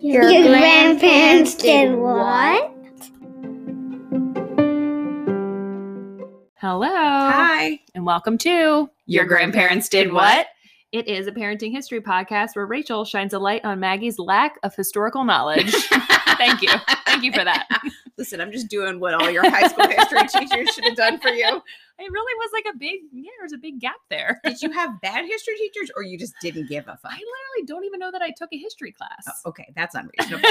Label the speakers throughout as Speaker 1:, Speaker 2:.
Speaker 1: Your, grandparents, did what?
Speaker 2: Hello.
Speaker 3: Hi.
Speaker 2: And welcome to Your,
Speaker 3: Grandparents Did What?
Speaker 2: It is a parenting history podcast where Rachel shines a light on Maggie's lack of historical knowledge. Thank you. Thank you for that.
Speaker 3: Listen, I'm just doing what all your high school history teachers should have done for you.
Speaker 2: It really was like a big, yeah, there's a big gap there.
Speaker 3: Did you have bad history teachers or you just didn't give a fuck?
Speaker 2: I literally don't even know that I took a history class.
Speaker 3: Oh, okay, that's unreasonable.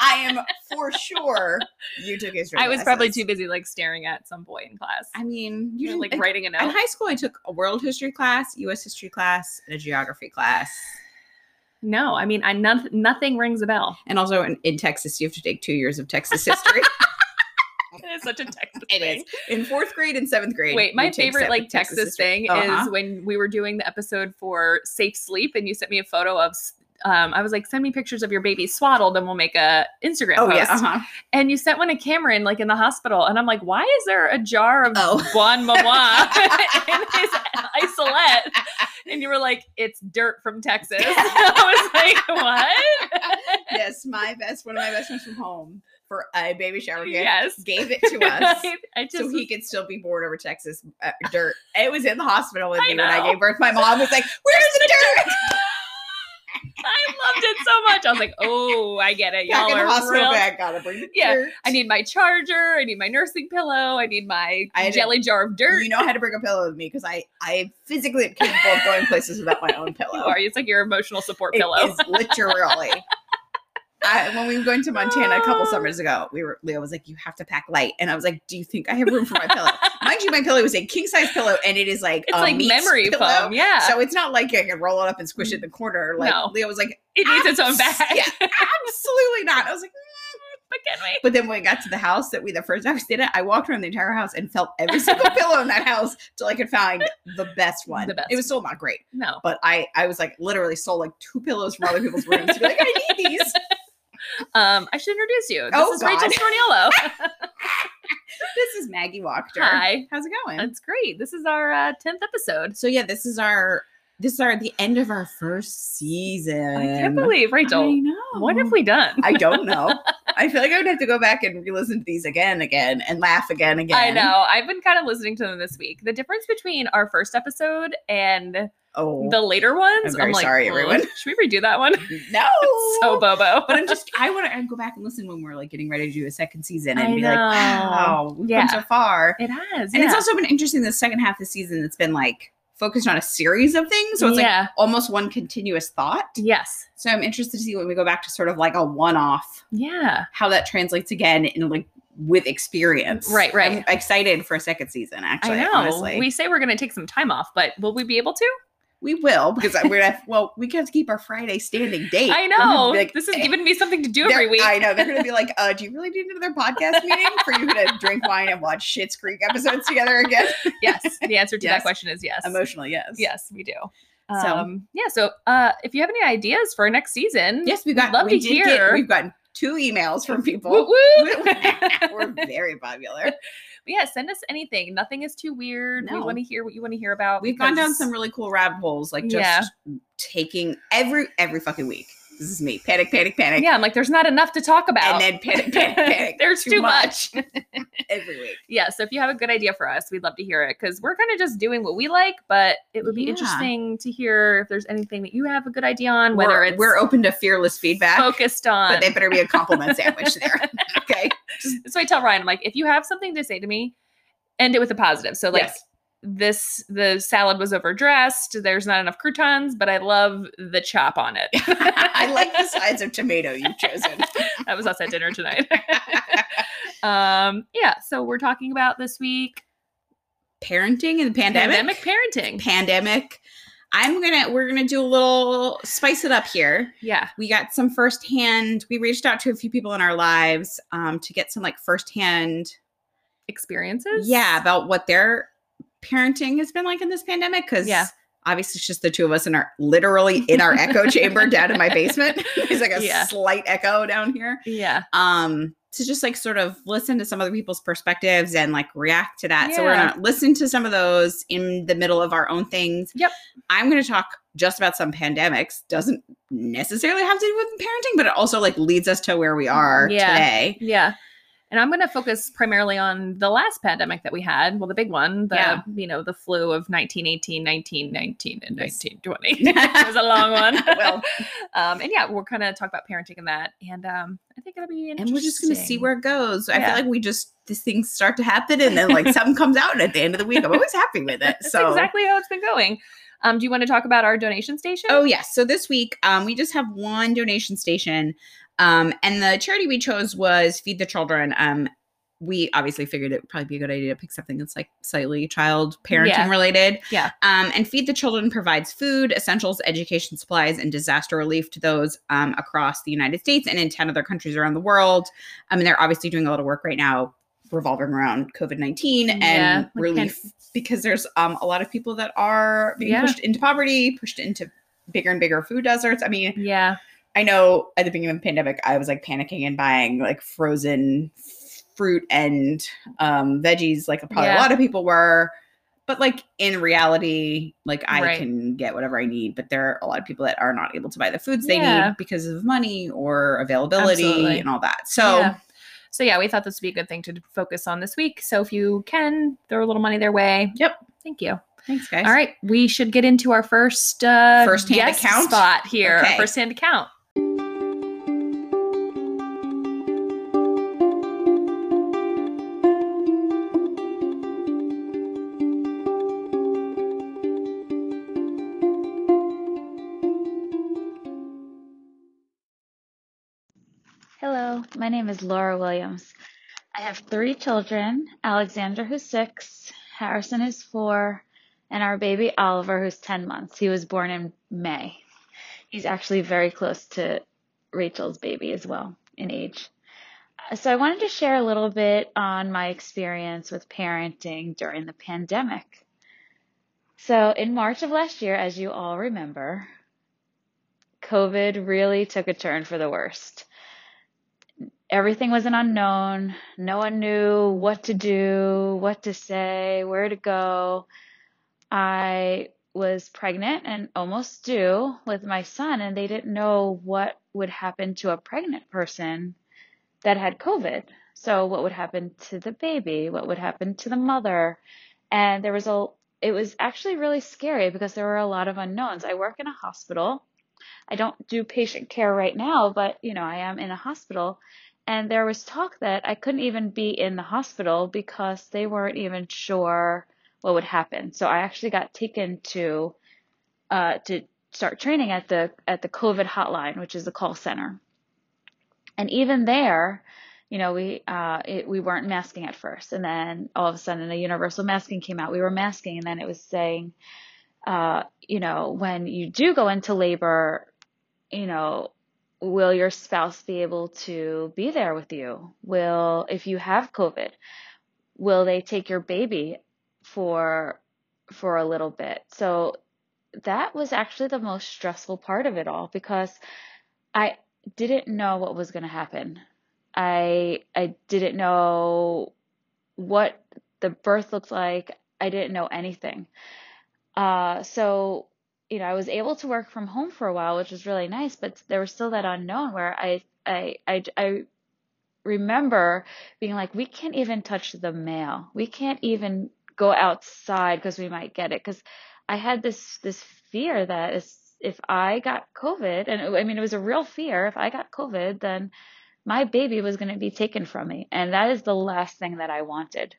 Speaker 3: I am for sure you took history.
Speaker 2: I was probably
Speaker 3: classes.
Speaker 2: too busy like staring at some boy in class.
Speaker 3: I mean,
Speaker 2: you
Speaker 3: you
Speaker 2: know,
Speaker 3: didn't
Speaker 2: like
Speaker 3: like.
Speaker 2: writing a
Speaker 3: In
Speaker 2: note.
Speaker 3: high school, I took a world history class, U.S. history class, and a geography class,
Speaker 2: No, I mean, I noth- nothing rings a bell.
Speaker 3: and also in, in Texas, you have to take two years of Texas history.
Speaker 2: It is such a Texas
Speaker 3: It
Speaker 2: thing.
Speaker 3: is in fourth grade and seventh grade.
Speaker 2: Wait, my
Speaker 3: you take
Speaker 2: favorite
Speaker 3: sep-
Speaker 2: like Texas,
Speaker 3: history.
Speaker 2: thing
Speaker 3: Uh-huh.
Speaker 2: is when we were doing the episode for Safe Sleep, and you sent me a photo of. s- Um, I was like, send me pictures of your baby swaddled, and we'll make a Instagram
Speaker 3: Oh
Speaker 2: post.
Speaker 3: yeah, uh-huh.
Speaker 2: And you sent one to Cameron, like in the hospital, and I'm like, why is there a jar of
Speaker 3: Oh.
Speaker 2: Bon Mama in his isolette? And you were like, it's dirt from Texas. I was like, what?
Speaker 3: yes, my best one of my best friends from home for a baby shower gift
Speaker 2: yes.
Speaker 3: gave it to us
Speaker 2: I, I just
Speaker 3: so he could still be bored over Texas uh, dirt. It was in the hospital with
Speaker 2: I
Speaker 3: me when I
Speaker 2: know.
Speaker 3: gave birth. My mom was like, "Where's the dirt?"
Speaker 2: I loved it so much. I was like, oh, I get it.
Speaker 3: Back
Speaker 2: Y'all
Speaker 3: in the
Speaker 2: are
Speaker 3: hospital
Speaker 2: real
Speaker 3: bag, gotta bring the
Speaker 2: Yeah,
Speaker 3: dirt.
Speaker 2: I need my charger. I need my nursing pillow. I need my
Speaker 3: I had a-
Speaker 2: jelly jar of dirt.
Speaker 3: You know I had to bring a pillow with me because I I physically am capable of going places without my own
Speaker 2: You
Speaker 3: pillow.
Speaker 2: are. It's like your emotional support
Speaker 3: It
Speaker 2: pillow.
Speaker 3: is literally. I, when we were going to Montana a couple
Speaker 2: Ah.
Speaker 3: summers ago, we were Leo was like, "You have to pack light," and I was like, "Do you think I have room for my pillow?" Mind you, my pillow is a king size pillow, and it is like
Speaker 2: It's
Speaker 3: a
Speaker 2: like
Speaker 3: meat
Speaker 2: memory
Speaker 3: pillow.
Speaker 2: foam. Yeah. Mm,
Speaker 3: So it's not like I can roll it up and squish it in the corner. Like
Speaker 2: No.
Speaker 3: Leo was like,
Speaker 2: it needs its own
Speaker 3: "Abs-
Speaker 2: bag.
Speaker 3: Yeah, absolutely not. I was like,
Speaker 2: But can we?
Speaker 3: but then when we got to the house that we the first time we did it, I walked around the entire house and felt every single pillow in that house till I could find the best one.
Speaker 2: The best.
Speaker 3: It was still not great,
Speaker 2: No.
Speaker 3: but I I was like literally stole like two pillows from other people's rooms to be like, I need these.
Speaker 2: Um, I should introduce you. This
Speaker 3: Oh,
Speaker 2: is
Speaker 3: God.
Speaker 2: Rachel Storniello.
Speaker 3: This is Maggie Wachter.
Speaker 2: Hi.
Speaker 3: How's it going?
Speaker 2: That's great. This is our uh, 10th episode.
Speaker 3: so yeah, this is our this is our the end of our first season.
Speaker 2: I can't believe,
Speaker 3: I
Speaker 2: Rachel,
Speaker 3: know.
Speaker 2: what have we done?
Speaker 3: I don't know. I feel like I would have to go back and re-listen to these again, again, and laugh again, again.
Speaker 2: I know. I've been kind of listening to them this week. The difference between our first episode and
Speaker 3: Oh
Speaker 2: the later ones,
Speaker 3: I'm very
Speaker 2: like,
Speaker 3: sorry,
Speaker 2: "Mm,
Speaker 3: everyone." Oh.
Speaker 2: Should we redo that one?
Speaker 3: no.
Speaker 2: so bobo.
Speaker 3: but I'm just I want to go back and listen when we're like getting ready to do a second season and
Speaker 2: I
Speaker 3: be like,
Speaker 2: know.
Speaker 3: wow, we've come so
Speaker 2: Yeah.
Speaker 3: far.
Speaker 2: It has.
Speaker 3: And it's
Speaker 2: yeah.
Speaker 3: also been interesting the second half of the season it's been like focused on a series of things. So it's like
Speaker 2: yeah.
Speaker 3: almost one continuous thought.
Speaker 2: Yes.
Speaker 3: So I'm interested to see when we go back to sort of like a one-off,
Speaker 2: Yeah.
Speaker 3: how that translates again in like with experience.
Speaker 2: Right, right.
Speaker 3: I'm excited for a second season, actually.
Speaker 2: I know.
Speaker 3: Honestly.
Speaker 2: We say we're going to take some time off, but will we be able to?
Speaker 3: We will because I- we're gonna well, we have to keep our Friday standing date.
Speaker 2: I
Speaker 3: We're gonna
Speaker 2: know.
Speaker 3: be like,
Speaker 2: this is
Speaker 3: eh,
Speaker 2: giving me something to do
Speaker 3: they're-
Speaker 2: every week.
Speaker 3: I know they're gonna be like, uh, "Do you really need another podcast meeting for you to drink wine and watch Shit's Creek episodes together again?"
Speaker 2: yes. The answer to
Speaker 3: Yes.
Speaker 2: that question is yes.
Speaker 3: Emotionally, yes,
Speaker 2: Yes, we do.
Speaker 3: So-
Speaker 2: Um, yeah. So uh, if you have any ideas for our next season,
Speaker 3: yes. We've
Speaker 2: We'd
Speaker 3: got.
Speaker 2: love
Speaker 3: we
Speaker 2: to
Speaker 3: did get-
Speaker 2: hear.
Speaker 3: we've gotten two emails from
Speaker 2: Woo,
Speaker 3: people.
Speaker 2: woo.
Speaker 3: we're very popular.
Speaker 2: yeah, send us anything. Nothing is too weird. We
Speaker 3: No.
Speaker 2: want to hear what you want to hear about.
Speaker 3: We've gone down
Speaker 2: because-
Speaker 3: some really cool rabbit holes, like just
Speaker 2: Yeah.
Speaker 3: taking every every fucking week. This is me. Panic, panic, panic.
Speaker 2: Yeah, I'm like, there's not enough to talk about.
Speaker 3: And then panic, panic, panic.
Speaker 2: there's too, much.
Speaker 3: every week.
Speaker 2: yeah so if you have a good idea for us we'd love to hear it because we're kind of just doing what we like but it would be
Speaker 3: Yeah.
Speaker 2: interesting to hear if there's anything that you have a good idea on whether
Speaker 3: we're,
Speaker 2: it's
Speaker 3: we're open to fearless feedback.
Speaker 2: focused on
Speaker 3: But they better be a compliment sandwich there. Okay.
Speaker 2: so i tell ryan i'm like if you have something to say to me end it with a positive so like
Speaker 3: Yes.
Speaker 2: this the salad was overdressed there's not enough croutons but i love the chop on it
Speaker 3: I like the sides of tomato you've chosen.
Speaker 2: that was us at dinner tonight um yeah so we're talking about this week
Speaker 3: Parenting and the pandemic.
Speaker 2: pandemic parenting
Speaker 3: Pandemic. I'm gonna we're gonna do a little spice it up here.
Speaker 2: yeah
Speaker 3: We got some firsthand. We reached out to a few people in our lives um, to get some like firsthand,
Speaker 2: experiences
Speaker 3: yeah, about what their parenting has been like in this pandemic. Because
Speaker 2: Yeah.
Speaker 3: obviously it's just the two of us in our literally in our echo chamber down in my basement. It's like a
Speaker 2: Yeah.
Speaker 3: slight echo down here.
Speaker 2: yeah
Speaker 3: Um, to just like sort of listen to some other people's perspectives and like react to that. So we're
Speaker 2: Yeah.
Speaker 3: gonna listen to some of those in the middle of our own things.
Speaker 2: Yep.
Speaker 3: I'm gonna talk just about some pandemics. Doesn't necessarily have to do with parenting, but it also like leads us to where we are
Speaker 2: Yeah.
Speaker 3: today.
Speaker 2: Yeah. And I'm going to focus primarily on the last pandemic that we had. Well, the big one, the,
Speaker 3: Yeah.
Speaker 2: you know, the flu of 1918, 1919, and
Speaker 3: Yes.
Speaker 2: 1920. it was a long one.
Speaker 3: Well,
Speaker 2: um, and yeah, we're going to talk about parenting and that. And um, I think it'll be interesting.
Speaker 3: and we're just gonna see where it goes. I
Speaker 2: Yeah.
Speaker 3: feel like we just these things start to happen, and then like something comes out, and at the end of the week, I'm always happy with it.
Speaker 2: That's
Speaker 3: So
Speaker 2: exactly how it's been going. Um, do you want to talk about our donation station?
Speaker 3: Oh yes. So this week, um, we just have one donation station, um, and the charity we chose was Feed the Children. Um, we obviously figured it would probably be a good idea to pick something that's like slightly child parenting
Speaker 2: Yeah.
Speaker 3: related.
Speaker 2: Yeah.
Speaker 3: Um, and Feed the Children provides food, essentials, education supplies, and disaster relief to those um, across the United States and in ten other countries around the world. I mean, they're obviously doing a lot of work right now revolving around COVID nineteen and
Speaker 2: Yeah, we can't-
Speaker 3: relief because there's um, a lot of people that are being
Speaker 2: Yeah.
Speaker 3: pushed into poverty, pushed into bigger and bigger food deserts. I mean,
Speaker 2: Yeah.
Speaker 3: I know at the beginning of the pandemic, I was like panicking and buying like frozen f- fruit and um, veggies, like probably
Speaker 2: Yeah.
Speaker 3: a lot of people were. But like in reality, like I
Speaker 2: Right.
Speaker 3: can get whatever I need, but there are a lot of people that are not able to buy the foods they
Speaker 2: Yeah.
Speaker 3: need because of money or availability
Speaker 2: Absolutely.
Speaker 3: and all that. So
Speaker 2: Yeah. So yeah, we thought this would be a good thing to focus on this week. So if you can throw a little money their way.
Speaker 3: Yep.
Speaker 2: Thank you.
Speaker 3: thanks, guys.
Speaker 2: All right, we should get into our first uh,
Speaker 3: First-hand
Speaker 2: guest
Speaker 3: account?
Speaker 2: spot here.
Speaker 3: Okay.
Speaker 2: Our first hand account.
Speaker 4: Hello, my name is Laura Williams. I have three children Alexander, who's six, Harrison, who's four, and our baby Oliver, who's 10 months. He was born in May. He's actually very close to Rachel's baby as well in age. Uh, So, I wanted to share a little bit on my experience with parenting during the pandemic. So, in March of last year, as you all remember, COVID really took a turn for the worst everything was an unknown. No one knew what to do, what to say, where to go. I was pregnant and almost due with my son, and they didn't know what would happen to a pregnant person that had COVID. So, what would happen to the baby? What would happen to the mother? And there was a, it was actually really scary because there were a lot of unknowns. I work in a hospital. I don't do patient care right now, but you know, I am in a hospital and there was talk that I couldn't even be in the hospital because they weren't even sure what would happen. So I actually got taken to uh, to start training at the at the COVID hotline, which is the call center. And even there, you know, we uh, it, we weren't masking at first, and then all of a sudden, a universal masking came out. We were masking, and then it was saying, uh, you know, when you do go into labor, you know, will your spouse be able to be there with you? Will, if you have COVID, will they take your baby for for a little bit? So that was actually the most stressful part of it all because I didn't know what was going to happen. I I didn't know what the birth looked like. I didn't know anything. Uh, so you know, I was able to work from home for a while, which was really nice, but there was still that unknown where I, I, I, I remember being like, we can't even touch the mail. We can't even go outside because we might get it. Because I had this, this fear that is, if I got COVID, and it- I mean, it was a real fear, if I got COVID, then my baby was going to be taken from me. And that is the last thing that I wanted.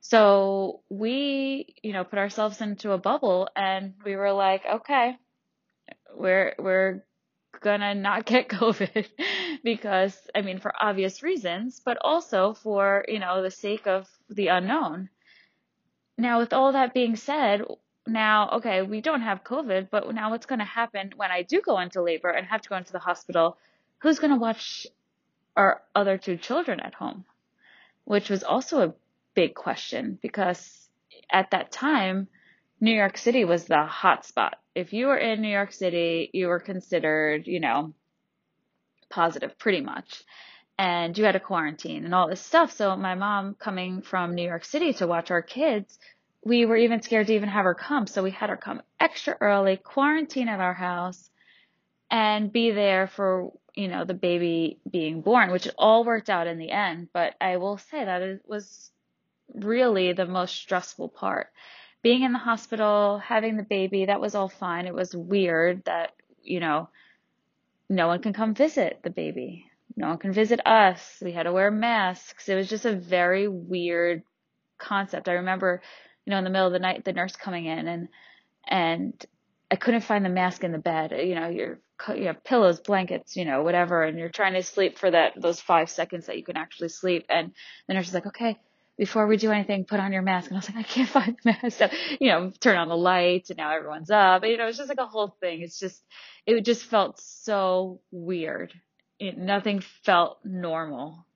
Speaker 4: So we, you know, put ourselves into a bubble and we were like, okay, we're we're gonna not get COVID because I mean for obvious reasons, but also for, you know, the sake of the unknown. Now with all that being said, now okay, we don't have COVID, but now what's gonna happen when I do go into labor and have to go into the hospital? Who's gonna watch our other two children at home? Which was also a big question because at that time, New York City was the hot spot. If you were in New York City, you were considered, you know, positive pretty much. and you had a quarantine and all this stuff. So my mom coming from New York City to watch our kids, we were even scared to even have her come. So we had her come extra early, quarantine at our house, and be there for, you know, the baby being born, which it all worked out in the end. But I will say that it was really the most stressful part. Being in the hospital, having the baby, that was all fine. It was weird that, you know, no one can come visit the baby. No one can visit us. We had to wear masks. It was just a very weird concept. I remember, you know, in the middle of the night, the nurse coming in and and I couldn't find the mask in the bed. You know, your co- you have pillows, blankets, you know, whatever, and you're trying to sleep for that those five seconds that you can actually sleep. And the nurse is like, okay, before we do anything, put on your mask. And I was like, I can't find the mask. So, you know, turn on the lights and now everyone's up. And, you know, it's just like a whole thing. It's just, it just felt so weird. It, nothing felt normal.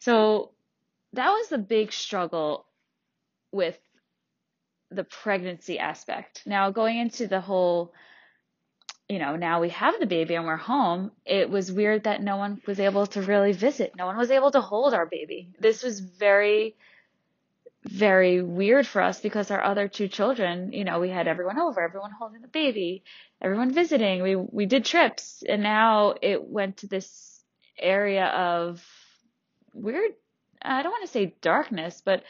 Speaker 4: So that was the big struggle with the pregnancy aspect. Now going into the whole, you know, now we have the baby and we're home. It was weird that no one was able to really visit. No one was able to hold our baby. This was very, very weird for us because our other two children, you know, we had everyone over, everyone holding the baby, everyone visiting. We we did trips, and now it went to this area of weird. I don't want to say darkness, but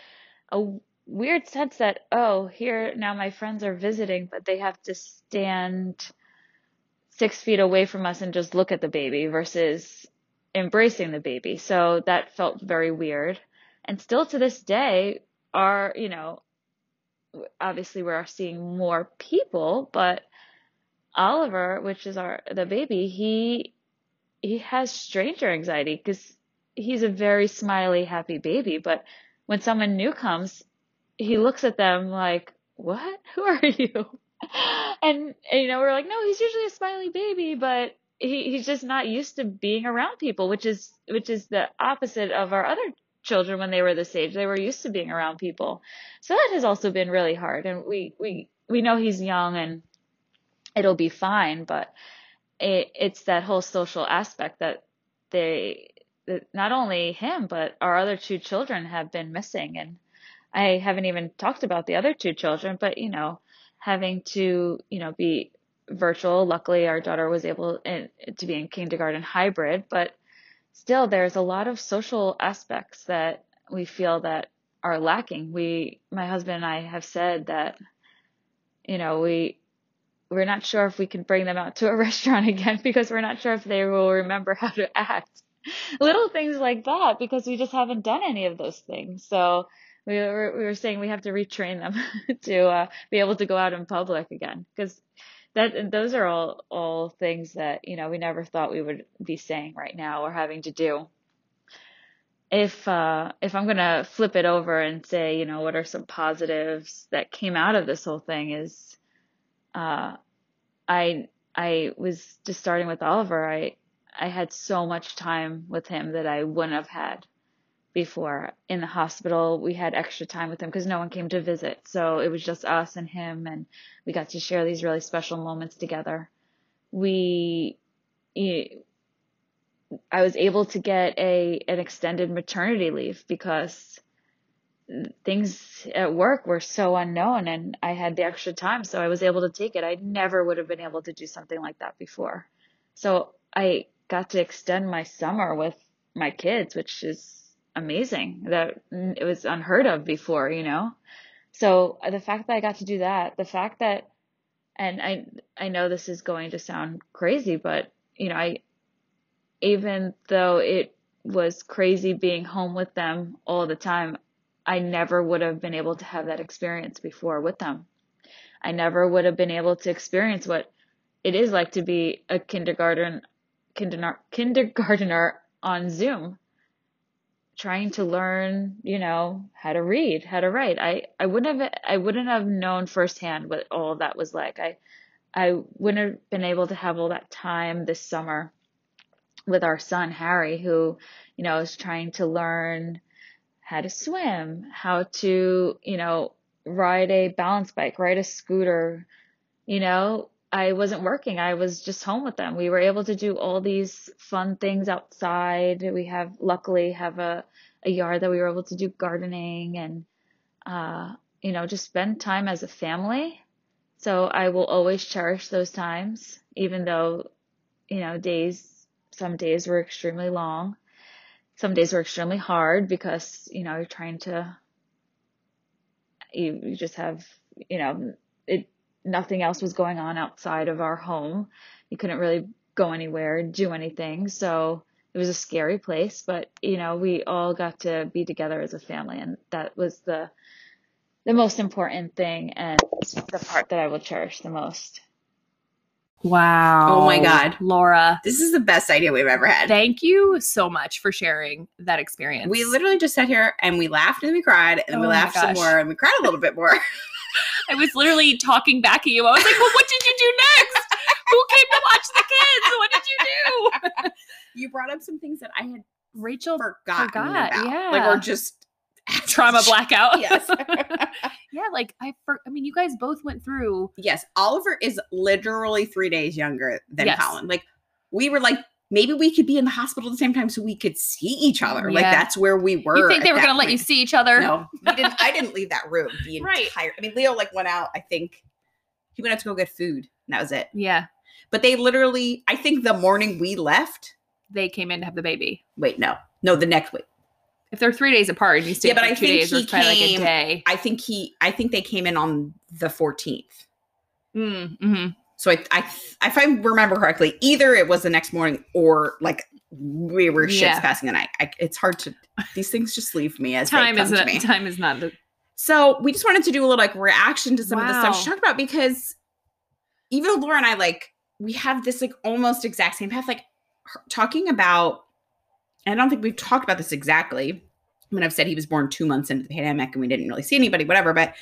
Speaker 4: a weird sense that oh, here now my friends are visiting, but they have to stand six feet away from us and just look at the baby versus embracing the baby. So that felt very weird. And still to this day, are you know, obviously we are seeing more people, but Oliver, which is our the baby, he he has stranger anxiety because he's a very smiley, happy baby. But when someone new comes, he looks at them like, "What? Who are you?" And, and, you know we're like no he's usually a smiley baby but he, he's just not used to being around people which is which is the opposite of our other children when they were this age they were used to being around people so that has also been really hard and we we we know he's young and it'll be fine but it, it's that whole social aspect that they that not only him but our other two children have been missing and i haven't even talked about the other two children but you know having to you know be virtual luckily our daughter was able in, to be in kindergarten hybrid but still there's a lot of social aspects that we feel that are lacking we my husband and i have said that you know we we're not sure if we can bring them out to a restaurant again because we're not sure if they will remember how to act little things like that because we just haven't done any of those things so we were we were saying we have to retrain them to uh, be able to go out in public again because that those are all all things that you know we never thought we would be saying right now or having to do. If uh, if I'm gonna flip it over and say you know what are some positives that came out of this whole thing is, uh, I I was just starting with Oliver I I had so much time with him that I wouldn't have had before in the hospital we had extra time with him because no one came to visit so it was just us and him and we got to share these really special moments together we i was able to get a an extended maternity leave because things at work were so unknown and i had the extra time so i was able to take it i never would have been able to do something like that before so i got to extend my summer with my kids which is amazing that it was unheard of before, you know? So uh, the fact that I got to do that, the fact that, and I, I know this is going to sound crazy, but you know, I, even though it was crazy being home with them all the time, I never would have been able to have that experience before with them. I never would have been able to experience what it is like to be a kindergarten, kinder, kindergartner on Zoom trying to learn, you know, how to read, how to write. I, I wouldn't have I wouldn't have known firsthand what all that was like. I I wouldn't have been able to have all that time this summer with our son Harry, who, you know, is trying to learn how to swim, how to, you know, ride a balance bike, ride a scooter, you know, I wasn't working. I was just home with them. We were able to do all these fun things outside. We have luckily have a, a yard that we were able to do gardening and uh, you know, just spend time as a family. So I will always cherish those times, even though, you know, days some days were extremely long. Some days were extremely hard because, you know, you're trying to you, you just have you know it nothing else was going on outside of our home you couldn't really go anywhere do anything so it was a scary place but you know we all got to be together as a family and that was the the most important thing and the part that i will cherish the most
Speaker 2: Wow.
Speaker 3: Oh my God.
Speaker 2: Laura,
Speaker 3: This is the best idea we've ever had.
Speaker 2: thank you so much for sharing that experience.
Speaker 3: we literally just sat here and we laughed and we cried and then we
Speaker 2: Oh my
Speaker 3: laughed some
Speaker 2: gosh.
Speaker 3: more and we cried a little bit more.
Speaker 2: I was literally talking back at you. I was like, well, what did you do next? Who came to watch the kids? What did you do?
Speaker 3: you brought up some things that I had
Speaker 2: Rachel
Speaker 3: forgotten
Speaker 2: Forgot,
Speaker 3: about.
Speaker 2: yeah.
Speaker 3: Like or just
Speaker 2: trauma blackout.
Speaker 3: Yes.
Speaker 2: yeah, like I for, I mean, you guys both went through
Speaker 3: yes, Oliver is literally three days younger than
Speaker 2: Yes.
Speaker 3: Colin. Like we were like, maybe we could be in the hospital at the same time so we could see each other. Like
Speaker 2: Mm, Yeah.
Speaker 3: that's where we were.
Speaker 2: You think they
Speaker 3: at
Speaker 2: were
Speaker 3: that
Speaker 2: going to let you
Speaker 3: point.
Speaker 2: see each other?
Speaker 3: No, we didn't. I didn't leave that room the entire.
Speaker 2: Right.
Speaker 3: I mean, Leo like went out. I think he went out to go get food, and that was it.
Speaker 2: Yeah,
Speaker 3: But they literally, I think, the morning we left.
Speaker 2: they came in to have the baby.
Speaker 3: Wait, no, no, the next week.
Speaker 2: If they're three days apart and you stayed
Speaker 3: Yeah, but
Speaker 2: for
Speaker 3: I
Speaker 2: two
Speaker 3: think
Speaker 2: days, it was
Speaker 3: he
Speaker 2: probably like a
Speaker 3: came-
Speaker 2: day.
Speaker 3: I think he. I think they came in on the fourteenth.
Speaker 2: Mm, mhm.
Speaker 3: So I, I, if I remember correctly, either it was the next morning or like we were shits
Speaker 2: Yeah.
Speaker 3: passing the night. I, it's hard to. These things just leave me as
Speaker 2: Time
Speaker 3: they
Speaker 2: is
Speaker 3: come to
Speaker 2: not
Speaker 3: me.
Speaker 2: time is not the
Speaker 3: So we just wanted to do a little like reaction to some of the stuff she
Speaker 2: Wow.
Speaker 3: talked about because even though Laura and I like we have this like almost exact same path, like her- talking about. I don't think we've talked about this exactly. I mean, I've said he was born two months into the pandemic and we didn't really see anybody, whatever. But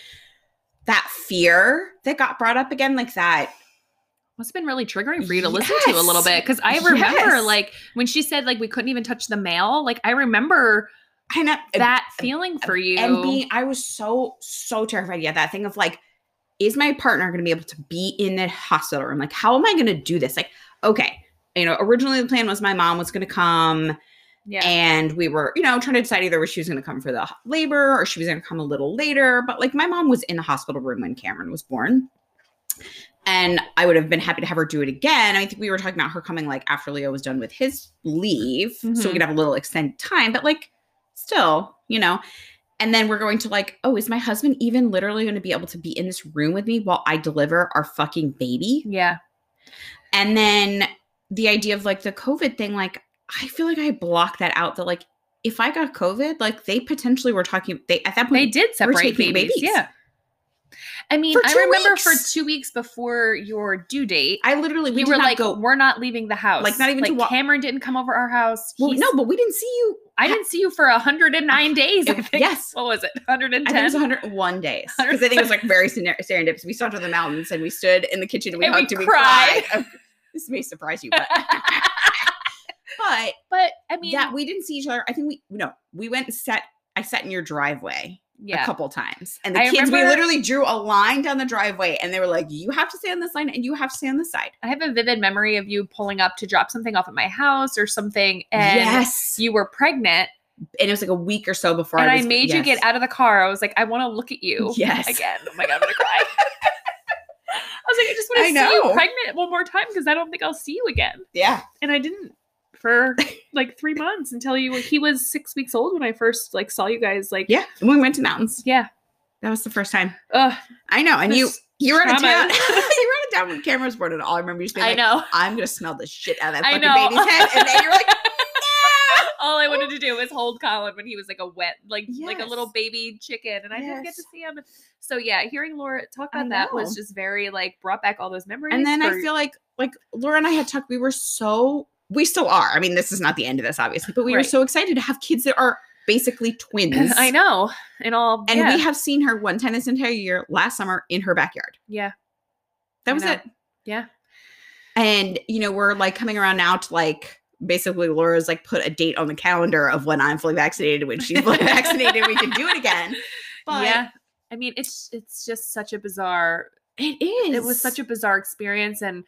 Speaker 3: that fear that got brought up again, like that,
Speaker 2: what's been really triggering for you to listen to a little
Speaker 3: Yes.
Speaker 2: bit because I remember
Speaker 3: Yes.
Speaker 2: like when she said like we couldn't even touch the mail. Like I remember
Speaker 3: and that,
Speaker 2: that feeling for you.
Speaker 3: and being, I was so so terrified. Yeah, that thing of like, is my partner going to be able to be in the hospital room? Like, how am I going to do this? Like, okay, you know, originally the plan was my mom was going to come,
Speaker 2: yeah,
Speaker 3: and we were, you know, trying to decide either she was going to come for the h- labor or she was going to come a little later. But like, my mom was in the hospital room when Cameron was born. And I would have been happy to have her do it again. I think we were talking about her coming like after Leo was done with his leave, so
Speaker 2: Mhm.
Speaker 3: we could have a little extended time. But like, still, you know. And then we're going to like, oh, is my husband even literally going to be able to be in this room with me while I deliver our fucking baby?
Speaker 2: yeah,
Speaker 3: And then the idea of like the COVID thing, like I feel like I blocked that out. That like if I got COVID, like they potentially were talking. They at that
Speaker 2: they
Speaker 3: point
Speaker 2: did separate
Speaker 3: taking
Speaker 2: babies.
Speaker 3: babies.
Speaker 2: Yeah, I mean,
Speaker 3: For
Speaker 2: I
Speaker 3: two
Speaker 2: remember for
Speaker 3: weeks.
Speaker 2: two weeks before your due date,
Speaker 3: I literally we
Speaker 2: you
Speaker 3: did
Speaker 2: were
Speaker 3: not
Speaker 2: like,
Speaker 3: go.
Speaker 2: we're not leaving the house.
Speaker 3: Like, not even to wa-
Speaker 2: Cameron didn't come over our house.
Speaker 3: Well,
Speaker 2: He's-
Speaker 3: no, but we didn't see you.
Speaker 2: I didn't see you for 109 days. I
Speaker 3: It-
Speaker 2: think.
Speaker 3: yes.
Speaker 2: What was it?
Speaker 3: I think it
Speaker 2: 110.
Speaker 3: was 101 days because I think it was like very seren- serendipitous. We saw each other in the mountains and we stood in the kitchen and we
Speaker 2: And we
Speaker 3: hugged and we
Speaker 2: cried.
Speaker 3: cried. this may surprise you, but but
Speaker 2: but I mean,
Speaker 3: yeah, we didn't see each other. I think we no, we went and sat. I sat in your driveway a
Speaker 2: yeah.
Speaker 3: couple times. And the
Speaker 2: I
Speaker 3: kids, we
Speaker 2: remember-
Speaker 3: literally drew a line down the driveway and they were like, you have to stay on this line and you have to stay on this side.
Speaker 2: I have a vivid memory of you pulling up to drop something off at my house or something, and
Speaker 3: yes.
Speaker 2: you were pregnant,
Speaker 3: and it was like a week or so before
Speaker 2: and I,
Speaker 3: was-
Speaker 2: made you
Speaker 3: yes.
Speaker 2: get out of the car. I was like, I want to look at you
Speaker 3: Yes.
Speaker 2: again. Oh my god, I'm gonna cry. I was like, I just want
Speaker 3: I
Speaker 2: to see you
Speaker 3: know.
Speaker 2: pregnant one more time because I don't think I'll see you again.
Speaker 3: Yeah.
Speaker 2: and I didn't for like three months until you he was six weeks old when I first like saw you guys like
Speaker 3: Yeah. And we went to mountains.
Speaker 2: yeah
Speaker 3: That was the first time.
Speaker 2: Ugh,
Speaker 3: I know. And you,
Speaker 2: There's
Speaker 3: you were out of town.
Speaker 2: trauma.
Speaker 3: you were out of town when cameras weren't at all. I remember you just being
Speaker 2: I
Speaker 3: like,
Speaker 2: know
Speaker 3: I'm going to smell the shit out of that
Speaker 2: I
Speaker 3: fucking
Speaker 2: know.
Speaker 3: baby's head. And then you're like,
Speaker 2: all I wanted to do was hold Colin when he was like a wet like like a little
Speaker 3: Oh. Yes.
Speaker 2: baby chicken and I didn't get to
Speaker 3: Yes.
Speaker 2: see him so yeah hearing Laura talk
Speaker 3: I
Speaker 2: about that was
Speaker 3: know.
Speaker 2: just very like brought back all those memories
Speaker 3: and then I
Speaker 2: for-
Speaker 3: feel like, like Laura and I had talked, we were so, we still are. I mean, this is not the end of this, obviously, but we were
Speaker 2: Right.
Speaker 3: so excited to have kids that are basically twins.
Speaker 2: I know and all
Speaker 3: And
Speaker 2: yeah,
Speaker 3: we have seen her one time this entire year last summer in her backyard.
Speaker 2: yeah I
Speaker 3: That was
Speaker 2: know.
Speaker 3: it.
Speaker 2: Yeah.
Speaker 3: And, you know, we're like coming around now to like basically Laura's like put a date on the calendar of when I'm fully vaccinated, when she's fully vaccinated, we can do it again. But
Speaker 2: yeah I mean it's it's just such a bizarre
Speaker 3: It is.
Speaker 2: It was such a bizarre experience and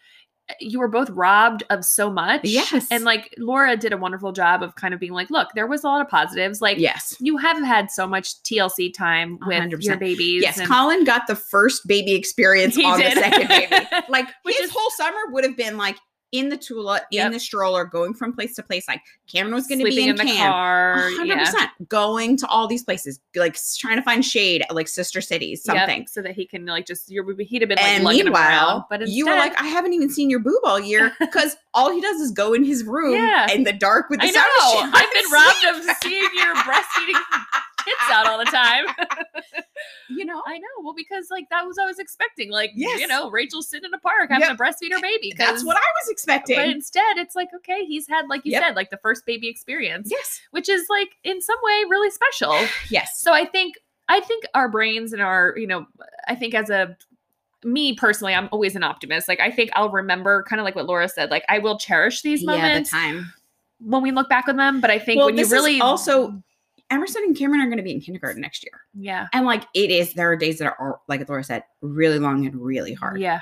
Speaker 2: eh, you were both robbed of so much.
Speaker 3: Yes.
Speaker 2: And like Laura did a wonderful job of kind of being like, look, there was a lot of positives. Like
Speaker 3: yes.
Speaker 2: you have had so much TLC time with
Speaker 3: 100%.
Speaker 2: your babies.
Speaker 3: Yes,
Speaker 2: and-
Speaker 3: Colin got the first baby experience
Speaker 2: He
Speaker 3: on
Speaker 2: did.
Speaker 3: the second baby. Like
Speaker 2: Which
Speaker 3: his
Speaker 2: is-
Speaker 3: whole summer would have been like in the Tula,
Speaker 2: Yep.
Speaker 3: in the stroller, going from place to place. Like Cameron was going to be
Speaker 2: sleeping
Speaker 3: in,
Speaker 2: the
Speaker 3: camp.
Speaker 2: car.
Speaker 3: 100%
Speaker 2: yeah.
Speaker 3: going to all these places, like s- trying to find shade at like sister cities,
Speaker 2: Yep,
Speaker 3: something.
Speaker 2: so that he can like just you're, he'd have been like
Speaker 3: And
Speaker 2: lugging him around,
Speaker 3: meanwhile,
Speaker 2: but
Speaker 3: you were
Speaker 2: instead-
Speaker 3: like, I haven't even seen your boob all year because all he does is go in his room
Speaker 2: Yeah.
Speaker 3: in the dark with the
Speaker 2: I
Speaker 3: sound
Speaker 2: know.
Speaker 3: machine.
Speaker 2: I've been robbed of seeing your breastfeeding kids out all the time.
Speaker 3: You know,
Speaker 2: I know. Well, because like that was what I was expecting. Like, you
Speaker 3: Yes.
Speaker 2: know, Rachel's sitting in a park having
Speaker 3: Yep.
Speaker 2: a breastfeed her baby. 'cause-
Speaker 3: that's what I was expecting.
Speaker 2: But instead, it's like okay, he's had like you
Speaker 3: Yep.
Speaker 2: said, like the first baby experience,
Speaker 3: yes.
Speaker 2: which is like in some way really special.
Speaker 3: Yes.
Speaker 2: So I think I think our brains and our you know I think as a me personally, I'm always an optimist. Like I think I'll remember kind of like what Laura said. Like I will cherish these
Speaker 3: yeah, the
Speaker 2: moments
Speaker 3: time.
Speaker 2: when we look back on them. But I think
Speaker 3: well,
Speaker 2: when you
Speaker 3: this is
Speaker 2: really
Speaker 3: also Emerson and Cameron are going to be in kindergarten next year,
Speaker 2: yeah
Speaker 3: and like it is, there are days that are like Laura said, really long and really hard.
Speaker 2: yeah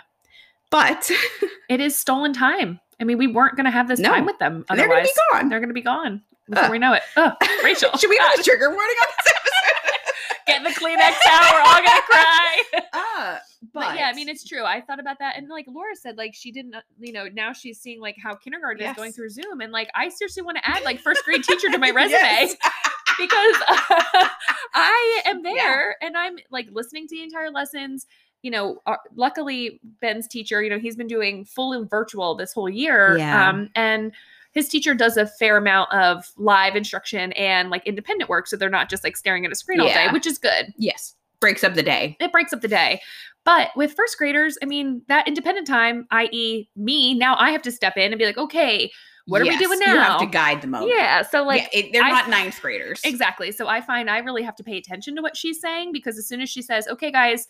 Speaker 3: But
Speaker 2: it is stolen time. I mean, we weren't going to have this
Speaker 3: No.
Speaker 2: time with them.
Speaker 3: they're going to
Speaker 2: Otherwise,
Speaker 3: be gone.
Speaker 2: they're going to be gone before
Speaker 3: Ugh.
Speaker 2: we know it. Ugh, Rachel,
Speaker 3: Should we
Speaker 2: God,
Speaker 3: have a trigger warning on this episode?
Speaker 2: get the Kleenex out? We're all going to cry.
Speaker 3: uh, but,
Speaker 2: But yeah, I mean, it's true. I thought about that, and like Laura said, like she didn't, uh, you know, now she's seeing like how kindergarten is going
Speaker 3: Yes.
Speaker 2: through Zoom, and like I seriously want to add like first grade teacher to my resume
Speaker 3: Yes.
Speaker 2: because I am there and I'm like listening to the entire lessons. You know, our, luckily Ben's teacher, you know, he's been doing full and virtual this whole year,
Speaker 3: Yeah.
Speaker 2: um, and his teacher does a fair amount of live instruction and like independent work, so they're not just like staring at a screen all day,
Speaker 3: Yeah.
Speaker 2: which is good
Speaker 3: yes, breaks up the day.
Speaker 2: it breaks up the day. But with first graders, I mean, that independent time, i.e., me, now I have to step in and be like, okay, what are we
Speaker 3: Yes,
Speaker 2: doing
Speaker 3: You have to
Speaker 2: now?
Speaker 3: guide the moment.
Speaker 2: yeah. So, like,
Speaker 3: like it, they're
Speaker 2: I-
Speaker 3: not ninth graders.
Speaker 2: exactly. So I find I really have to pay attention to what she's saying because as soon as she says, okay, guys,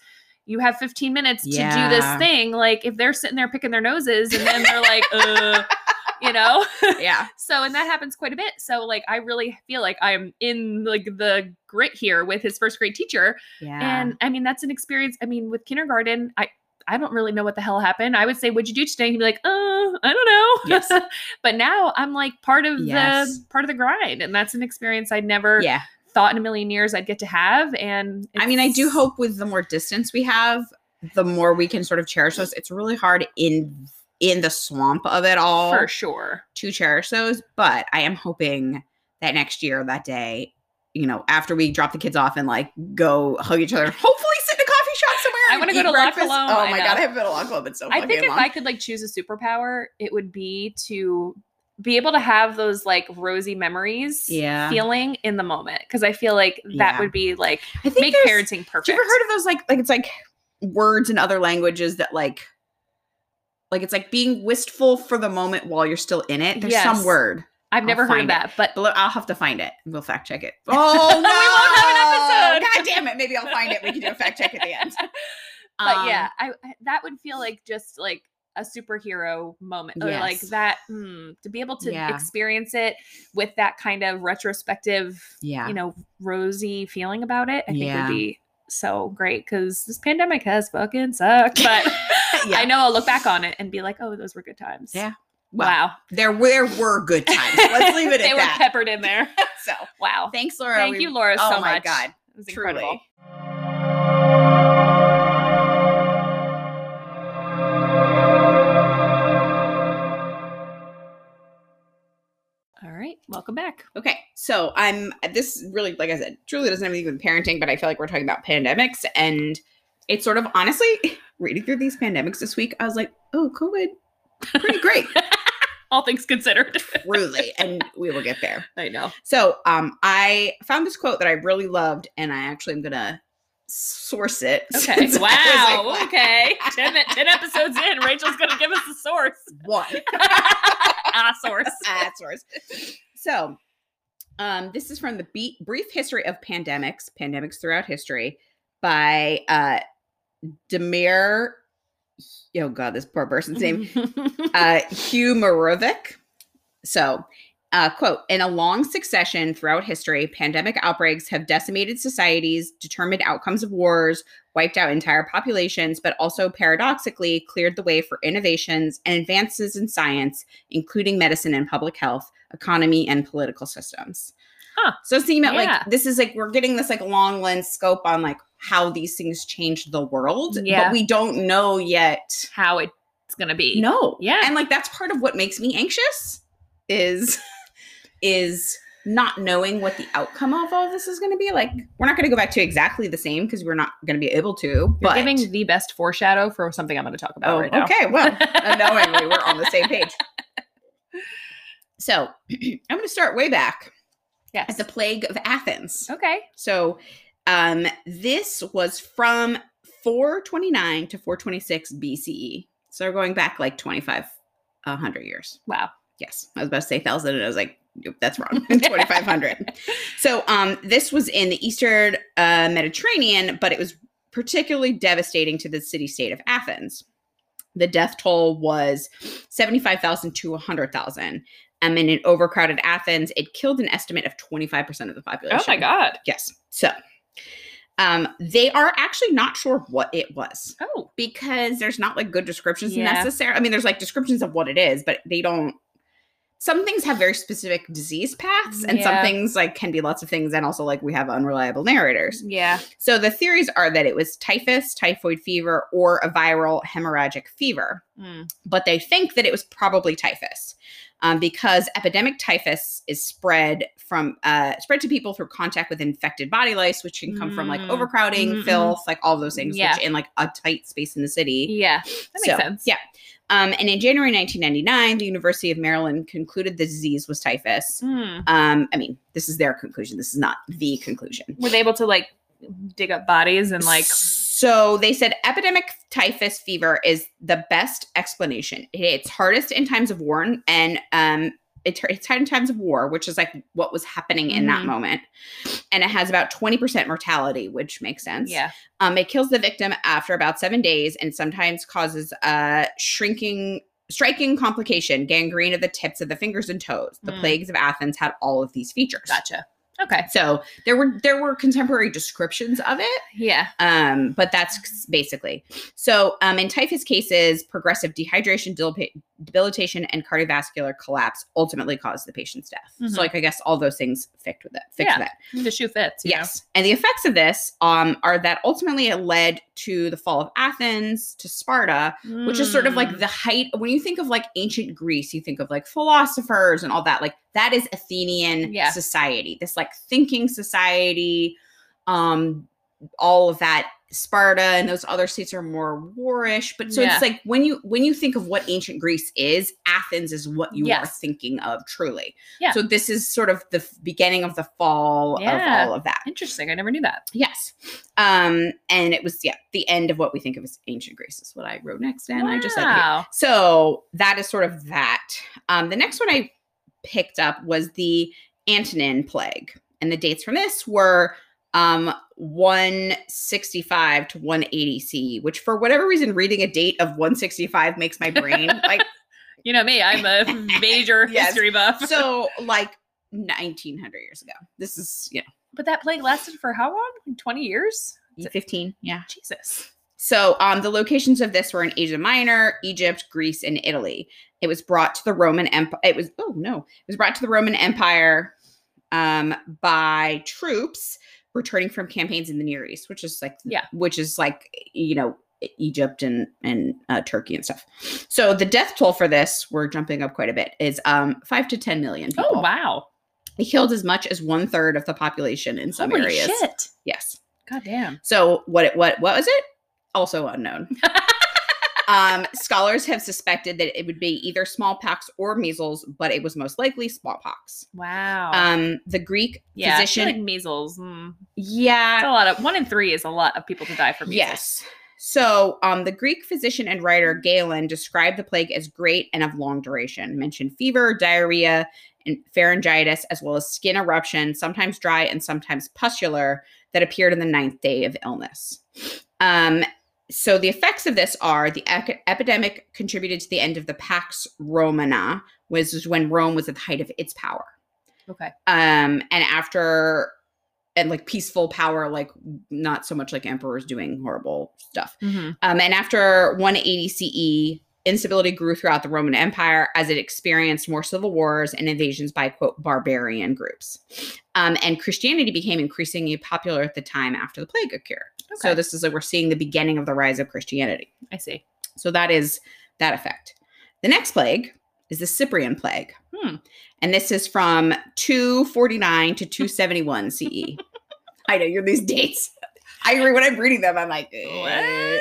Speaker 2: you have 15 minutes to do this
Speaker 3: Yeah.
Speaker 2: thing, like, if they're sitting there picking their noses and then they're like, uh, you know?
Speaker 3: Yeah,
Speaker 2: So, and that happens quite a bit. So, like, I really feel like I'm in like the grit here with his first grade teacher
Speaker 3: yeah.
Speaker 2: and I mean, that's an experience. I mean, with kindergarten, I I don't really know what the hell happened. I would say, "What'd you do today?" And he'd be like, "Uh, I don't know."
Speaker 3: Yes.
Speaker 2: but now I'm like part of
Speaker 3: Yes.
Speaker 2: the part of the grind, and that's an experience I'd never
Speaker 3: yeah.
Speaker 2: thought in a million years I'd get to have. And
Speaker 3: I mean, I do
Speaker 2: it's-
Speaker 3: hope with the more distance we have, the more we can sort of cherish those. It's really hard in in the swamp of it all
Speaker 2: for sure.
Speaker 3: to cherish those, but I am hoping that next year, that day, you know, after we drop the kids off and like go hug each other, hopefully sit in a coffee shop somewhere.
Speaker 2: I
Speaker 3: and
Speaker 2: wanna go
Speaker 3: eat
Speaker 2: to La
Speaker 3: breakfast.
Speaker 2: Colombe,
Speaker 3: Oh
Speaker 2: I
Speaker 3: my
Speaker 2: know.
Speaker 3: god, Oh, I haven't been to La Colombe in so
Speaker 2: I
Speaker 3: fucking
Speaker 2: think if
Speaker 3: long.
Speaker 2: I could like choose a superpower, it would be to be able to have those like rosy memories
Speaker 3: Yeah.
Speaker 2: feeling in the moment because I feel like that
Speaker 3: Yeah.
Speaker 2: would be like
Speaker 3: I think
Speaker 2: make
Speaker 3: there's-
Speaker 2: parenting perfect.
Speaker 3: Have you ever heard of those like like it's like words in other languages that like like it's like being wistful for the moment while you're still in it. There's
Speaker 2: Yes.
Speaker 3: some word.
Speaker 2: I've
Speaker 3: I'll
Speaker 2: never heard of
Speaker 3: find it.
Speaker 2: that, but
Speaker 3: But look, I'll have to find it. We'll fact check it. Oh
Speaker 2: We
Speaker 3: no,
Speaker 2: won't have an episode.
Speaker 3: God damn it! Maybe I'll find it. We can do a fact check at the end.
Speaker 2: but
Speaker 3: Um,
Speaker 2: yeah, I I- that would feel like just like a superhero moment, or like
Speaker 3: Yes.
Speaker 2: that mm, to be able to
Speaker 3: Yeah.
Speaker 2: experience it with that kind of retrospective,
Speaker 3: yeah,
Speaker 2: you know, rosy feeling about it. I think
Speaker 3: Yeah.
Speaker 2: would be so great because this pandemic has fucking sucked, but
Speaker 3: Yeah.
Speaker 2: I know I'll look back on it and be like, oh, those were good times.
Speaker 3: Yeah. Well,
Speaker 2: Wow.
Speaker 3: There were, there were good times. Let's leave it
Speaker 2: they
Speaker 3: at
Speaker 2: were
Speaker 3: that.
Speaker 2: peppered in there.
Speaker 3: so
Speaker 2: Wow.
Speaker 3: thanks, Laura.
Speaker 2: Thank
Speaker 3: We-
Speaker 2: you, Laura,
Speaker 3: Oh
Speaker 2: so
Speaker 3: my
Speaker 2: much.
Speaker 3: God,
Speaker 2: It was
Speaker 3: truly.
Speaker 2: incredible. All right. Welcome back.
Speaker 3: Okay, so I'm this really, like I said, truly doesn't have anything with parenting, but I feel like we're talking about pandemics, and it's sort of honestly reading through these pandemics this week. I was like, oh, COVID, pretty great,
Speaker 2: All things considered.
Speaker 3: truly, and we will get there.
Speaker 2: I know.
Speaker 3: So um, I found this quote that I really loved, and I actually am gonna source it.
Speaker 2: Okay.
Speaker 3: since I was
Speaker 2: wow.
Speaker 3: like,
Speaker 2: okay. Ten, mi- 10 episodes in, Rachel's going to give us the source.
Speaker 3: One
Speaker 2: ah, source.
Speaker 3: ah, source. So um, this is from the Be- brief history of pandemics, pandemics throughout history, by uh, Demir. Oh God, this poor person's name uh, Hugh Morovic. So, uh, quote, in a long succession throughout history, pandemic outbreaks have decimated societies, determined outcomes of wars, wiped out entire populations, but also paradoxically cleared the way for innovations and advances in science, including medicine and public health, economy, and political systems.
Speaker 2: Huh.
Speaker 3: So it's thinking about
Speaker 2: Yeah.
Speaker 3: like this is like we're getting this like long lens scope on like how these things change the world,
Speaker 2: Yeah.
Speaker 3: but we don't know yet.
Speaker 2: how it's gonna be.
Speaker 3: No.
Speaker 2: Yeah.
Speaker 3: And like that's part of what makes me anxious is is not knowing what the outcome of all this is going to be. Like we're not going to go back to exactly the same because we're not going to be able to.
Speaker 2: You're
Speaker 3: But
Speaker 2: giving the best foreshadow for something I'm going to talk about
Speaker 3: oh,
Speaker 2: right now.
Speaker 3: okay. Well, unknowingly we're on the same page. So I'm going to start way back
Speaker 2: Yes.
Speaker 3: at the plague of Athens.
Speaker 2: okay.
Speaker 3: So um this was from 429 to 426 BCE. E. So we're going back like 2500 years.
Speaker 2: Wow.
Speaker 3: Yes, I was about to say thousand, and I was like, nope, that's wrong. Twenty five hundred. so, um, this was in the Eastern uh, Mediterranean, but it was particularly devastating to the city state of Athens. The death toll was seventy five thousand to hundred thousand. Um, and in overcrowded Athens, it killed an estimate of twenty five percent of the population.
Speaker 2: Oh my God.
Speaker 3: Yes. So, um, they are actually not sure what it was
Speaker 2: Oh.
Speaker 3: because there's not like good descriptions
Speaker 2: Yeah.
Speaker 3: necessary. I mean, there's like descriptions of what it is, but they don't. Some things have very specific disease paths, and some
Speaker 2: Yeah.
Speaker 3: things like can be lots of things, and also like we have unreliable narrators.
Speaker 2: Yeah.
Speaker 3: So the theories are that it was typhus, typhoid fever, or a viral hemorrhagic fever
Speaker 2: Mm.
Speaker 3: but they think that it was probably typhus um, because epidemic typhus is spread from uh, spread to people through contact with infected body lice which can come from like
Speaker 2: Mm.
Speaker 3: overcrowding
Speaker 2: Mhm, mhm.
Speaker 3: filth like all those things
Speaker 2: Yeah.
Speaker 3: which in like a tight space in the city
Speaker 2: Yeah. That makes
Speaker 3: So,
Speaker 2: sense.
Speaker 3: yeah um, and in january 1999 the university of maryland concluded the disease was typhus
Speaker 2: Mm.
Speaker 3: um, i mean this is their conclusion this is not the conclusion
Speaker 2: Were they able to like dig up bodies and like?
Speaker 3: so they said epidemic typhus fever is the best explanation it's hardest in times of war and um it, it's hard in times of war which is like what was happening in that
Speaker 2: Mhm.
Speaker 3: moment and it has about 20% mortality which makes sense
Speaker 2: Yeah.
Speaker 3: um it kills the victim after about seven days and sometimes causes uh shrinking striking complication gangrene of the tips of the fingers and toes the
Speaker 2: Mm.
Speaker 3: plagues of athens had all of these features
Speaker 2: Gotcha. Okay.
Speaker 3: so there were there were contemporary descriptions of it
Speaker 2: Yeah.
Speaker 3: um, but that's basically so. Um, in typhus cases, progressive dehydration, debilpa- debilitation, and cardiovascular collapse ultimately caused the patient's death.
Speaker 2: Mhm.
Speaker 3: So, like, I guess all those things fixed with it. Fixed
Speaker 2: Yeah.
Speaker 3: that.
Speaker 2: The shoe fits. you know?
Speaker 3: Yes. And the effects of this um, are that ultimately it led to the fall of Athens, to Sparta, which is sort of like
Speaker 2: Mm.
Speaker 3: the height. When you think of like ancient Greece, you think of like philosophers and all that. Like that is Athenian
Speaker 2: Yeah.
Speaker 3: society, this like thinking society, um, all of that. Sparta and those other states are more warish, but so
Speaker 2: Yeah.
Speaker 3: it's like when you when you think of what ancient Greece is, Athens is what you are
Speaker 2: Yes.
Speaker 3: thinking of truly.
Speaker 2: Yeah.
Speaker 3: So this is sort of the f- beginning of the fall
Speaker 2: Yeah.
Speaker 3: of all of that.
Speaker 2: interesting. I never knew that.
Speaker 3: Yes. Um, and it was, yeah, the end of what we think of as ancient Greece is what I wrote next. And I just said, here.
Speaker 2: Wow.
Speaker 3: so that is sort of that. Um, the next one I picked up was the Antonin plague. And the dates from this were um 165 to 180 CE, which for whatever reason, reading a date of 165 makes my brain like,
Speaker 2: You know me. I'm a major
Speaker 3: Yes.
Speaker 2: history buff.
Speaker 3: so like 1900 years ago. This is, you
Speaker 2: but that plague lasted for how long? Twenty years.
Speaker 3: know, 15. Yeah.
Speaker 2: Jesus.
Speaker 3: So um, the locations of this were in Asia Minor, Egypt, Greece, and Italy. It was brought to the Roman Empire. It was oh no, it was brought to the Roman Empire um, by troops returning from campaigns in the Near East, which is like
Speaker 2: Yeah.
Speaker 3: which is like you know E-, Egypt and and uh, Turkey and stuff. So the death toll for this, we're jumping up quite a bit, is um, five to ten million people.
Speaker 2: Oh wow.
Speaker 3: It killed as much as one third of the population in some
Speaker 2: Holy
Speaker 3: areas.
Speaker 2: shit.
Speaker 3: Yes.
Speaker 2: God damn.
Speaker 3: So what it what what was it? Also unknown. um, scholars have suspected that it would be either smallpox or measles, but it was most likely smallpox.
Speaker 2: Wow.
Speaker 3: Um, the Greek
Speaker 2: yeah. I feel
Speaker 3: physician,
Speaker 2: like measles. Mm. That's
Speaker 3: yeah,
Speaker 2: a lot of one in three is a lot of people to die from measles.
Speaker 3: yes. So, um, the Greek physician and writer Galen described the plague as great and of long duration. Mentioned fever, diarrhea, and pharyngitis, as well as skin eruption, sometimes dry and sometimes pustular, that appeared on the ninth day of illness. Um, so the effects of this are the ec- epidemic contributed to the end of the Pax Romana, which is when Rome was at the height of its power.
Speaker 2: Okay.
Speaker 3: Um, and after and like peaceful power, like not so much like emperors doing horrible stuff.
Speaker 2: Mm-hmm.
Speaker 3: Um, and after 180 CE, E, instability grew throughout the Roman Empire as it experienced more civil wars and invasions by, quote, barbarian groups. Um, and Christianity became increasingly popular at the time after the plague occurred. So
Speaker 2: Okay.
Speaker 3: this is like we're seeing the beginning of the rise of Christianity.
Speaker 2: I see.
Speaker 3: So that is that effect. The next plague is the Cyprian plague.
Speaker 2: Hmm.
Speaker 3: And this is from 249 to 271 CE. E. I know you're these dates. I agree. When I'm reading them, I'm like, eh,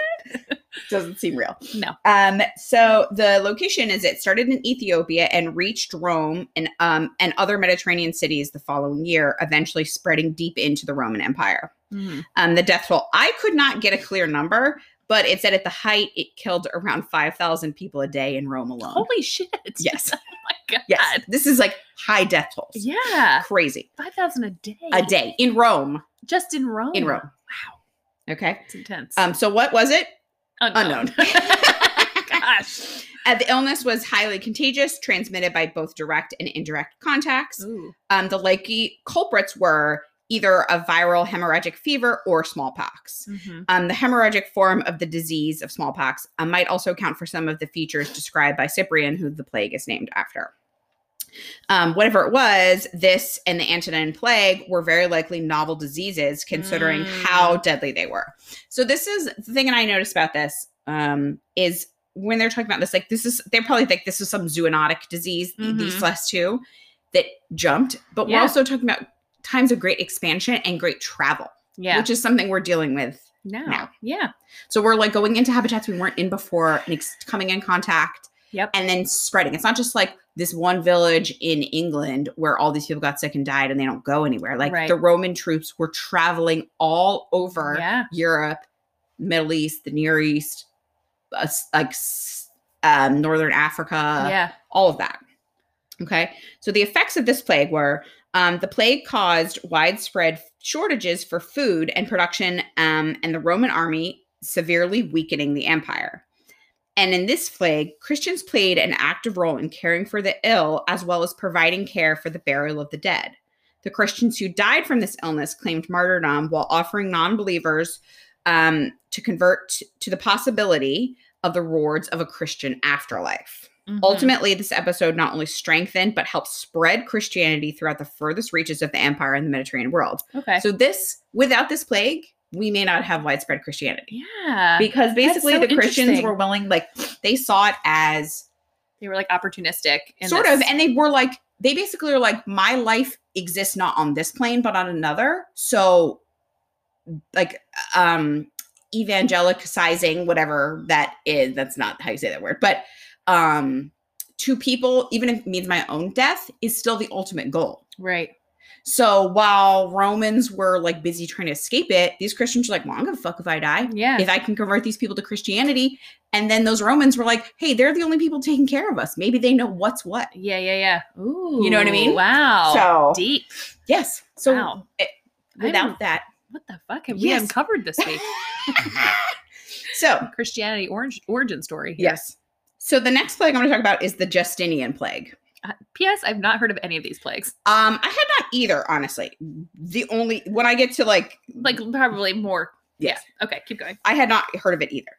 Speaker 3: doesn't seem real.
Speaker 2: No.
Speaker 3: Um, so the location is it started in Ethiopia and reached Rome and um, and other Mediterranean cities the following year, eventually spreading deep into the Roman Empire
Speaker 2: Mm-hmm.
Speaker 3: um, the death toll. I could not get a clear number, but it said at the height it killed around 5,000 people a day in Rome alone.
Speaker 2: Holy shit.
Speaker 3: yes.
Speaker 2: oh my God.
Speaker 3: Yes. This is like high death tolls.
Speaker 2: Yeah.
Speaker 3: Crazy.
Speaker 2: 5,000 a day.
Speaker 3: A day in Rome.
Speaker 2: Just in Rome.
Speaker 3: In Rome.
Speaker 2: Wow.
Speaker 3: Okay.
Speaker 2: It's intense.
Speaker 3: Um, so what was it?
Speaker 2: unknown. Gosh.
Speaker 3: Uh, the illness was highly contagious, transmitted by both direct and indirect contacts.
Speaker 2: Ooh.
Speaker 3: Um, the likely culprits were either a viral hemorrhagic fever or smallpox.
Speaker 2: Mhm.
Speaker 3: Um, the hemorrhagic form of the disease of smallpox uh, might also account for some of the features described by Cyprian, who the plague is named after. Um, whatever it was, this and the Antonine plague were very likely novel diseases, considering
Speaker 2: Mm.
Speaker 3: how deadly they were. So this is the thing, and I noticed about this um, is when they're talking about this, like this is they're probably like this is some zoonotic disease, th- these last two that jumped, but we're
Speaker 2: Mm-hmm. Yeah.
Speaker 3: also talking about times of great expansion and great travel,
Speaker 2: Yeah.
Speaker 3: which is something we're dealing with
Speaker 2: no.
Speaker 3: no.
Speaker 2: Yeah.
Speaker 3: so we're like going into habitats we weren't in before and ex- coming in contact
Speaker 2: Yep.
Speaker 3: and then spreading. It's not just like this one village in England where all these people got sick and died and they don't go anywhere. Like
Speaker 2: Right.
Speaker 3: the Roman troops were traveling all over
Speaker 2: Yeah.
Speaker 3: Europe, Middle East, the Near East, uh, s- like s- um, Northern Africa
Speaker 2: yeah.
Speaker 3: all of that. Okay. So the effects of this plague were um, the plague caused widespread shortages for food and production, um, and the Roman army severely weakening the empire. And in this plague, Christians played an active role in caring for the ill as well as providing care for the burial of the dead. The Christians who died from this illness claimed martyrdom while offering non believers um, to convert t- to the possibility of the rewards of a Christian afterlife.
Speaker 2: Mhm.
Speaker 3: Ultimately, this episode not only strengthened but helped spread Christianity throughout the furthest reaches of the empire and the Mediterranean world.
Speaker 2: Okay.
Speaker 3: So, this without this plague, we may not have widespread Christianity
Speaker 2: yeah.
Speaker 3: because basically
Speaker 2: so
Speaker 3: the Christians
Speaker 2: interesting.
Speaker 3: were willing, like they saw it as
Speaker 2: They were like opportunistic. in
Speaker 3: sort
Speaker 2: this.
Speaker 3: of, and they were like they basically are like my life exists not on this plane but on another. So, like, um, evangelicizing whatever that is. That's not how you say that word, but um, to people, even if it means my own death, is still the ultimate goal.
Speaker 2: Right.
Speaker 3: So while Romans were like busy trying to escape it, these Christians were like, "Well, I don't give a fuck if I die
Speaker 2: Yeah.
Speaker 3: if I can convert these people to Christianity. And then those Romans were like, hey, they're the only people taking care of us. Maybe they know what's what.
Speaker 2: yeah. Yeah. Yeah. Ooh.
Speaker 3: know what I mean?
Speaker 2: Wow.
Speaker 3: so,
Speaker 2: Deep.
Speaker 3: yes. So,
Speaker 2: Wow.
Speaker 3: it-
Speaker 2: I'm-
Speaker 3: without that.
Speaker 2: What the fuck have
Speaker 3: Yes.
Speaker 2: we uncovered this week?
Speaker 3: So,
Speaker 2: Christianity orange origin story. here.
Speaker 3: yes. So, the next plague I'm going to talk about is the Justinian plague.
Speaker 2: Uh, P.S. I've not heard of any of these plagues.
Speaker 3: Um, I had not either, honestly. The only, when I get to like,
Speaker 2: Like probably more.
Speaker 3: Yeah.
Speaker 2: Okay. Keep going.
Speaker 3: I had not heard of it either.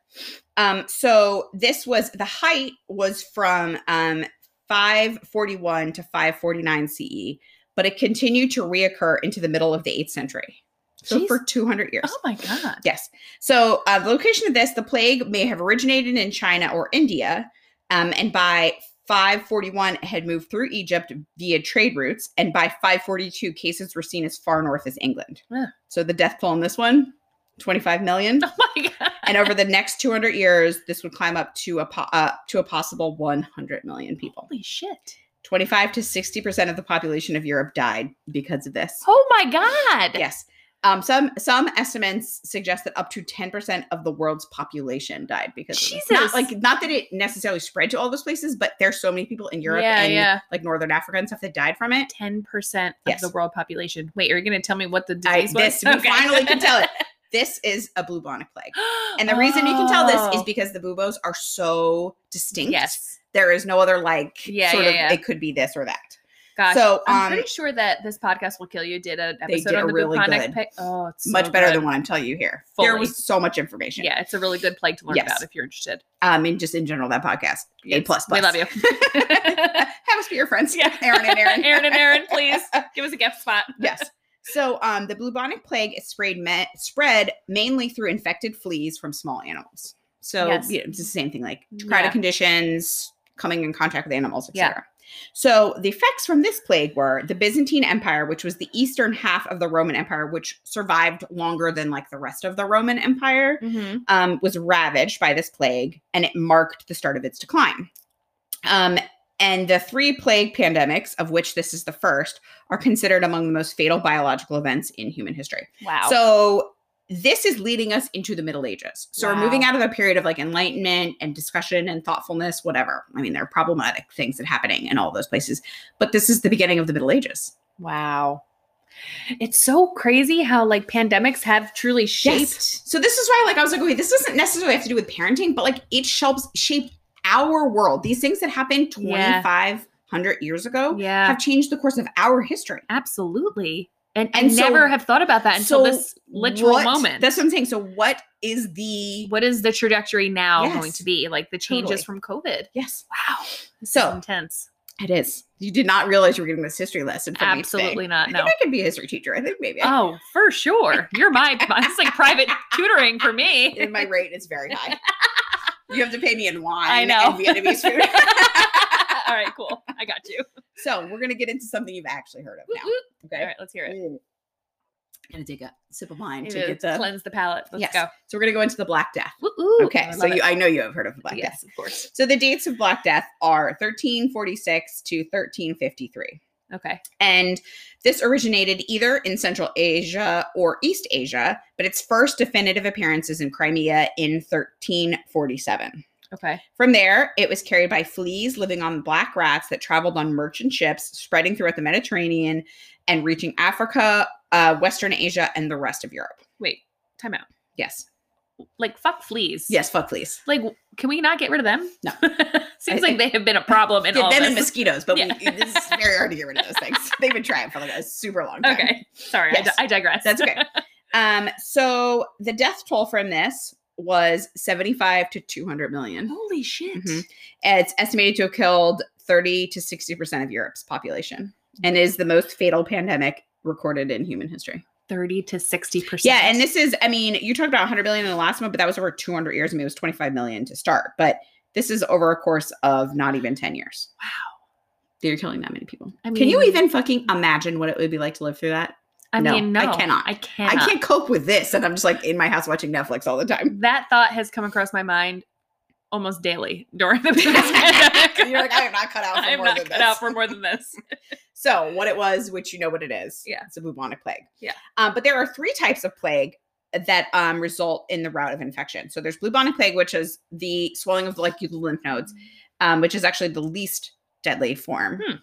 Speaker 3: Um, so this was the height was from um 541 to 549 CE, E, but it continued to reoccur into the middle of the 8th century. So
Speaker 2: Jeez.
Speaker 3: for 200 years.
Speaker 2: Oh my god.
Speaker 3: Yes. So uh, the location of this, the plague may have originated in China or India, um, and by 541 it had moved through Egypt via trade routes, and by 542 cases were seen as far north as England.
Speaker 2: Yeah.
Speaker 3: So the death toll on this one, 25 million
Speaker 2: Oh my god.
Speaker 3: and over the next 200 years this would climb up to a po- uh, to a possible 100 million people
Speaker 2: Holy shit.
Speaker 3: 25 to 60% of the population of europe died because of this
Speaker 2: Oh my god.
Speaker 3: yes um, some some estimates suggest that up to 10% of the world's population died because of this. Not,
Speaker 2: Jesus.
Speaker 3: like not that it necessarily spread to all those places but there's so many people in europe
Speaker 2: Yeah,
Speaker 3: and
Speaker 2: yeah.
Speaker 3: like northern africa and stuff that died from it
Speaker 2: Ten percent of
Speaker 3: Yes.
Speaker 2: the world population. Wait, are you going to tell me what the
Speaker 3: I,
Speaker 2: disease was?
Speaker 3: this we
Speaker 2: Okay.
Speaker 3: finally can tell it this is a bubonic plague and the reason you can tell this is
Speaker 2: Oh.
Speaker 3: because the buboes are so distinct
Speaker 2: yes,
Speaker 3: there is no other like
Speaker 2: Yeah,
Speaker 3: sort
Speaker 2: yeah,
Speaker 3: of
Speaker 2: yeah.
Speaker 3: it could be this or that.
Speaker 2: Gosh,
Speaker 3: So,
Speaker 2: I'm
Speaker 3: um,
Speaker 2: pretty sure that this podcast will kill you. Did an
Speaker 3: They
Speaker 2: episode
Speaker 3: did
Speaker 2: on
Speaker 3: a
Speaker 2: the
Speaker 3: really
Speaker 2: bubonic
Speaker 3: good-
Speaker 2: plague. Oh, it's so
Speaker 3: Much better
Speaker 2: good.
Speaker 3: than what I'm telling you here. There
Speaker 2: Fully.
Speaker 3: was so much information.
Speaker 2: Yeah, it's a really good plague to learn
Speaker 3: Yes.
Speaker 2: about if you're interested.
Speaker 3: Um, and just in general, that podcast. A
Speaker 2: Yes,
Speaker 3: plus plus.
Speaker 2: We love you,
Speaker 3: Have us be your friends.
Speaker 2: Yeah.
Speaker 3: Aaron and Aaron.
Speaker 2: Aaron and Aaron. Please give us a gift spot.
Speaker 3: yes. So um, the bubonic plague is sprayed me- spread mainly through infected fleas from small animals. So
Speaker 2: Yes.
Speaker 3: you know, it's the same thing, like crowded
Speaker 2: Yeah.
Speaker 3: conditions, coming in contact with animals,
Speaker 2: Yeah.
Speaker 3: etc. So the effects from this plague were the Byzantine Empire, which was the eastern half of the Roman Empire, which survived longer than like the rest of the Roman Empire
Speaker 2: Mhm.
Speaker 3: um, was ravaged by this plague and it marked the start of its decline. Um, and the three plague pandemics, of which this is the first, are considered among the most fatal biological events in human history.
Speaker 2: Wow.
Speaker 3: So this is leading us into the Middle Ages. So we're moving
Speaker 2: Wow.
Speaker 3: out of the period of like enlightenment and discussion and thoughtfulness, whatever. I mean, there are problematic things that happening in all those places, but this is the beginning of the Middle Ages.
Speaker 2: wow. It's so crazy how like pandemics have truly shaped.
Speaker 3: So this is why, like, I was like, wait, this doesn't necessarily have to do with parenting, but like, it shapes shaped our world. These things that happened
Speaker 2: Yeah.
Speaker 3: twenty five hundred years ago
Speaker 2: Yeah.
Speaker 3: have changed the course of our history.
Speaker 2: Absolutely. And,
Speaker 3: And
Speaker 2: and
Speaker 3: so-
Speaker 2: never have thought about that until
Speaker 3: so
Speaker 2: this literal
Speaker 3: What-
Speaker 2: moment.
Speaker 3: That's what I'm saying. So what is the
Speaker 2: what is the trajectory now
Speaker 3: Yes.
Speaker 2: going to be? Like the changes from
Speaker 3: Totally.
Speaker 2: COVID.
Speaker 3: yes?
Speaker 2: Wow.
Speaker 3: So-
Speaker 2: intense.
Speaker 3: It is. You did not realize you were getting this history lesson. From
Speaker 2: Absolutely
Speaker 3: Me today.
Speaker 2: not.
Speaker 3: I
Speaker 2: No.
Speaker 3: think I could be a history teacher. I think maybe. I-
Speaker 2: Oh, for sure. You're my it's like private tutoring for me.
Speaker 3: and my rate is very high. you have to pay me in wine.
Speaker 2: Oh. I know.
Speaker 3: And Vietnamese food.
Speaker 2: All right, cool. I got you.
Speaker 3: so we're gonna get into something you've actually heard of
Speaker 2: Whoop,
Speaker 3: now.
Speaker 2: whoop.
Speaker 3: Okay.
Speaker 2: All right, let's hear it.
Speaker 3: Mm. Gonna take a sip of wine to
Speaker 2: It
Speaker 3: get
Speaker 2: is-
Speaker 3: the.
Speaker 2: Cleanse the palate. Let's
Speaker 3: yes.
Speaker 2: go.
Speaker 3: So we're gonna go into the Black Death.
Speaker 2: Woo, ooh.
Speaker 3: okay.
Speaker 2: I
Speaker 3: So
Speaker 2: love
Speaker 3: you,
Speaker 2: it.
Speaker 3: I know you have heard of the Black Death.
Speaker 2: yes, of course.
Speaker 3: So the dates of Black Death are 1346 to 1353.
Speaker 2: Okay.
Speaker 3: And this originated either in Central Asia or East Asia, but its first definitive appearance is in Crimea in 1347.
Speaker 2: Okay.
Speaker 3: From there, it was carried by fleas living on black rats that traveled on merchant ships, spreading throughout the Mediterranean and reaching Africa, uh, Western Asia, and the rest of Europe.
Speaker 2: Wait. Time out.
Speaker 3: Yes.
Speaker 2: Like fuck fleas.
Speaker 3: Yes, fuck fleas.
Speaker 2: Like, w- can we not get rid of them?
Speaker 3: No.
Speaker 2: Seems
Speaker 3: I-
Speaker 2: like they have been a problem in
Speaker 3: Yeah,
Speaker 2: all
Speaker 3: them
Speaker 2: this.
Speaker 3: and mosquitoes, but
Speaker 2: Yeah.
Speaker 3: we, this is very hard to get rid of those things. They've been trying for like a super long time.
Speaker 2: Okay. Sorry. I,
Speaker 3: Yes.
Speaker 2: di- I digress.
Speaker 3: That's okay. Um, so the death toll from this was 75 to 200 million.
Speaker 2: Holy shit.
Speaker 3: Mhm. It's estimated to have killed 30 to 60% of Europe's population and is the most fatal pandemic recorded in human history.
Speaker 2: 30 to 60%.
Speaker 3: Yeah, and this is I mean, you talked about 100 million in the last one, but that was over 200 years. I mean, it was 25 million to start, but this is over a course of not even 10 years.
Speaker 2: Wow.
Speaker 3: You're killing that many people.
Speaker 2: I
Speaker 3: Can you
Speaker 2: mean-
Speaker 3: even fucking imagine what it would be like to live through that?
Speaker 2: I
Speaker 3: No,
Speaker 2: mean, no.
Speaker 3: I cannot.
Speaker 2: I cannot.
Speaker 3: I can't cope with this. And I'm just like in my house watching Netflix all the time.
Speaker 2: That thought has come across my mind almost daily during the pandemic.
Speaker 3: You're like, I am not cut out for
Speaker 2: I am
Speaker 3: more
Speaker 2: not
Speaker 3: than
Speaker 2: cut
Speaker 3: this.
Speaker 2: out for more than this.
Speaker 3: so what it was, which you know what it is.
Speaker 2: Yeah.
Speaker 3: It's a bubonic plague.
Speaker 2: Yeah.
Speaker 3: Um, but there are three types of plague that um, result in the route of infection. So there's bubonic plague, which is the swelling of like the lymph nodes, um, which is actually the least deadly form.
Speaker 2: Hmm.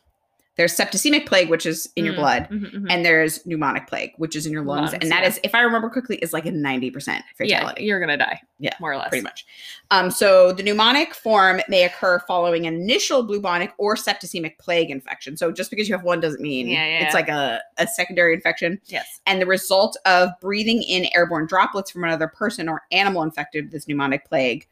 Speaker 3: There's septicemic plague, which is in your
Speaker 2: Mm,
Speaker 3: blood.
Speaker 2: mhm, mhm.
Speaker 3: And there's pneumonic plague, which is in your lungs.
Speaker 2: Lungs,
Speaker 3: and that
Speaker 2: yeah.
Speaker 3: is, if I remember quickly, is like a 90% fatality.
Speaker 2: yeah, you're going to die.
Speaker 3: Yeah,
Speaker 2: More or less.
Speaker 3: pretty much. Um, so the pneumonic form may occur following an initial bubonic or septicemic plague infection. So just because you have one doesn't mean
Speaker 2: Yeah, yeah.
Speaker 3: it's like a, a secondary infection.
Speaker 2: Yes.
Speaker 3: And the result of breathing in airborne droplets from another person or animal infected with this pneumonic plague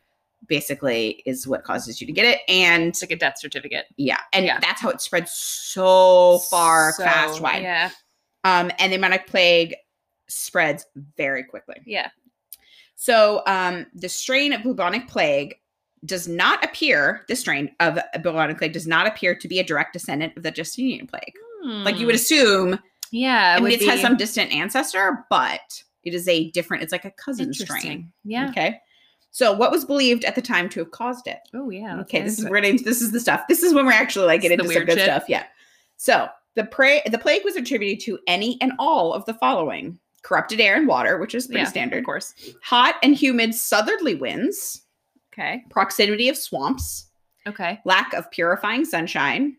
Speaker 3: basically is what causes you to get it. And
Speaker 2: It's like a death certificate.
Speaker 3: yeah, and
Speaker 2: Yeah.
Speaker 3: that's how it spreads so far,
Speaker 2: So,
Speaker 3: fast, wide.
Speaker 2: Yeah.
Speaker 3: Um, and the pneumonic plague spreads very quickly.
Speaker 2: Yeah.
Speaker 3: So um, the strain of bubonic plague does not appear, the strain of bubonic plague does not appear to be a direct descendant of the Justinian plague. Like you would
Speaker 2: Hmm.
Speaker 3: assume,
Speaker 2: Yeah.
Speaker 3: I mean,
Speaker 2: would
Speaker 3: it has
Speaker 2: be
Speaker 3: some distant ancestor, but it is a different, it's like a cousin strain. Mm.
Speaker 2: interesting. Yeah.
Speaker 3: Okay. So what was believed at the time to have caused it?
Speaker 2: Oh, yeah. let's
Speaker 3: Okay,
Speaker 2: get
Speaker 3: this is
Speaker 2: into it.
Speaker 3: we're getting this is the stuff. This is when we're actually like
Speaker 2: This
Speaker 3: getting
Speaker 2: is the
Speaker 3: into some
Speaker 2: weird
Speaker 3: good
Speaker 2: shit.
Speaker 3: stuff. Yeah. So the prey the plague was attributed to any and all of the following: corrupted air and water, which is pretty
Speaker 2: Yeah,
Speaker 3: standard.
Speaker 2: Of course.
Speaker 3: Hot and humid southerly winds,
Speaker 2: Okay.
Speaker 3: proximity of swamps,
Speaker 2: Okay.
Speaker 3: lack of purifying sunshine,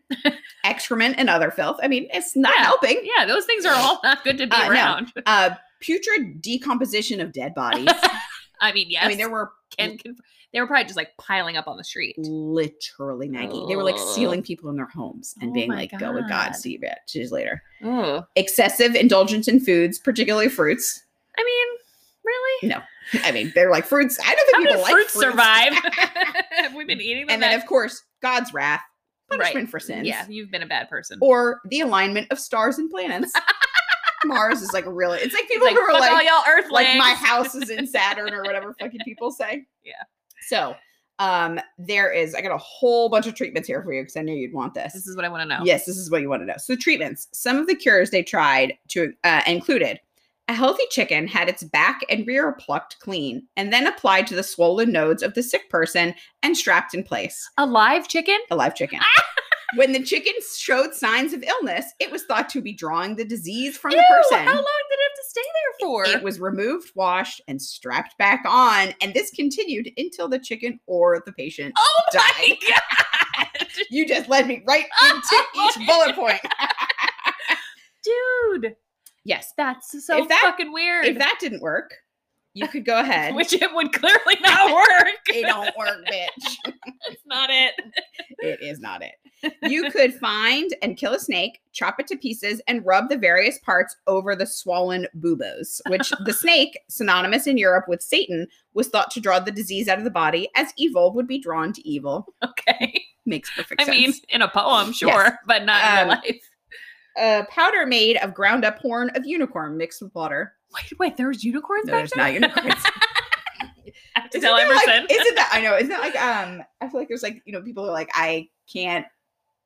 Speaker 3: excrement and other filth. I mean, it's not
Speaker 2: Yeah.
Speaker 3: helping.
Speaker 2: Yeah, those things are all not good to be
Speaker 3: Uh, no.
Speaker 2: around.
Speaker 3: Uh putrid decomposition of dead bodies.
Speaker 2: I mean, yes.
Speaker 3: I mean, there were
Speaker 2: can conf- They were probably just like piling up on the street.
Speaker 3: Literally, Maggie. They were like
Speaker 2: Ugh.
Speaker 3: sealing people in their homes and
Speaker 2: Oh
Speaker 3: being
Speaker 2: my
Speaker 3: like, go with God,
Speaker 2: God.
Speaker 3: see you bitch, see you later.
Speaker 2: Ugh.
Speaker 3: Excessive indulgence in foods, particularly fruits.
Speaker 2: I mean, really?
Speaker 3: No, I mean, they're like fruits. I don't think
Speaker 2: How
Speaker 3: people
Speaker 2: did
Speaker 3: like
Speaker 2: fruits survive? Have we been eating them?
Speaker 3: and then,
Speaker 2: that-
Speaker 3: of course, God's wrath,
Speaker 2: Right.
Speaker 3: punishment for sins.
Speaker 2: yeah, you've been a bad person.
Speaker 3: Or the alignment of stars and planets. Mars is like really, it's like
Speaker 2: It's
Speaker 3: people who are
Speaker 2: fuck
Speaker 3: like,
Speaker 2: all y'all earthlings.
Speaker 3: like my house is in Saturn or whatever fucking people say.
Speaker 2: Yeah.
Speaker 3: So um there is I got a whole bunch of treatments here for you because I knew you'd want this.
Speaker 2: This is what I want to know.
Speaker 3: Yes, this is what you want to know. So treatments. Some of the cures they tried to uh, included a healthy chicken had its back and rear plucked clean and then applied to the swollen nodes of the sick person and strapped in place.
Speaker 2: A live chicken?
Speaker 3: A live chicken. when the chicken showed signs of illness, it was thought to be drawing the disease from
Speaker 2: Ew,
Speaker 3: the person.
Speaker 2: How long did it have to stay there for?
Speaker 3: It was removed, washed, and strapped back on, and this continued until the chicken or the patient.
Speaker 2: oh my
Speaker 3: died.
Speaker 2: god.
Speaker 3: You just led me right into each bullet point.
Speaker 2: Dude,
Speaker 3: Yes.
Speaker 2: that's so
Speaker 3: If that-
Speaker 2: fucking weird.
Speaker 3: If that didn't work, you could go ahead.
Speaker 2: Which it would clearly not work.
Speaker 3: it don't work, bitch.
Speaker 2: That's not it.
Speaker 3: It is not it. You could find and kill a snake, chop it to pieces, and rub the various parts over the swollen buboes, which the snake, synonymous in Europe with Satan, was thought to draw the disease out of the body, as evil would be drawn to evil.
Speaker 2: Okay.
Speaker 3: Makes perfect
Speaker 2: I
Speaker 3: sense.
Speaker 2: mean, in a poem, sure, but not in real
Speaker 3: Um,
Speaker 2: life.
Speaker 3: a powder made of ground up horn of unicorn mixed with water.
Speaker 2: Wait, wait, there's unicorns
Speaker 3: No,
Speaker 2: back
Speaker 3: there's
Speaker 2: there?
Speaker 3: not unicorns.
Speaker 2: I have to
Speaker 3: Isn't
Speaker 2: tell
Speaker 3: that
Speaker 2: Emerson.
Speaker 3: Like, isn't that I know? Isn't that like um? I feel like there's like you know people are like I can't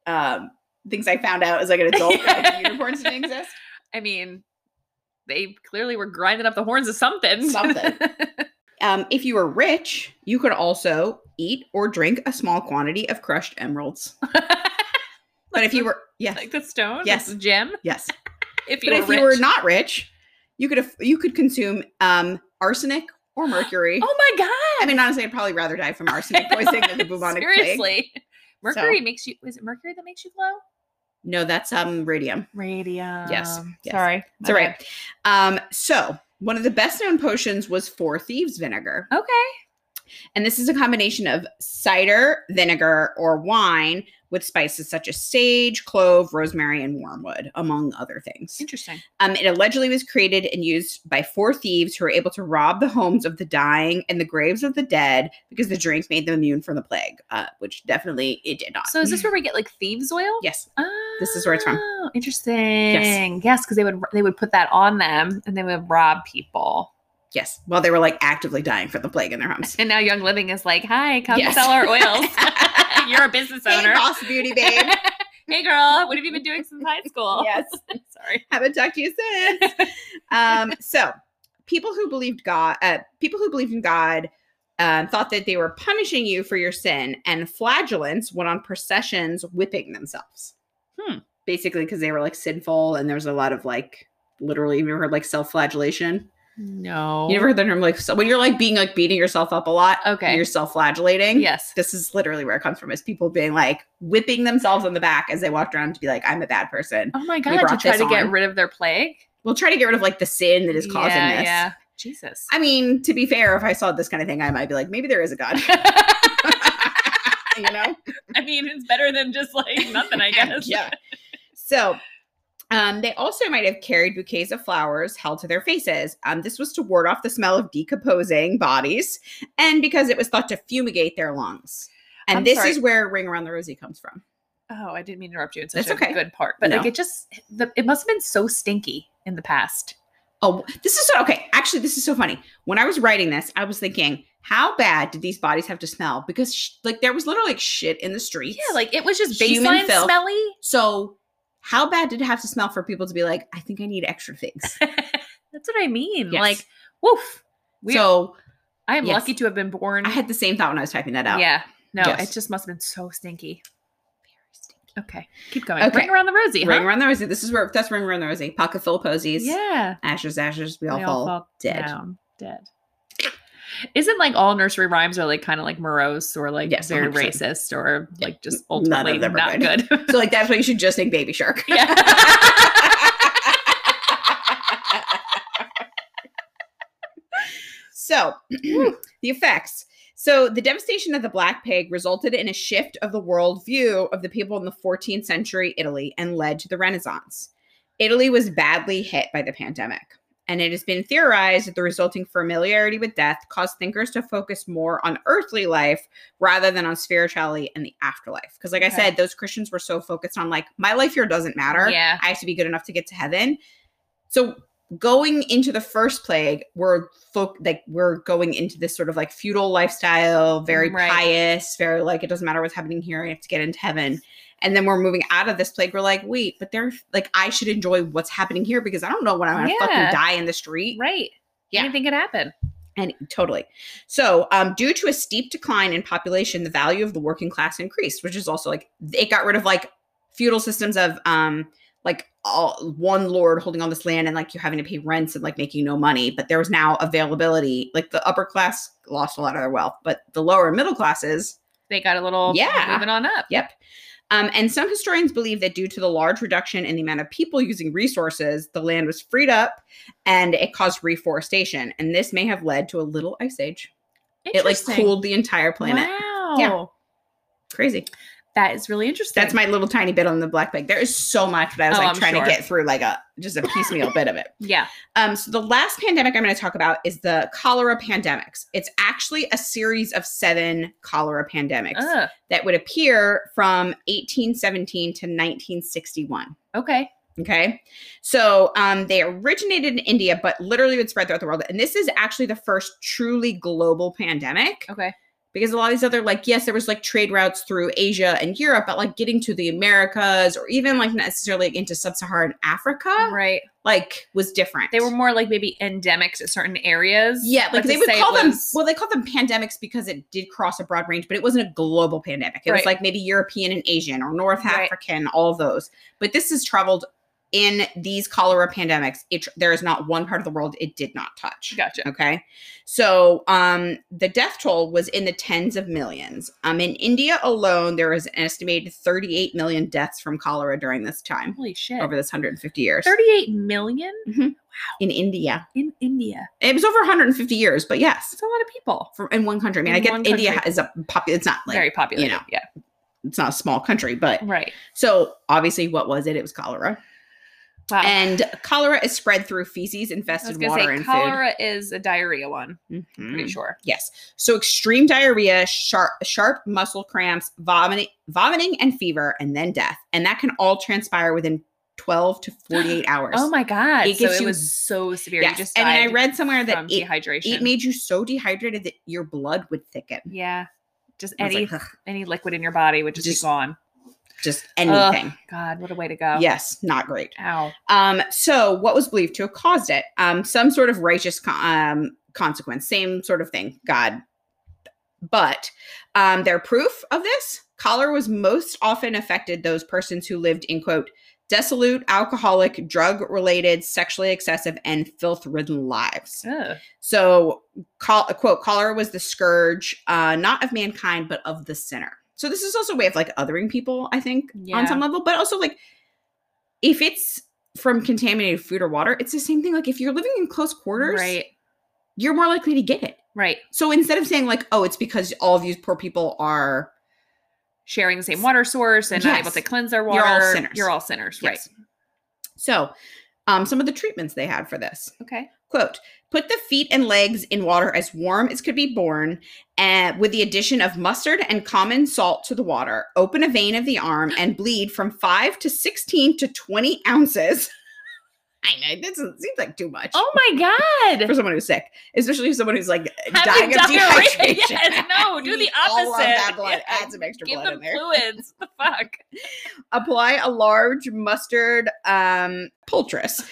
Speaker 3: um things I found out as like an adult that, like, unicorns didn't exist.
Speaker 2: I mean, they clearly were grinding up the horns of something.
Speaker 3: Something. Um, if you were rich, you could also eat or drink a small quantity of crushed emeralds. But if you were yes
Speaker 2: like the stone,
Speaker 3: Yes.
Speaker 2: the gem.
Speaker 3: yes,
Speaker 2: If you
Speaker 3: but
Speaker 2: were
Speaker 3: if you were
Speaker 2: rich.
Speaker 3: not rich, you could af- you could consume um arsenic or mercury.
Speaker 2: oh my god,
Speaker 3: I mean, honestly, I'd probably rather die from arsenic poisoning than the bubonic plague.
Speaker 2: seriously, mercury makes you. Is it mercury that makes you glow?
Speaker 3: No, that's um radium.
Speaker 2: Radium.
Speaker 3: yes.
Speaker 2: Sorry.
Speaker 3: It's all right. Um, so one of the best known potions was four thieves vinegar.
Speaker 2: Okay.
Speaker 3: And this is a combination of cider, vinegar, or wine with spices such as sage, clove, rosemary, and wormwood, among other things.
Speaker 2: Interesting.
Speaker 3: Um, it allegedly was created and used by four thieves who were able to rob the homes of the dying and the graves of the dead because the drink made them immune from the plague, uh, which definitely it did not.
Speaker 2: So is this where we get like thieves oil?
Speaker 3: Yes.
Speaker 2: Oh,
Speaker 3: This is where it's from.
Speaker 2: Interesting. Yes, because they would they would put that on them and they would rob people.
Speaker 3: Yes. Well, they were like actively dying from the plague in their homes.
Speaker 2: And now Young Living is like, hi, come
Speaker 3: Yes.
Speaker 2: sell our oils. You're a business
Speaker 3: Hey,
Speaker 2: owner.
Speaker 3: boss beauty babe.
Speaker 2: hey girl, what have you been doing since high school?
Speaker 3: yes.
Speaker 2: Sorry.
Speaker 3: Haven't talked to you since. um, so people who believed God, uh, people who believed in God, um, thought that they were punishing you for your sin, and flagellants went on processions whipping themselves.
Speaker 2: Hmm.
Speaker 3: Basically, because they were like sinful, and there was a lot of like literally. You ever heard like self-flagellation?
Speaker 2: No.
Speaker 3: You ever heard the term like so, when you're like being like beating yourself up a lot?
Speaker 2: Oh. Okay.
Speaker 3: you're self-flagellating.
Speaker 2: yes.
Speaker 3: This is literally where it comes from: is people being like whipping themselves on the back as they walked around to be like, "I'm a bad person."
Speaker 2: Oh my god, to
Speaker 3: brought
Speaker 2: try
Speaker 3: this
Speaker 2: to get
Speaker 3: on.
Speaker 2: rid of their plague?
Speaker 3: We'll try to get rid of like the sin that is causing
Speaker 2: yeah,
Speaker 3: this.
Speaker 2: Yeah. Jesus.
Speaker 3: I mean, to be fair, if I saw this kind of thing, I might be like, maybe there is a God. you know?
Speaker 2: I mean, it's better than just like nothing, I guess.
Speaker 3: yeah. So um, they also might have carried bouquets of flowers held to their faces. Um, this was to ward off the smell of decomposing bodies and because it was thought to fumigate their lungs. And
Speaker 2: I'm
Speaker 3: this
Speaker 2: sorry.
Speaker 3: is where Ring Around the Rosie comes from.
Speaker 2: Oh, I didn't mean to interrupt you. It's such
Speaker 3: That's
Speaker 2: a
Speaker 3: okay.
Speaker 2: good part, but like
Speaker 3: No.
Speaker 2: it just the, it must have been so stinky in the past.
Speaker 3: Oh, this is so okay. Actually, this is so funny. When I was writing this, I was thinking, how bad did these bodies have to smell? Because, sh- like, there was literally like shit in the streets.
Speaker 2: Yeah, like it was just
Speaker 3: Human
Speaker 2: baseline
Speaker 3: filth.
Speaker 2: smelly.
Speaker 3: So, how bad did it have to smell for people to be like, I think I need extra things?
Speaker 2: That's what I mean.
Speaker 3: Yes.
Speaker 2: Like, woof. We,
Speaker 3: so,
Speaker 2: I am
Speaker 3: yes.
Speaker 2: lucky to have been born.
Speaker 3: I had the same thought when I was typing that out.
Speaker 2: Yeah. No,
Speaker 3: Yes.
Speaker 2: it just must have been so stinky.
Speaker 3: Stinky.
Speaker 2: Okay. Keep going.
Speaker 3: Okay.
Speaker 2: Ring around the rosy, huh?
Speaker 3: Ring around the rosy. This is where that's ring around the rosy. Pocket full of posies.
Speaker 2: Yeah.
Speaker 3: Ashes, ashes. We all,
Speaker 2: They
Speaker 3: fall, dead.
Speaker 2: down dead. Isn't like all nursery rhymes are like kind of like morose or like
Speaker 3: Yes,
Speaker 2: very
Speaker 3: 100%.
Speaker 2: racist or like just
Speaker 3: None of them
Speaker 2: ultimately
Speaker 3: are
Speaker 2: not
Speaker 3: good.
Speaker 2: good.
Speaker 3: So like that's why you should just sing Baby Shark.
Speaker 2: yeah.
Speaker 3: so the effects. So the devastation of the Black Plague resulted in a shift of the world view of the people in the 14th century Italy and led to the Renaissance. Italy was badly hit by the pandemic, and it has been theorized that the resulting familiarity with death caused thinkers to focus more on earthly life rather than on spirituality and the afterlife. Because, like I
Speaker 2: Okay.
Speaker 3: said, those Christians were so focused on like my life here doesn't matter.
Speaker 2: Yeah.
Speaker 3: I have to be good enough to get to heaven. So going into the first plague, we're folk like we're going into this sort of like feudal lifestyle, very
Speaker 2: Mm, Right.
Speaker 3: pious, very like it doesn't matter what's happening here, I have to get into heaven. And then we're moving out of this plague. We're like, wait, but they're like, I should enjoy what's happening here because I don't know when I'm gonna
Speaker 2: Yeah.
Speaker 3: fucking die in the street.
Speaker 2: Right.
Speaker 3: Yeah.
Speaker 2: Anything could happen.
Speaker 3: And totally. So, um, due to a steep decline in population, the value of the working class increased, which is also like it got rid of like feudal systems of um like all one lord holding all this land and like you're having to pay rents and like making no money. But there was now availability. Like the upper class lost a lot of their wealth, but the lower and middle classes
Speaker 2: They got a little
Speaker 3: Yeah.
Speaker 2: moving on up.
Speaker 3: Yep. Um, and some historians believe that due to the large reduction in the amount of people using resources, the land was freed up and it caused reforestation. And this may have led to a little ice age. It like
Speaker 2: Interesting.
Speaker 3: cooled the entire planet.
Speaker 2: Wow.
Speaker 3: Yeah. Crazy.
Speaker 2: That is really interesting.
Speaker 3: That's my little tiny bit on the black plague. There is so much, but I was
Speaker 2: Oh,
Speaker 3: like
Speaker 2: I'm
Speaker 3: trying
Speaker 2: sure.
Speaker 3: to get through like a just a piecemeal bit of it.
Speaker 2: yeah.
Speaker 3: Um, so the last pandemic I'm going to talk about is the cholera pandemics. It's actually a series of seven cholera pandemics
Speaker 2: Ugh.
Speaker 3: that would appear from 1817 to 1961.
Speaker 2: Okay.
Speaker 3: Okay. So um, they originated in India, but literally would spread throughout the world. And this is actually the first truly global pandemic
Speaker 2: Okay.
Speaker 3: because a lot of these other, like, yes, there was like trade routes through Asia and Europe, but like getting to the Americas or even like not necessarily into sub Saharan Africa,
Speaker 2: Right.
Speaker 3: like, was different.
Speaker 2: They were more like maybe endemic to certain areas.
Speaker 3: Yeah,
Speaker 2: but
Speaker 3: like
Speaker 2: to
Speaker 3: they would
Speaker 2: say it
Speaker 3: call them.
Speaker 2: was-
Speaker 3: Well, they called them pandemics because it did cross a broad range, but it wasn't a global pandemic. It was
Speaker 2: Right.
Speaker 3: like maybe European and Asian or North
Speaker 2: Right.
Speaker 3: African, all of those. But this has traveled in these cholera pandemics. It, tr- there is not one part of the world it did not touch.
Speaker 2: Gotcha.
Speaker 3: Okay. So um, the death toll was in the tens of millions. Um, in India alone, there was an estimated 38 million deaths from cholera during this time,
Speaker 2: Holy shit.
Speaker 3: over this 150 years.
Speaker 2: 38 million
Speaker 3: in India.
Speaker 2: in India.
Speaker 3: It was over 150 years, but yes.
Speaker 2: That's a lot of people.
Speaker 3: from in one country. I mean,
Speaker 2: In
Speaker 3: I get
Speaker 2: one
Speaker 3: India
Speaker 2: country.
Speaker 3: is a pop. It's not like
Speaker 2: Very popular.
Speaker 3: you know.
Speaker 2: Yeah.
Speaker 3: it's not a small country, but
Speaker 2: Right.
Speaker 3: so obviously, what was it? It was cholera,
Speaker 2: Wow.
Speaker 3: and cholera is spread through feces
Speaker 2: I was
Speaker 3: infested
Speaker 2: gonna
Speaker 3: water
Speaker 2: say
Speaker 3: and
Speaker 2: cholera is a diarrhea one.
Speaker 3: food. Mhm.
Speaker 2: Pretty sure.
Speaker 3: Yes, so extreme diarrhea, sharp sharp muscle cramps, vomiting, vomiting, and fever, and then death, and that can all transpire within twelve to forty eight hours.
Speaker 2: Oh my god.
Speaker 3: It
Speaker 2: so
Speaker 3: gives
Speaker 2: it
Speaker 3: you-
Speaker 2: was so severe.
Speaker 3: Yes,
Speaker 2: You just
Speaker 3: and then I
Speaker 2: died
Speaker 3: read somewhere that
Speaker 2: from
Speaker 3: it,
Speaker 2: dehydration.
Speaker 3: it made you so dehydrated that your blood would thicken.
Speaker 2: yeah. Just
Speaker 3: I was
Speaker 2: any
Speaker 3: like, "Ugh,
Speaker 2: any liquid in your body would just,
Speaker 3: Just-
Speaker 2: be gone.
Speaker 3: just anything.
Speaker 2: God, what a way to go.
Speaker 3: Yes, not great.
Speaker 2: Ow.
Speaker 3: Um, so what was believed to have caused it? Um, some sort of righteous co- um, consequence, same sort of thing, God. But um, their proof of this cholera was most often affected those persons who lived in quote desolate, alcoholic, drug related, sexually excessive, and filth ridden lives.
Speaker 2: Ugh.
Speaker 3: So, col- quote, cholera was the scourge, uh, not of mankind, but of the sinner. So this is also a way of like othering people, I think,
Speaker 2: Yeah.
Speaker 3: on some level, but also like if it's from contaminated food or water, it's the same thing. Like if you're living in close quarters,
Speaker 2: Right.
Speaker 3: you're more likely to get it.
Speaker 2: Right.
Speaker 3: So instead of saying like, oh, it's because all of you poor people are
Speaker 2: Sharing the same water source and not able
Speaker 3: Yes.
Speaker 2: to cleanse their water.
Speaker 3: You're all sinners.
Speaker 2: You're all sinners.
Speaker 3: Yes. So, um, some of the treatments they had for this.
Speaker 2: Right. Okay.
Speaker 3: Quote, put the feet and legs in water as warm as could be borne, uh, with the addition of mustard and common salt to the water. Open a vein of the arm and bleed from 5 to 16 to 20 ounces. I know, this is- seems like too much
Speaker 2: Oh my god.
Speaker 3: for someone who's sick, especially if someone who's like dying
Speaker 2: Having
Speaker 3: of
Speaker 2: diarrhea.
Speaker 3: dehydration.
Speaker 2: Yes, no, do
Speaker 3: You
Speaker 2: the
Speaker 3: need All of that
Speaker 2: opposite.
Speaker 3: blood,
Speaker 2: Yeah.
Speaker 3: add some extra
Speaker 2: Give
Speaker 3: blood
Speaker 2: them
Speaker 3: in there.
Speaker 2: fluids. the fuck.
Speaker 3: Apply a large mustard um, poultice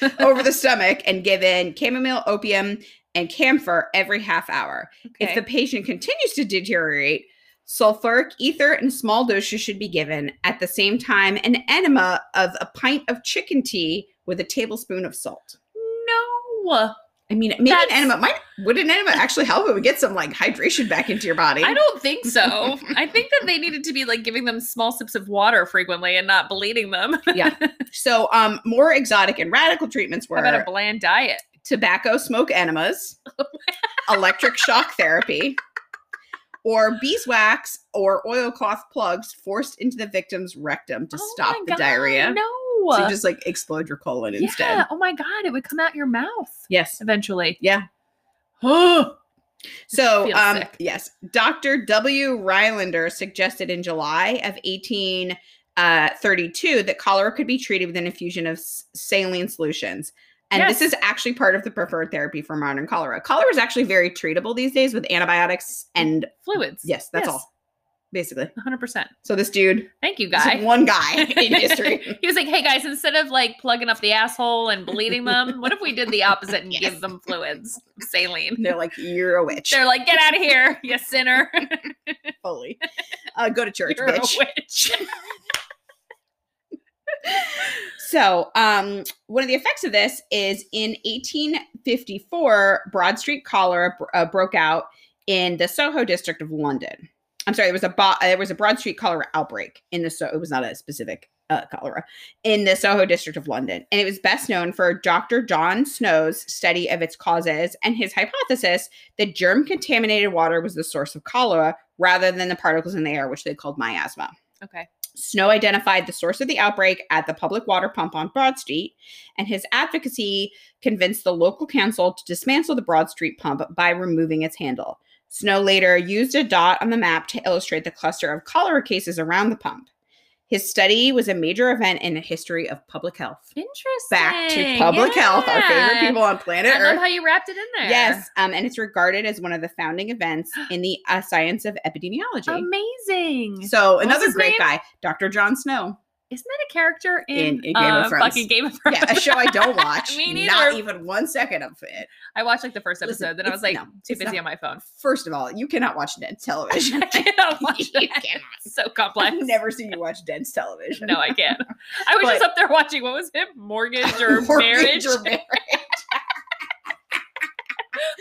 Speaker 3: over the stomach and give in chamomile, opium, and camphor every half hour. If the patient continues to deteriorate, sulfuric ether in small doses should be given. At the same time, an enema of a pint of chicken tea with a tablespoon of salt.
Speaker 2: no.
Speaker 3: I mean, maybe
Speaker 2: That's-
Speaker 3: an enema might would an enema actually help? It would get some like hydration back into your body.
Speaker 2: I don't think so. I think that they needed to be like giving them small sips of water frequently and not bleeding them. How
Speaker 3: So, um, more exotic and radical treatments were
Speaker 2: about a bland diet?
Speaker 3: tobacco smoke enemas, electric shock therapy, or beeswax or oilcloth plugs forced into the victim's rectum to
Speaker 2: Oh
Speaker 3: stop
Speaker 2: my
Speaker 3: the
Speaker 2: God,
Speaker 3: diarrhea.
Speaker 2: No.
Speaker 3: So you just like explode your colon
Speaker 2: Yeah.
Speaker 3: instead.
Speaker 2: Oh my God. It would come out your mouth
Speaker 3: Yes.
Speaker 2: eventually.
Speaker 3: Yeah. So,
Speaker 2: Feel
Speaker 3: um,
Speaker 2: sick.
Speaker 3: yes, Dr. W. Rylander suggested in July of 1832 uh, 32 that cholera could be treated with an infusion of s- saline solutions. And this
Speaker 2: Yes.
Speaker 3: is actually part of the preferred therapy for modern cholera. Cholera is actually very treatable these days with antibiotics and
Speaker 2: Fluids.
Speaker 3: yes, that's all, basically.
Speaker 2: 100%.
Speaker 3: So this dude,
Speaker 2: Thank you,
Speaker 3: this
Speaker 2: guy.
Speaker 3: one guy in history,
Speaker 2: he was like, hey guys, instead of like plugging up the asshole and bleeding them, what if we did the opposite and
Speaker 3: Yes.
Speaker 2: give them fluids, saline?
Speaker 3: they're like, you're a witch,
Speaker 2: They're like, get out of here, you sinner.
Speaker 3: fully. Uh, go to church,
Speaker 2: You're a
Speaker 3: bitch.
Speaker 2: witch.
Speaker 3: So, um, one of the effects of this is in 1854, Broad Street cholera br- uh, broke out in the Soho district of London. I'm sorry, there was a bo- uh, there was a Broad Street cholera outbreak in the so it was not a specific uh, cholera in the Soho district of London, and it was best known for Dr. John Snow's study of its causes and his hypothesis that germ contaminated water was the source of cholera rather than the particles in the air, which they called miasma.
Speaker 2: Okay.
Speaker 3: Snow identified the source of the outbreak at the public water pump on Broad Street, and his advocacy convinced the local council to dismantle the Broad Street pump by removing its handle. Snow later used a dot on the map to illustrate the cluster of cholera cases around the pump. His study was a major event in the history of public health.
Speaker 2: Interesting.
Speaker 3: Back to public health, our favorite
Speaker 2: Yeah.
Speaker 3: people on planet
Speaker 2: I love
Speaker 3: Earth.
Speaker 2: how you wrapped it in there.
Speaker 3: Yes, um, and it's regarded as one of the founding events in the uh, science of epidemiology.
Speaker 2: Amazing.
Speaker 3: so
Speaker 2: was
Speaker 3: another
Speaker 2: his name?
Speaker 3: great guy, Dr. John Snow.
Speaker 2: Isn't that a character in,
Speaker 3: In- in Game
Speaker 2: uh,
Speaker 3: of Thrones.
Speaker 2: fucking Game of Thrones?
Speaker 3: yeah, a show I don't watch.
Speaker 2: Me
Speaker 3: Not
Speaker 2: neither.
Speaker 3: even one second of it.
Speaker 2: I watched like the first episode,
Speaker 3: Listen,
Speaker 2: then I was
Speaker 3: it's-
Speaker 2: like
Speaker 3: no,
Speaker 2: too
Speaker 3: it's
Speaker 2: busy
Speaker 3: not-
Speaker 2: on my phone.
Speaker 3: First of all, you cannot watch dense television.
Speaker 2: I cannot watch
Speaker 3: You
Speaker 2: that.
Speaker 3: cannot.
Speaker 2: It's so
Speaker 3: I've
Speaker 2: complex.
Speaker 3: never seen you watch dense television.
Speaker 2: No, I can't. I was
Speaker 3: But-
Speaker 2: just up there watching what was it, mortgage or marriage?
Speaker 3: Or marriage.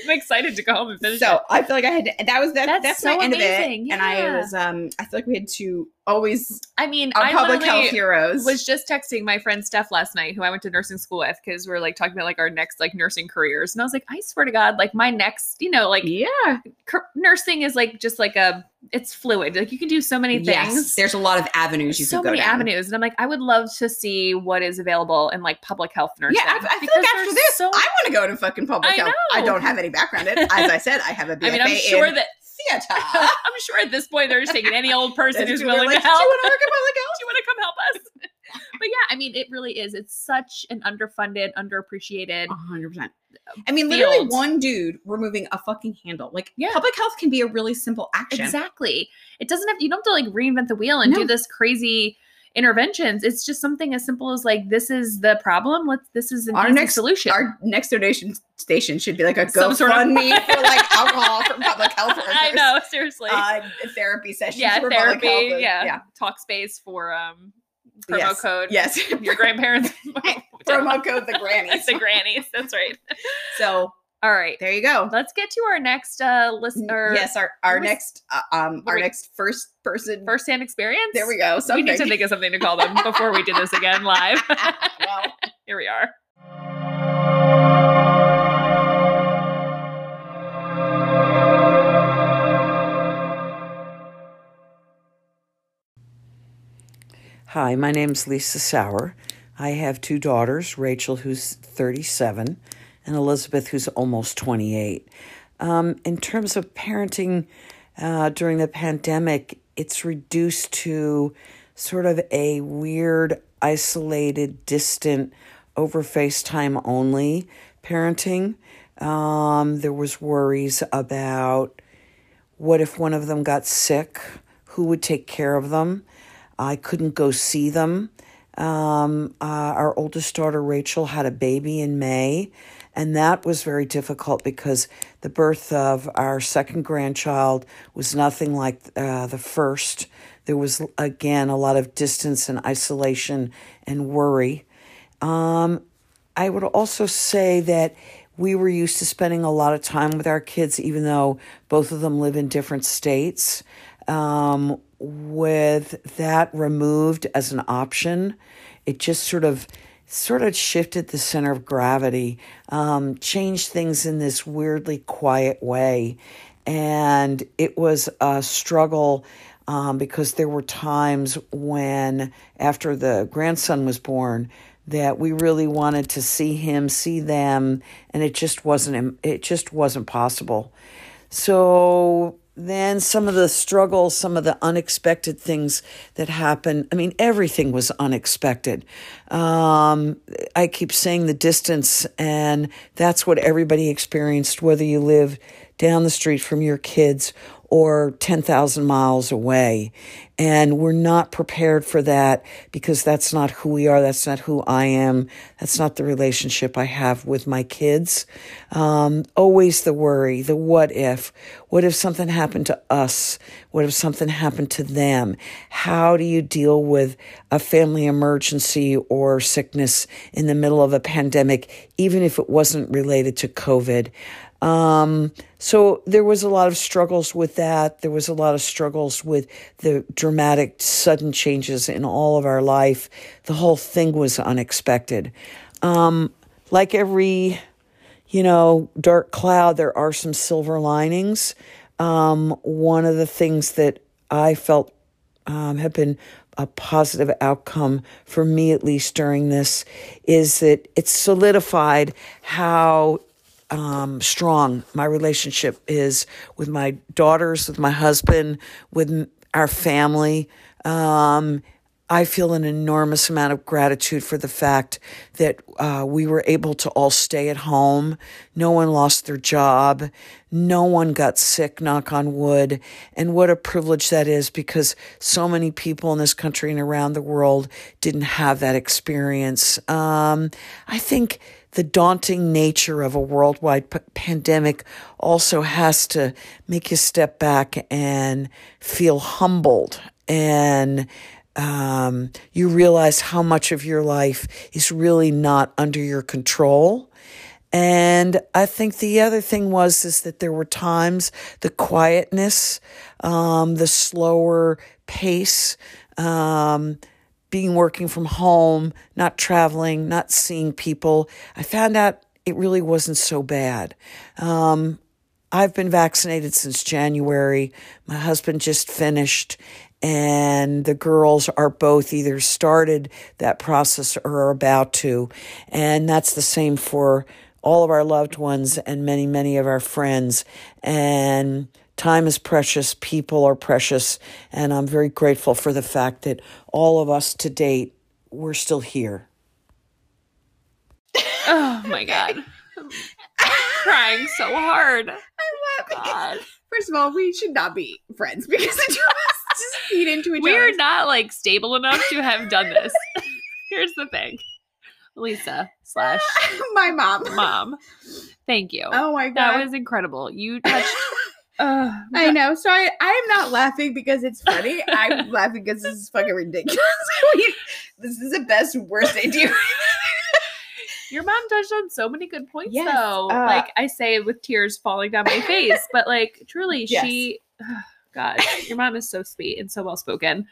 Speaker 2: I'm excited to go home and finish
Speaker 3: So
Speaker 2: it.
Speaker 3: I feel like I had to, that was that.
Speaker 2: That's
Speaker 3: That's, my
Speaker 2: so
Speaker 3: end
Speaker 2: amazing,
Speaker 3: of it. And I
Speaker 2: yeah.
Speaker 3: was um I feel like we had to always
Speaker 2: I mean,
Speaker 3: our
Speaker 2: I
Speaker 3: public
Speaker 2: literally
Speaker 3: health heroes.
Speaker 2: was just texting my friend Steph last night, who I went to nursing school with, because we were like talking about like our next like nursing careers, and I was like, I swear to God, like my next, you know, like
Speaker 3: yeah,
Speaker 2: cur- nursing is like just like a it's fluid. Like you can do so many things.
Speaker 3: yes. There's a lot of avenues you
Speaker 2: so
Speaker 3: could go
Speaker 2: many
Speaker 3: down.
Speaker 2: avenues, and I'm like, I would love to see what is available in like public health nursing.
Speaker 3: Yeah, I, I feel
Speaker 2: because
Speaker 3: like
Speaker 2: there's
Speaker 3: after this,
Speaker 2: so
Speaker 3: I want to go to fucking public
Speaker 2: I
Speaker 3: health. I
Speaker 2: know.
Speaker 3: don't have any background in. it. As I said, I have a BFA
Speaker 2: I mean, I'm sure
Speaker 3: in
Speaker 2: that
Speaker 3: theater.
Speaker 2: I'm sure at this point they're just taking any old person
Speaker 3: That's
Speaker 2: who's
Speaker 3: who they're
Speaker 2: willing
Speaker 3: like,
Speaker 2: to
Speaker 3: "Do you
Speaker 2: help.
Speaker 3: wanna work at public health?"
Speaker 2: Do you want to come help us? But yeah, I mean, it really is. It's such an underfunded, underappreciated.
Speaker 3: hundred percent. I mean, literally
Speaker 2: field.
Speaker 3: one dude removing a fucking handle. Like,
Speaker 2: Yeah.
Speaker 3: public health can be a really simple action.
Speaker 2: Exactly. It doesn't have. You don't have to like reinvent the wheel and
Speaker 3: No.
Speaker 2: do this crazy interventions. It's just something as simple as like this is the problem. Let's. This is an
Speaker 3: Our
Speaker 2: easy
Speaker 3: next-
Speaker 2: solution.
Speaker 3: Our next donation station should be like a
Speaker 2: Some sort of-
Speaker 3: GoFundMe for like alcohol for public health workers.
Speaker 2: I know. Seriously.
Speaker 3: Uh, therapy sessions.
Speaker 2: yeah.
Speaker 3: for
Speaker 2: Therapy.
Speaker 3: Public health.
Speaker 2: yeah.
Speaker 3: yeah.
Speaker 2: Talk space for um promo
Speaker 3: yes.
Speaker 2: code.
Speaker 3: Yes.
Speaker 2: Your grandparents.
Speaker 3: Promo code the grannies.
Speaker 2: the grannies. That's right.
Speaker 3: so
Speaker 2: All right.
Speaker 3: there you go.
Speaker 2: Let's get to our next uh listener
Speaker 3: yes, our our
Speaker 2: what was-
Speaker 3: next uh, um
Speaker 2: what
Speaker 3: our
Speaker 2: were-
Speaker 3: next first person.
Speaker 2: firsthand experience.
Speaker 3: There we go.
Speaker 2: We
Speaker 3: Something.
Speaker 2: need to think of something to call them before we do this again live.
Speaker 3: well,
Speaker 2: Here we are.
Speaker 5: Hi, my name's Lisa Sauer. I have two daughters, Rachel, who's 37, and Elizabeth, who's almost 28. Um, in terms of parenting uh, during the pandemic, it's reduced to sort of a weird, isolated, distant, over FaceTime only parenting. Um, there was worries about what if one of them got sick? Who would take care of them? I couldn't go see them. Um, uh, our oldest daughter, Rachel, had a baby in May, and that was very difficult because the birth of our second grandchild was nothing like uh, the first. There was, again, a lot of distance and isolation and worry. I would also say that we were used to spending a lot of time with our kids, even though both of them live in different states. Um, with that removed as an option, it just sort of sort of shifted the center of gravity, um, changed things in this weirdly quiet way. and it was a struggle um, because there were times when, after the grandson was born, that we really wanted to see him, see them, and it just wasn't it just wasn't possible. So then some of the struggles, some of the unexpected things that happened. I mean, everything was unexpected. Um, I keep saying the distance, and that's what everybody experienced, whether you live down the street from your kids or 10,000 miles away. And we're not prepared for that because that's not who we are. That's not who I am. That's not the relationship I have with my kids. Um, always the worry, the what if. What if something happened to us? What if something happened to them? How do you deal with a family emergency or sickness in the middle of a pandemic, even if it wasn't related to COVID? Um, so there was a lot of struggles with that. There was a lot of struggles with the dramatic, sudden changes in all of our life. The whole thing was unexpected. Um, like every, you know, dark cloud, there are some silver linings. Um, one of the things that I felt um, have been a positive outcome for me, at least during this, is that it's solidified how um, strong my relationship is with my daughters, with my husband, with m- our family. Um, I feel an enormous amount of gratitude for the fact that uh, we were able to all stay at home. No one lost their job. No one got sick, knock on wood. And what a privilege that is because so many people in this country and around the world didn't have that experience. Um, I think the daunting nature of a worldwide p- pandemic also has to make you step back and feel humbled and um, you realize how much of your life is really not under your control and I think the other thing was is that there were times the quietness, um, the slower pace, um, being working from home, not traveling, not seeing people. I found out it really wasn't so bad. Um, I've been vaccinated since January. My husband just finished, and the girls are both either started that process or are about to. And that's the same for all of our loved ones and many, many of our friends. And time is precious, people are precious. And I'm very grateful for the fact that all of us to date, we're still here.
Speaker 2: Oh my god. I'm crying so hard.
Speaker 3: I'm laughing.
Speaker 2: God.
Speaker 3: First of all, we should not be friends because the two of us just feed into each
Speaker 2: We're
Speaker 3: other.
Speaker 2: not like stable enough to have done this. Here's the thing. Lisa slash
Speaker 3: My mom.
Speaker 2: mom. Thank you.
Speaker 3: Oh my god.
Speaker 2: that was incredible. You touched Ugh.
Speaker 3: I know. So I, I'm not laughing because it's funny. I'm laughing because this is fucking ridiculous. We- this is the best worst idea.
Speaker 2: Your mom touched on so many good points,
Speaker 3: Yes,
Speaker 2: though.
Speaker 3: uh,
Speaker 2: like I say, with tears falling down my face, but like truly,
Speaker 3: Yes.
Speaker 2: she, God, your mom is so sweet and so well spoken.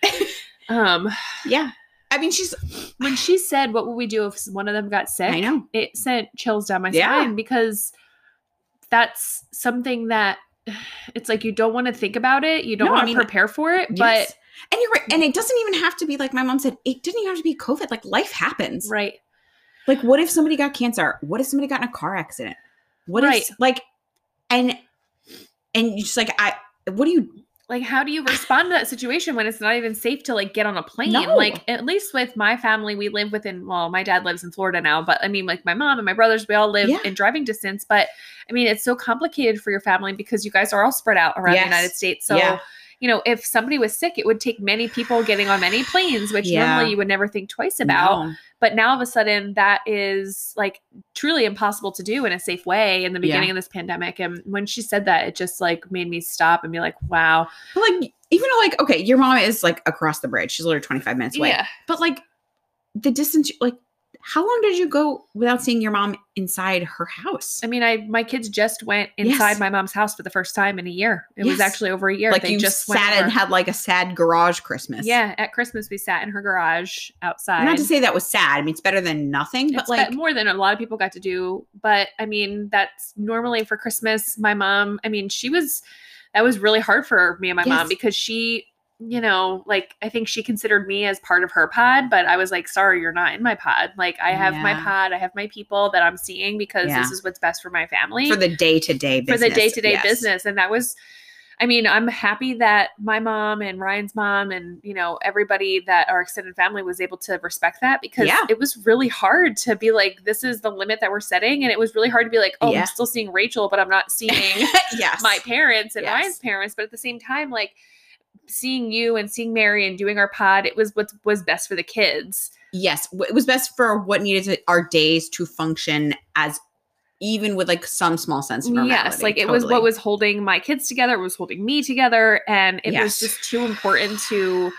Speaker 2: Um,
Speaker 3: Yeah. I mean, she's.
Speaker 2: when she said, "What would we do if one of them got sick?"
Speaker 3: I know.
Speaker 2: it sent chills down my
Speaker 3: Yeah.
Speaker 2: spine because that's something that it's like you don't want to think about it, you don't
Speaker 3: No, I
Speaker 2: want to
Speaker 3: mean,
Speaker 2: prepare for it,
Speaker 3: Yes. and you're right. And it doesn't even have to be like my mom said. It didn't even have to be COVID. Like life happens.
Speaker 2: but right,
Speaker 3: Like what if somebody got cancer? What if somebody got in a car accident? What
Speaker 2: Right.
Speaker 3: if like, and and you just like I. What do you?
Speaker 2: like how do you respond to that situation when it's not even safe to like get on a plane
Speaker 3: No.
Speaker 2: like at least with my family we live within well my dad lives in florida now but i mean like my mom and my brothers we all live
Speaker 3: Yeah.
Speaker 2: in driving distance but i mean it's so complicated for your family because you guys are all spread out around
Speaker 3: Yes.
Speaker 2: the united states so
Speaker 3: Yeah.
Speaker 2: you know if somebody was sick it would take many people getting on many planes which
Speaker 3: Yeah.
Speaker 2: normally you would never think twice about
Speaker 3: No.
Speaker 2: but now all of a sudden that is like truly impossible to do in a safe way in the
Speaker 3: Yeah.
Speaker 2: beginning of this pandemic and when she said that it just like made me stop and be like wow
Speaker 3: But like even though like okay, your mom is like across the bridge. She's literally 25 minutes away. But like the distance, like how long did you go without seeing your mom inside her house?
Speaker 2: I mean, I my kids just went inside
Speaker 3: Yes.
Speaker 2: my mom's house for the first time in a year. It was
Speaker 3: Yes.
Speaker 2: actually over a year.
Speaker 3: like
Speaker 2: they
Speaker 3: you
Speaker 2: just
Speaker 3: just
Speaker 2: went
Speaker 3: sat and
Speaker 2: over.
Speaker 3: had like a sad garage Christmas.
Speaker 2: Yeah, at Christmas we sat in her garage outside.
Speaker 3: Not to say that was sad. I mean, it's better than nothing, but
Speaker 2: It's
Speaker 3: like
Speaker 2: got more than a lot of people got to do. But I mean, that's normally for Christmas. My mom, I mean, she was that was really hard for me and my mom
Speaker 3: Yes.
Speaker 2: because she, you know, like I think she considered me as part of her pod, but I was like, sorry, you're not in my pod. Like I have my
Speaker 3: Yeah.
Speaker 2: pod, I have my people that I'm seeing because
Speaker 3: Yeah.
Speaker 2: this is what's best for my family
Speaker 3: for the day to day
Speaker 2: for
Speaker 3: business.
Speaker 2: the day to day
Speaker 3: yes.
Speaker 2: business. And that was, I mean, I'm happy that my mom and Ryan's mom and, you know, everybody that our extended family was able to respect that because
Speaker 3: Yeah.
Speaker 2: it was really hard to be like, this is the limit that we're setting. And it was really hard to be like, oh,
Speaker 3: Yeah.
Speaker 2: I'm still seeing Rachel, but I'm not seeing
Speaker 3: yes.
Speaker 2: my parents and
Speaker 3: Yes.
Speaker 2: Ryan's parents. But at the same time, like, seeing you and seeing Mary and doing our pod, it was what was best for the kids.
Speaker 3: yes. It was best for what needed to, our days to function as even with like some small sense
Speaker 2: Yes,
Speaker 3: of normality.
Speaker 2: like it was
Speaker 3: Totally.
Speaker 2: what was holding my kids together, it was holding me together, and it was
Speaker 3: Yes.
Speaker 2: just too important to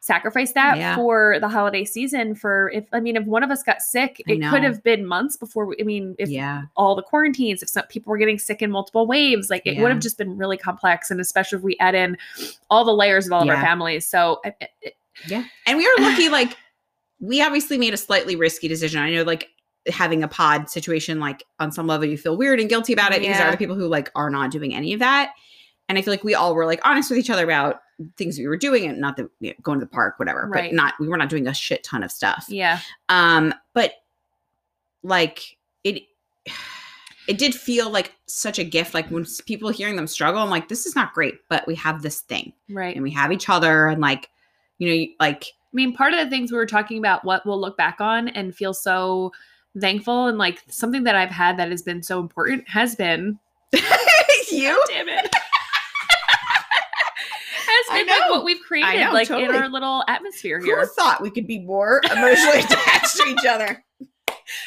Speaker 2: sacrifice that
Speaker 3: Yeah.
Speaker 2: for the holiday season for if I mean if one of us got sick,
Speaker 3: I
Speaker 2: it could
Speaker 3: know.
Speaker 2: have been months before we, I mean if
Speaker 3: yeah.
Speaker 2: all the quarantines, if some people were getting sick in multiple waves, like it
Speaker 3: Yeah.
Speaker 2: would have just been really complex and especially if we add in all the layers of all of our
Speaker 3: Yeah.
Speaker 2: families. So I- I- I-
Speaker 3: Yeah. And we are lucky, like, we obviously made a slightly risky decision. I know, like, having a pod situation, like, on some level, you feel weird and guilty about it because there
Speaker 2: Yeah.
Speaker 3: are the people who, like, are not doing any of that. And I feel like we all were, like, honest with each other about things we were doing and not that you know, going to the park, whatever,
Speaker 2: Right.
Speaker 3: but not, we were not doing a shit ton of stuff.
Speaker 2: yeah.
Speaker 3: Um, but, like, it, it did feel like such a gift. Like when s- people hearing them struggle, I'm like, this is not great, but we have this thing
Speaker 2: Right.
Speaker 3: and we have each other. And like, you know, you- like
Speaker 2: I mean, part of the things we were talking about, what we'll look back on and feel so thankful, and like something that I've had that has been so important has been
Speaker 3: you?
Speaker 2: damn it. has
Speaker 3: I
Speaker 2: been like
Speaker 3: know.
Speaker 2: what we've created,
Speaker 3: know,
Speaker 2: like in
Speaker 3: totally.
Speaker 2: our little atmosphere
Speaker 3: Who
Speaker 2: here.
Speaker 3: thought we could be more emotionally attached to each other?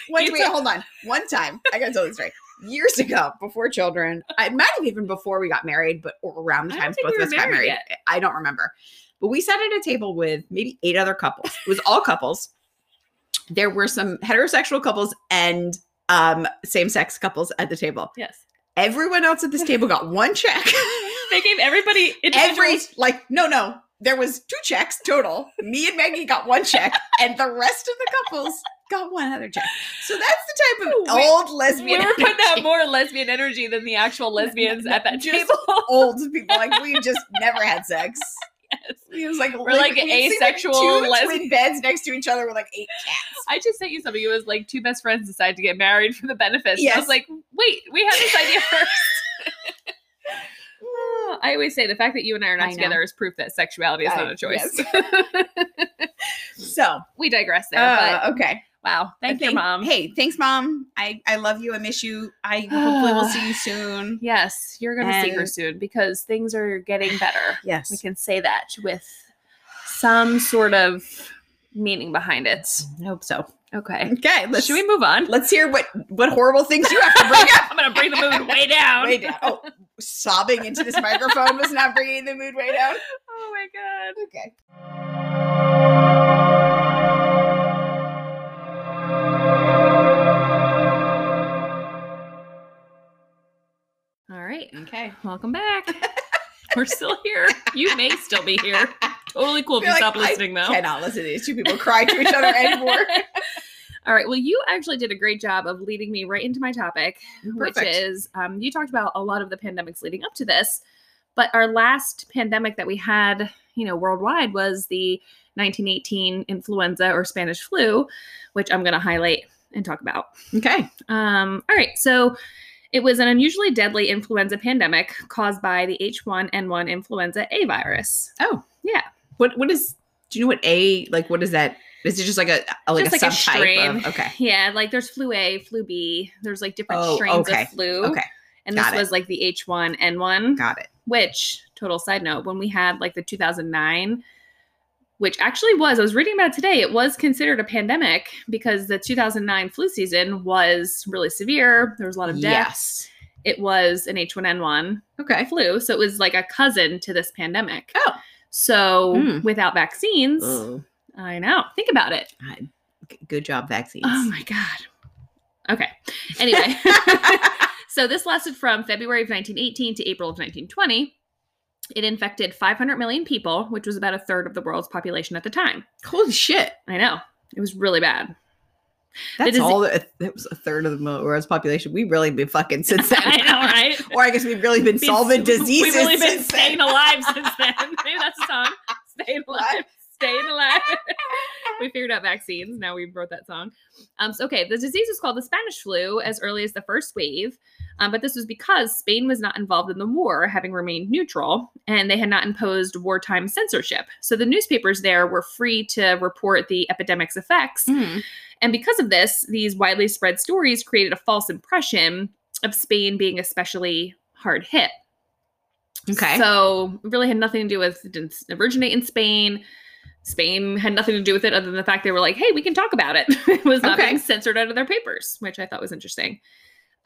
Speaker 3: Wait,
Speaker 2: You
Speaker 3: wait,
Speaker 2: took-
Speaker 3: hold on. One time, I gotta tell this story. Years ago, before children, I it might have even before we got married, but or around the
Speaker 2: I don't
Speaker 3: times
Speaker 2: think
Speaker 3: both
Speaker 2: we
Speaker 3: of us
Speaker 2: were
Speaker 3: got
Speaker 2: married
Speaker 3: married. I don't remember. But we sat at a table with maybe eight other couples. It was all couples. There were some heterosexual couples and um, same-sex couples at the table.
Speaker 2: Yes.
Speaker 3: Everyone else at this table got one check.
Speaker 2: They gave everybody
Speaker 3: every
Speaker 2: individual-
Speaker 3: like no no there was two checks total me and maggie got one check and the rest of the couples got one other check so that's the type of
Speaker 2: We-
Speaker 3: old
Speaker 2: we
Speaker 3: lesbian
Speaker 2: were putting out
Speaker 3: energy.
Speaker 2: more lesbian energy than the actual lesbians at that
Speaker 3: just-
Speaker 2: table.
Speaker 3: old people like we just never had sex it was like
Speaker 2: We're like
Speaker 3: we'd see,
Speaker 2: asexual
Speaker 3: two
Speaker 2: lesbian-
Speaker 3: twin beds next to each other with like eight cats
Speaker 2: I just sent you something. It was like two best friends decide to get married for the benefits. I was
Speaker 3: Yes.
Speaker 2: like, wait, we had this idea first. I always say the fact that you and I are not
Speaker 3: I know.
Speaker 2: together is proof that sexuality is
Speaker 3: I-
Speaker 2: not a choice.
Speaker 3: so
Speaker 2: we digress there,
Speaker 3: uh, okay
Speaker 2: but wow. Thank you,
Speaker 3: Thank-
Speaker 2: mom.
Speaker 3: hey thanks mom i i love you i miss you i hopefully will see you soon
Speaker 2: Yes, you're going to see her
Speaker 3: And-
Speaker 2: soon because things are getting better.
Speaker 3: yes
Speaker 2: We can say that with some sort of meaning behind it.
Speaker 3: i hope so
Speaker 2: Okay.
Speaker 3: okay let's
Speaker 2: Should we move on?
Speaker 3: Let's hear what what horrible things you have to bring up.
Speaker 2: I'm going to bring the mood way down.
Speaker 3: way down. Oh, sobbing into this microphone was not bringing the mood way down.
Speaker 2: Oh my god.
Speaker 3: Okay.
Speaker 2: All right.
Speaker 3: Okay.
Speaker 2: Welcome back. We're still here. You may still be here. Totally cool if
Speaker 3: You're
Speaker 2: you
Speaker 3: like,
Speaker 2: stop
Speaker 3: I
Speaker 2: listening, though.
Speaker 3: Cannot listen to these two people cry to each other anymore.
Speaker 2: All right. Well, you actually did a great job of leading me right into my topic, which
Speaker 3: Perfect.
Speaker 2: is um, you talked about a lot of the pandemics leading up to this, but our last pandemic that we had, you know, worldwide was the 1918 influenza or Spanish flu, which I'm going to highlight and talk about.
Speaker 3: Okay.
Speaker 2: Um, all right. So it was an unusually deadly influenza pandemic caused by the H1N1 influenza A virus.
Speaker 3: Oh.
Speaker 2: Yeah.
Speaker 3: What what is do you know what A like what is that? Is it just like a, a like
Speaker 2: Just
Speaker 3: a
Speaker 2: like a
Speaker 3: subtype
Speaker 2: strain.
Speaker 3: of okay.
Speaker 2: Yeah. Like there's flu A, flu B, there's like different
Speaker 3: Oh,
Speaker 2: strains
Speaker 3: okay,
Speaker 2: of flu.
Speaker 3: Okay.
Speaker 2: And
Speaker 3: got
Speaker 2: this
Speaker 3: it.
Speaker 2: was like the H1N1,
Speaker 3: Got it.
Speaker 2: which, total side note, when we had like the 2009, which actually was, I was reading about it today, it was considered a pandemic because the 2009 flu season was really severe. There was a lot of deaths.
Speaker 3: Yes.
Speaker 2: It was an H1N1.
Speaker 3: Okay.
Speaker 2: flu. So it was like a cousin to this pandemic.
Speaker 3: Oh.
Speaker 2: So
Speaker 3: Hmm. Oh.
Speaker 2: without vaccines,
Speaker 3: Ooh.
Speaker 2: I know. Think about it.
Speaker 3: I like good job vaccines.
Speaker 2: Oh my God. Okay. Anyway, so this lasted from February of 1918 to April of 1920. It infected 500 million people, which was about a third of the world's population at the time.
Speaker 3: Holy shit.
Speaker 2: I know. It was really bad.
Speaker 3: That's
Speaker 2: dise-
Speaker 3: all that it was a third of the mo- world's population. We've really been fucking since then.
Speaker 2: I know, right?
Speaker 3: Or I guess we've really been, solving diseases.
Speaker 2: We've really been
Speaker 3: since then.
Speaker 2: staying alive since then. Maybe that's a song. Staying alive. Staying alive. we figured out vaccines. Now we wrote that song. Um, so, okay, the disease was called the Spanish flu as early as the first wave, um, but this was because Spain was not involved in the war, having remained neutral, and they had not imposed wartime censorship. So the newspapers there were free to report the epidemic's effects.
Speaker 3: Mm. Hmm.
Speaker 2: And because of this, these widely spread stories created a false impression of Spain being especially hard hit.
Speaker 3: Okay.
Speaker 2: So it really had nothing to do with it didn't originate in Spain. Spain had nothing to do with it other than the fact they were like, hey, we can talk about it. it was not
Speaker 3: Okay.
Speaker 2: being censored out of their papers, which I thought was interesting.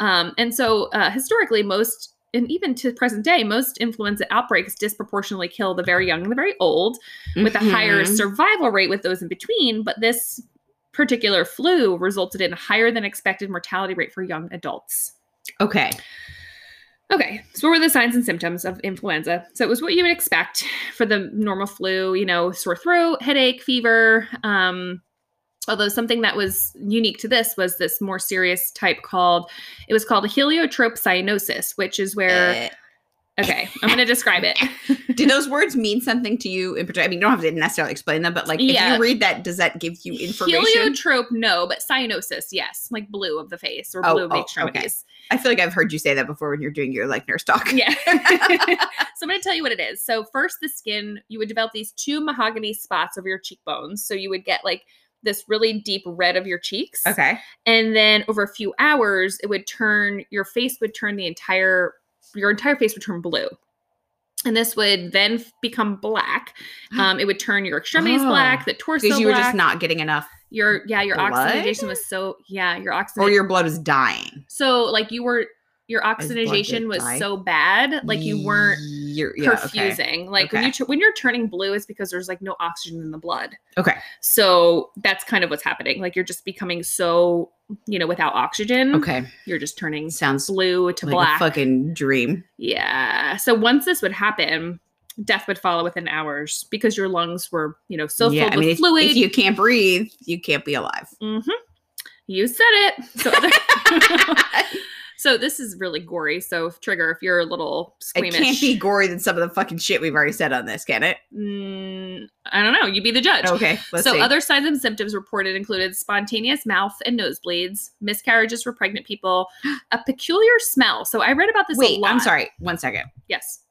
Speaker 2: Um, and so uh, historically, most, and even to present day, most influenza outbreaks disproportionately kill the very young and the very old, with a higher
Speaker 3: Mhm.
Speaker 2: survival rate with those in between. But this particular flu resulted in a higher than expected mortality rate for young adults.
Speaker 3: Okay.
Speaker 2: Okay, so what were the signs and symptoms of influenza? So it was what you would expect for the normal flu, you know, sore throat, headache, fever. Um, although something that was unique to this was this more serious type called, it was called a heliotrope cyanosis, which is where,
Speaker 3: Uh,
Speaker 2: okay, I'm going to describe it.
Speaker 3: do those words mean something to you in particular? I mean, you don't have to necessarily explain them, but like
Speaker 2: Yeah.
Speaker 3: if you read that, does that give you information?
Speaker 2: Heliotrope, no, but cyanosis, yes, like blue of the face or
Speaker 3: Oh,
Speaker 2: blue of the
Speaker 3: oh, okay.
Speaker 2: extremities.
Speaker 3: I feel like I've heard you say that before when you're doing your like nurse talk.
Speaker 2: Yeah. so I'm going to tell you what it is. So first, the skin you would develop these two mahogany spots over your cheekbones. So you would get like this really deep red of your cheeks,
Speaker 3: Okay.
Speaker 2: and then over a few hours, it would turn your face would turn the entire your entire face would turn blue. And this would then f- become black. Um, it would turn your extremities
Speaker 3: Oh.
Speaker 2: black, the torso
Speaker 3: Because you were
Speaker 2: black.
Speaker 3: just not getting enough
Speaker 2: your yeah, your
Speaker 3: Blood?
Speaker 2: oxygenation was so yeah, your oxygen
Speaker 3: or your blood was dying.
Speaker 2: so like you were your
Speaker 3: blood did
Speaker 2: oxygenation was
Speaker 3: die.
Speaker 2: so bad, like you weren't
Speaker 3: You're, yeah, okay.
Speaker 2: perfusing. Like when
Speaker 3: Okay.
Speaker 2: you tu- when you're turning blue, it's because there's like no oxygen in the blood.
Speaker 3: Okay.
Speaker 2: So that's kind of what's happening. Like you're just becoming so you know without oxygen.
Speaker 3: Okay.
Speaker 2: You're just turning
Speaker 3: Sounds
Speaker 2: Mm-hmm. blue to
Speaker 3: like
Speaker 2: black.
Speaker 3: a fucking dream.
Speaker 2: yeah. So once this would happen, death would follow within hours because your lungs were you know so filled with
Speaker 3: if,
Speaker 2: fluid.
Speaker 3: if you can't breathe, you can't be alive.
Speaker 2: Mhm. You said it. So, other- so this is really gory. So trigger if you're a little
Speaker 3: It
Speaker 2: squeamish.
Speaker 3: can't be gory than some of the fucking shit we've already said on this, can it?
Speaker 2: Mm, I don't know. You be the judge.
Speaker 3: Okay, let's
Speaker 2: so
Speaker 3: see.
Speaker 2: other signs and symptoms reported included spontaneous mouth and nosebleeds, miscarriages for pregnant people, a peculiar smell. So I read about this. a
Speaker 3: Wait,
Speaker 2: lot.
Speaker 3: I'm sorry. One second.
Speaker 2: Yes.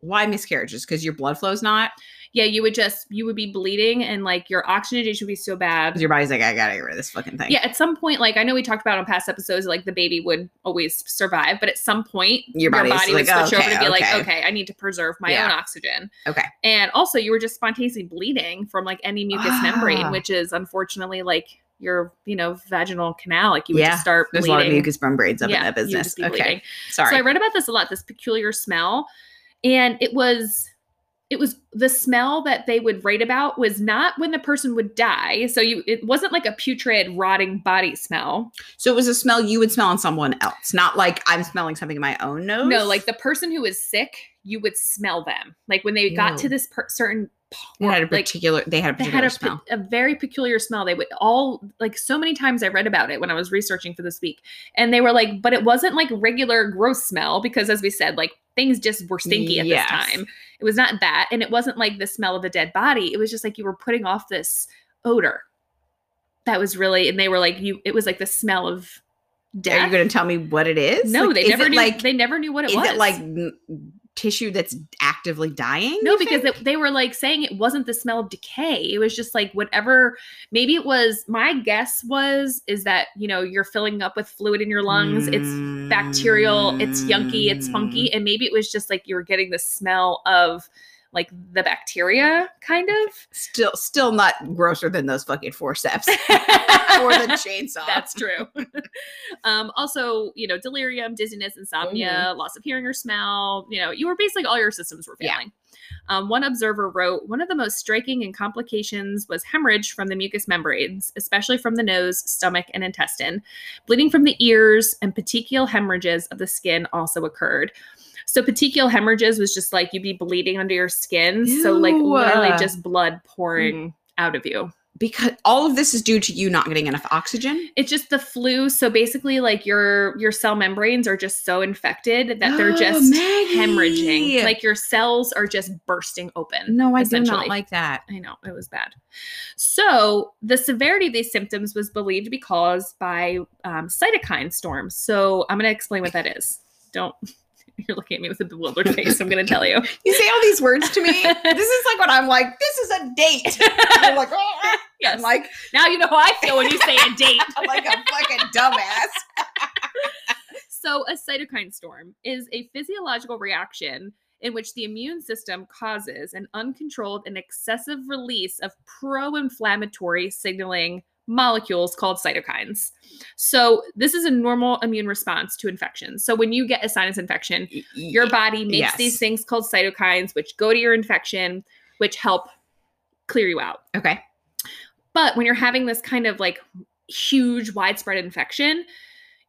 Speaker 3: Why miscarriages? Because your blood flow's not.
Speaker 2: Yeah, you would just you would be bleeding and like your oxygenation would be so bad.
Speaker 3: 'Cause your body's like, I gotta get rid of this fucking thing.
Speaker 2: Yeah, at some point, like I know we talked about on past episodes, like the baby would always survive, but at some point,
Speaker 3: Your body is
Speaker 2: would
Speaker 3: like, "Oh,
Speaker 2: switch over
Speaker 3: "Okay,
Speaker 2: to be like,
Speaker 3: okay."
Speaker 2: okay, I need to preserve my
Speaker 3: Yeah.
Speaker 2: own oxygen.
Speaker 3: Okay.
Speaker 2: And also, you were just spontaneously bleeding from like any mucous
Speaker 3: Ah.
Speaker 2: membrane, which is unfortunately like your, you know, vaginal canal. Like you would
Speaker 3: Yeah,
Speaker 2: just start
Speaker 3: There's
Speaker 2: bleeding.
Speaker 3: a lot of mucus membranes up
Speaker 2: Yeah,
Speaker 3: in that
Speaker 2: you would
Speaker 3: business.
Speaker 2: just be
Speaker 3: Okay,
Speaker 2: bleeding.
Speaker 3: sorry.
Speaker 2: So I read about this a lot, this peculiar smell. And it was it was the smell that they would write about was not when the person would die. So you it wasn't like a putrid rotting body smell.
Speaker 3: so it was a smell you would smell on someone else, not like I'm smelling something in my own nose.
Speaker 2: No, like the person who was sick, you would smell them. Like when they got to
Speaker 3: Ew.
Speaker 2: this per- certain
Speaker 3: they had a
Speaker 2: like,
Speaker 3: particular. they had a
Speaker 2: they
Speaker 3: particular
Speaker 2: had a, pe-
Speaker 3: smell.
Speaker 2: a very peculiar smell. They would all like so many times I read about it when I was researching for this week, and they were like, but it wasn't like regular gross smell because, as we said, like things just were stinky at
Speaker 3: Yes.
Speaker 2: this time. It was not that, and it wasn't like the smell of a dead body. It was just like you were putting off this odor that was really, and they were like, you. It was like the smell of
Speaker 3: Are
Speaker 2: death.
Speaker 3: you going to tell me what it is?
Speaker 2: no,
Speaker 3: Like,
Speaker 2: they
Speaker 3: is
Speaker 2: never
Speaker 3: it
Speaker 2: knew.
Speaker 3: Like,
Speaker 2: they never knew what it
Speaker 3: is
Speaker 2: was.
Speaker 3: it like n- tissue that's actively dying?
Speaker 2: No,
Speaker 3: you
Speaker 2: because
Speaker 3: think?
Speaker 2: it, they were like saying it wasn't the smell of decay. It was just like whatever. Maybe it was. My guess was is that you know you're filling up with fluid in your lungs. It's
Speaker 3: Mm.
Speaker 2: bacterial. It's yunky. It's funky. And maybe it was just like you were getting the smell of like the bacteria, kind of.
Speaker 3: Mm. Still, still not grosser than those fucking forceps or the chainsaw.
Speaker 2: That's true. um, also, you know, delirium, dizziness, insomnia, loss of hearing or smell. You know, you were basically all your systems were
Speaker 3: Mm-hmm. Yeah.
Speaker 2: failing. Um, one observer wrote, one of the most striking and complications was hemorrhage from the mucous membranes, especially from the nose, stomach, and intestine. Bleeding from the ears and petechial hemorrhages of the skin also occurred. So petechial hemorrhages was just like you'd be bleeding under your skin. So like
Speaker 3: Ew. Mm-hmm.
Speaker 2: literally just blood pouring out of you.
Speaker 3: because all of this is due to you not getting enough oxygen.
Speaker 2: It's just the flu. So basically, like your your cell membranes are just so infected that they're
Speaker 3: Oh,
Speaker 2: just
Speaker 3: Maggie.
Speaker 2: hemorrhaging. Like your cells are just bursting open.
Speaker 3: No, I do
Speaker 2: essentially.
Speaker 3: not like that.
Speaker 2: I know it was bad. So the severity of these symptoms was believed to be caused by um, cytokine storms. So I'm going to explain what that is. Don't you're looking at me with a bewildered face. I'm going to tell you.
Speaker 3: You say all these words to me. this is like when I'm like, this is a date. I'm like, "Ah."
Speaker 2: Yes.
Speaker 3: I'm like,
Speaker 2: now you know how I feel when you say a date.
Speaker 3: I'm like a fucking dumbass.
Speaker 2: So, a cytokine storm is a physiological reaction in which the immune system causes an uncontrolled and excessive release of pro inflammatory signaling molecules called cytokines. So, this is a normal immune response to infections. So, when you get a sinus infection, your body makes
Speaker 3: Yes.
Speaker 2: these things called cytokines, which go to your infection, which help clear you out.
Speaker 3: okay.
Speaker 2: But when you're having this kind of like huge widespread infection,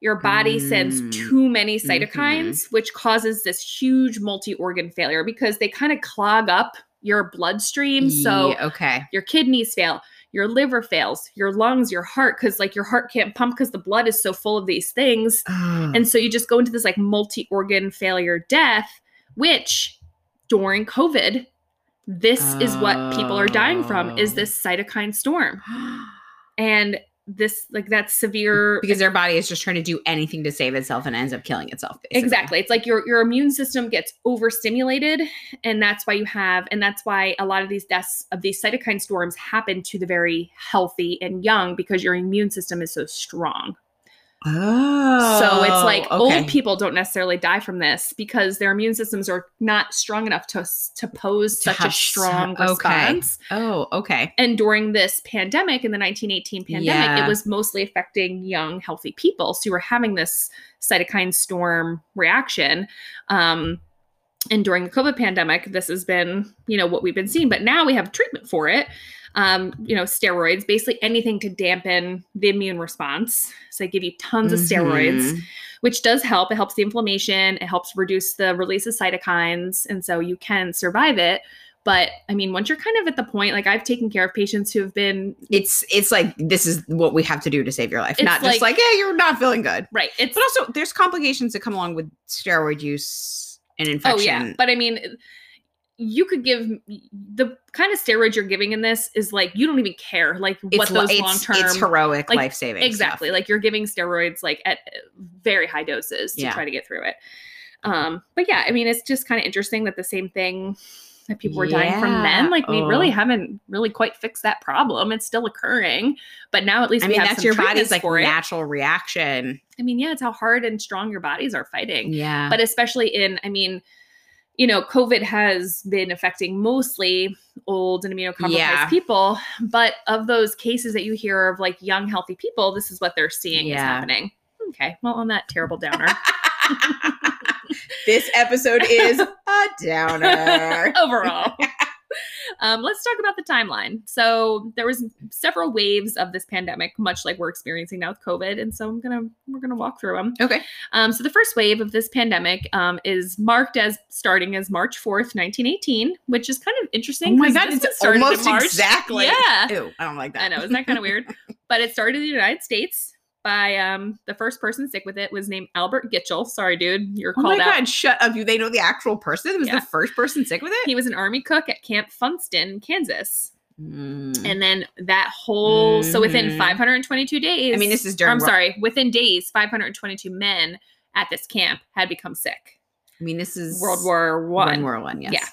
Speaker 2: your body sends
Speaker 3: Mm.
Speaker 2: too many cytokines, which causes this huge multi organ failure because they kind of clog up your bloodstream. So
Speaker 3: Yeah, okay.
Speaker 2: your kidneys fail, your liver fails, your lungs, your heart, because like your heart can't pump because the blood is so full of these things. And so you just go into this like multi organ failure death, which during COVID, this is what people are dying from is
Speaker 3: Oh.
Speaker 2: this cytokine storm and this like that's severe
Speaker 3: because their body is just trying to do anything to save itself and ends up killing itself. basically.
Speaker 2: exactly it's like your your immune system gets overstimulated and that's why you have and that's why a lot of these deaths of these cytokine storms happen to the very healthy and young because your immune system is so strong
Speaker 3: Oh.
Speaker 2: so it's like
Speaker 3: okay.
Speaker 2: old people don't necessarily die from this because their immune systems are not strong enough to s- to pose
Speaker 3: To
Speaker 2: such a
Speaker 3: have su-
Speaker 2: strong
Speaker 3: okay.
Speaker 2: response
Speaker 3: Oh, okay.
Speaker 2: and during this pandemic in the 1918 pandemic
Speaker 3: Yeah.
Speaker 2: it was mostly affecting young healthy people so you were having this cytokine storm reaction um, and during the covid pandemic this has been you know what we've been seeing but now we have treatment for it um, you know steroids basically anything to dampen the immune response so they give you tons of steroids
Speaker 3: Mhm.
Speaker 2: which does help it helps the inflammation it helps reduce the release of cytokines and so you can survive it but i mean once you're kind of at the point like i've taken care of patients who have been
Speaker 3: It's it's like this is what we have to do to save your life,
Speaker 2: It's
Speaker 3: not
Speaker 2: like-
Speaker 3: just like yeah, you're not feeling good.
Speaker 2: right it's
Speaker 3: But also, there's complications that come along with steroid use and
Speaker 2: oh
Speaker 3: infection.
Speaker 2: yeah but i mean you could give the kind of steroids you're giving in this is like you don't even care like what
Speaker 3: li-
Speaker 2: those long term
Speaker 3: It's heroic,
Speaker 2: like,
Speaker 3: life saving.
Speaker 2: exactly like you're giving steroids like at uh, very high doses to
Speaker 3: Yeah.
Speaker 2: try to get through it um but yeah i mean it's just kind of interesting that the same thing that people were dying from
Speaker 3: Yeah.
Speaker 2: then like we really
Speaker 3: Oh.
Speaker 2: haven't really quite fixed that problem it's still occurring but now at least
Speaker 3: I
Speaker 2: we
Speaker 3: mean,
Speaker 2: have
Speaker 3: that's
Speaker 2: some
Speaker 3: your
Speaker 2: treatments
Speaker 3: body's like
Speaker 2: for it.
Speaker 3: natural reaction.
Speaker 2: i mean yeah it's how hard and strong your bodies are fighting
Speaker 3: Yeah.
Speaker 2: but especially in i mean you know covid has been affecting mostly old and immunocompromised
Speaker 3: Yeah.
Speaker 2: people but of those cases that you hear of like young healthy people this is what they're seeing is
Speaker 3: Yeah.
Speaker 2: happening okay well on that terrible downer
Speaker 3: this episode is a downer. Oh
Speaker 2: overall um, let's talk about the timeline so there was several waves of this pandemic much like we're experiencing now with covid and so i'm gonna we're gonna walk through them
Speaker 3: okay.
Speaker 2: Um, so the first wave of this pandemic um, is marked as starting as March 4th, 1918, which is kind of
Speaker 3: Oh
Speaker 2: interesting. 'cause this one started in March.
Speaker 3: exactly.
Speaker 2: Yeah.
Speaker 3: Ew, I don't like that.
Speaker 2: I know, isn't that kind of weird? But it started in the United States by um, the first person sick with it was named Albert Gitchell. Sorry, dude, you're
Speaker 3: Oh my
Speaker 2: called out.
Speaker 3: god! Shut up! You they know the actual person that was
Speaker 2: Yeah.
Speaker 3: the first person sick with it.
Speaker 2: He was an army cook at Camp Funston, Kansas.
Speaker 3: Mm.
Speaker 2: And then that whole, so within
Speaker 3: Mhm.
Speaker 2: 522 days,
Speaker 3: I mean, this is
Speaker 2: or
Speaker 3: during.
Speaker 2: I'm
Speaker 3: Wo-
Speaker 2: sorry, within days, 522 men at this camp had become sick.
Speaker 3: I mean, this is
Speaker 2: World War One.
Speaker 3: World War One. Yes.
Speaker 2: Yeah.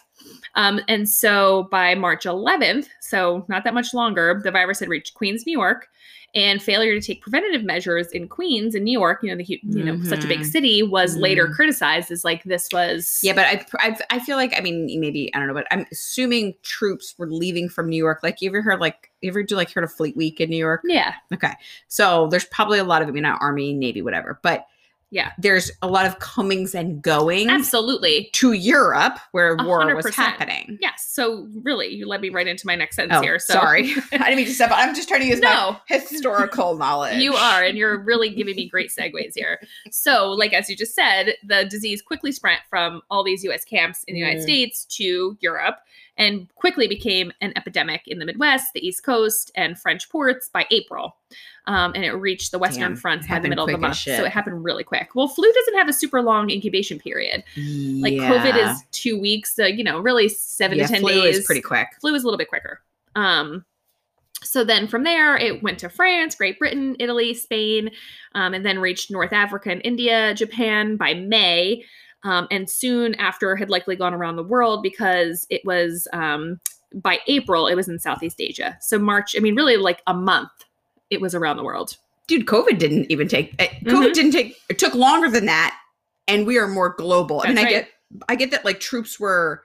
Speaker 2: Um, and so by March 11th, so not that much longer, the virus had reached Queens, New York, and failure to take preventative measures in Queens and New York, you know, the hu- you know such a big
Speaker 3: Mhm.
Speaker 2: city, was later
Speaker 3: Mhm.
Speaker 2: criticized as like this was
Speaker 3: Yeah, but I, I I feel like I mean maybe I don't know, but I'm assuming troops were leaving from New York. Like you ever heard like you ever do like heard of Fleet Week in New York?
Speaker 2: yeah
Speaker 3: Okay, so there's probably a lot of I mean not Army, Navy, whatever, but
Speaker 2: Yeah.
Speaker 3: there's a lot of comings and goings
Speaker 2: absolutely
Speaker 3: to Europe where
Speaker 2: A
Speaker 3: war
Speaker 2: hundred
Speaker 3: was
Speaker 2: percent.
Speaker 3: happening.
Speaker 2: yes. So really, you led me right into my next sentence
Speaker 3: Oh,
Speaker 2: here. So
Speaker 3: sorry, I didn't mean to step. on- I'm just trying to use
Speaker 2: no,
Speaker 3: my historical knowledge.
Speaker 2: You are, and you're really giving me great segues here. So, like as you just said, the disease quickly spread from all these U.S. camps in the United
Speaker 3: Mm.
Speaker 2: States to Europe, and quickly became an epidemic in the Midwest, the East Coast, and French ports by April. Um, and it reached the Western
Speaker 3: Damn,
Speaker 2: fronts
Speaker 3: it
Speaker 2: by the
Speaker 3: happened
Speaker 2: middle of the
Speaker 3: quick as
Speaker 2: month.
Speaker 3: shit.
Speaker 2: So it happened really quick. Well, flu doesn't have a super long incubation period. Like COVID is two weeks, so, you know, really seven
Speaker 3: Yeah,
Speaker 2: to 10
Speaker 3: flu
Speaker 2: days
Speaker 3: is pretty quick.
Speaker 2: flu is a little bit quicker. Um, so then from there, it went to France, Great Britain, Italy, Spain, um, and then reached North Africa and India, Japan by May. Um, and soon after had likely gone around the world because it was um, by April, it was in Southeast Asia. So March, I mean, really like a month, it was around the world.
Speaker 3: dude covid didn't even take eh, covid
Speaker 2: Mhm.
Speaker 3: didn't take it took longer than that and we are more global i mean
Speaker 2: That's right.
Speaker 3: i get i get that like troops were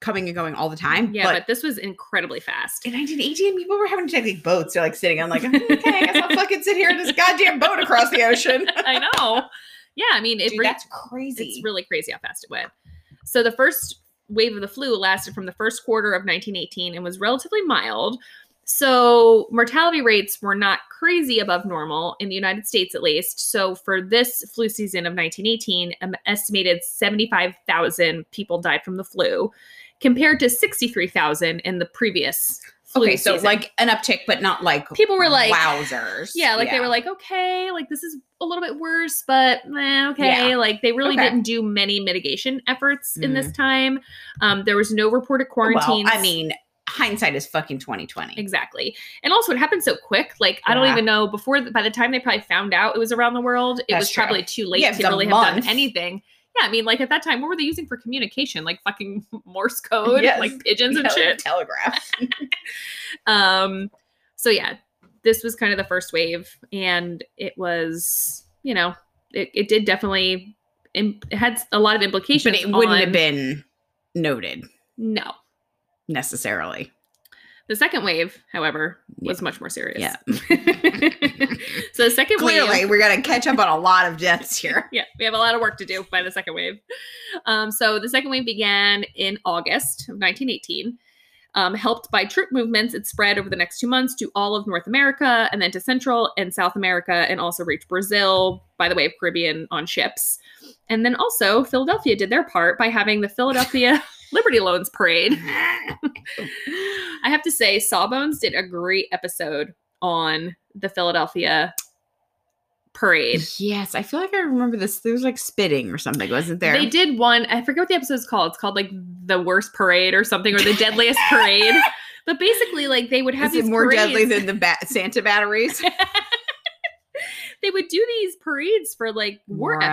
Speaker 3: coming and going all the time
Speaker 2: Yeah,
Speaker 3: but,
Speaker 2: but this was incredibly fast.
Speaker 3: in 1918 people were having to take these boats they're like sitting on like "Hmm, okay i guess i'll fucking sit here in this goddamn boat across the ocean
Speaker 2: I know. Yeah, I mean, it
Speaker 3: Dude,
Speaker 2: re-
Speaker 3: that's crazy
Speaker 2: It's really crazy how fast it went. So the first wave of the flu lasted from the first quarter of 1918 and was relatively mild. So mortality rates were not crazy above normal in the United States, at least. So for this flu season of 1918, an estimated 75,000 people died from the flu, compared to 63,000 in the previous flu
Speaker 3: okay so
Speaker 2: season.
Speaker 3: like an uptick but not like
Speaker 2: people were like,
Speaker 3: wowzers
Speaker 2: yeah, like they were like, okay, like this is a little bit worse, but eh, okay. Like they really
Speaker 3: Okay. Mm.
Speaker 2: didn't do many mitigation efforts in this time. Um, there was no reported
Speaker 3: Oh, well,
Speaker 2: quarantines.
Speaker 3: i mean hindsight is fucking 2020
Speaker 2: exactly. And also, it happened so quick. Like I don't
Speaker 3: Yeah.
Speaker 2: even know. Before the, by the time they probably found out it was around the world, it
Speaker 3: That's
Speaker 2: was
Speaker 3: true.
Speaker 2: probably too late
Speaker 3: Yeah, it was
Speaker 2: to
Speaker 3: a
Speaker 2: really have
Speaker 3: month.
Speaker 2: done anything. Yeah, I mean, like at that time, what were they using for communication? Like fucking Morse code,
Speaker 3: Yes.
Speaker 2: like pigeons
Speaker 3: Yeah,
Speaker 2: and
Speaker 3: like
Speaker 2: shit.
Speaker 3: telegraph
Speaker 2: Um, so yeah, this was kind of the first wave, and it was, you know, it, it did definitely im- it had a lot of implications.
Speaker 3: but it wouldn't
Speaker 2: on-
Speaker 3: have been noted
Speaker 2: No,
Speaker 3: necessarily
Speaker 2: the second wave, however, was
Speaker 3: Yeah.
Speaker 2: much more serious.
Speaker 3: Yeah.
Speaker 2: so the second wave.
Speaker 3: Clearly, we're gonna catch up on a lot of deaths here.
Speaker 2: yeah, we have a lot of work to do by the second wave. Um, so the second wave began in August of 1918. Um, helped by troop movements, it spread over the next two months to all of North America and then to Central and South America and also reached Brazil by the way of Caribbean on ships. And then also, Philadelphia did their part by having the Philadelphia Liberty Loans Parade. I have to say, Sawbones did a great episode on the Philadelphia parade.
Speaker 3: yes, I feel like I remember this. There was like spitting or something, wasn't there?
Speaker 2: They did one. I forget what the episode's called. It's called like the worst parade or something, or the deadliest parade. But basically, like they would have
Speaker 3: Is it
Speaker 2: these
Speaker 3: more
Speaker 2: parades.
Speaker 3: deadly than the ba- Santa batteries?
Speaker 2: they would do these parades for like war
Speaker 3: Morale,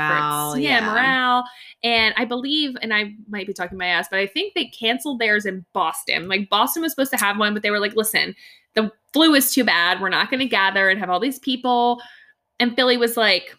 Speaker 2: efforts. Yeah,
Speaker 3: yeah.
Speaker 2: morale. And I believe, and I might be talking my ass, but I think they canceled theirs in Boston. Like Boston was supposed to have one, but they were like, listen, the flu is too bad. We're not going to gather and have all these people. And Philly was like,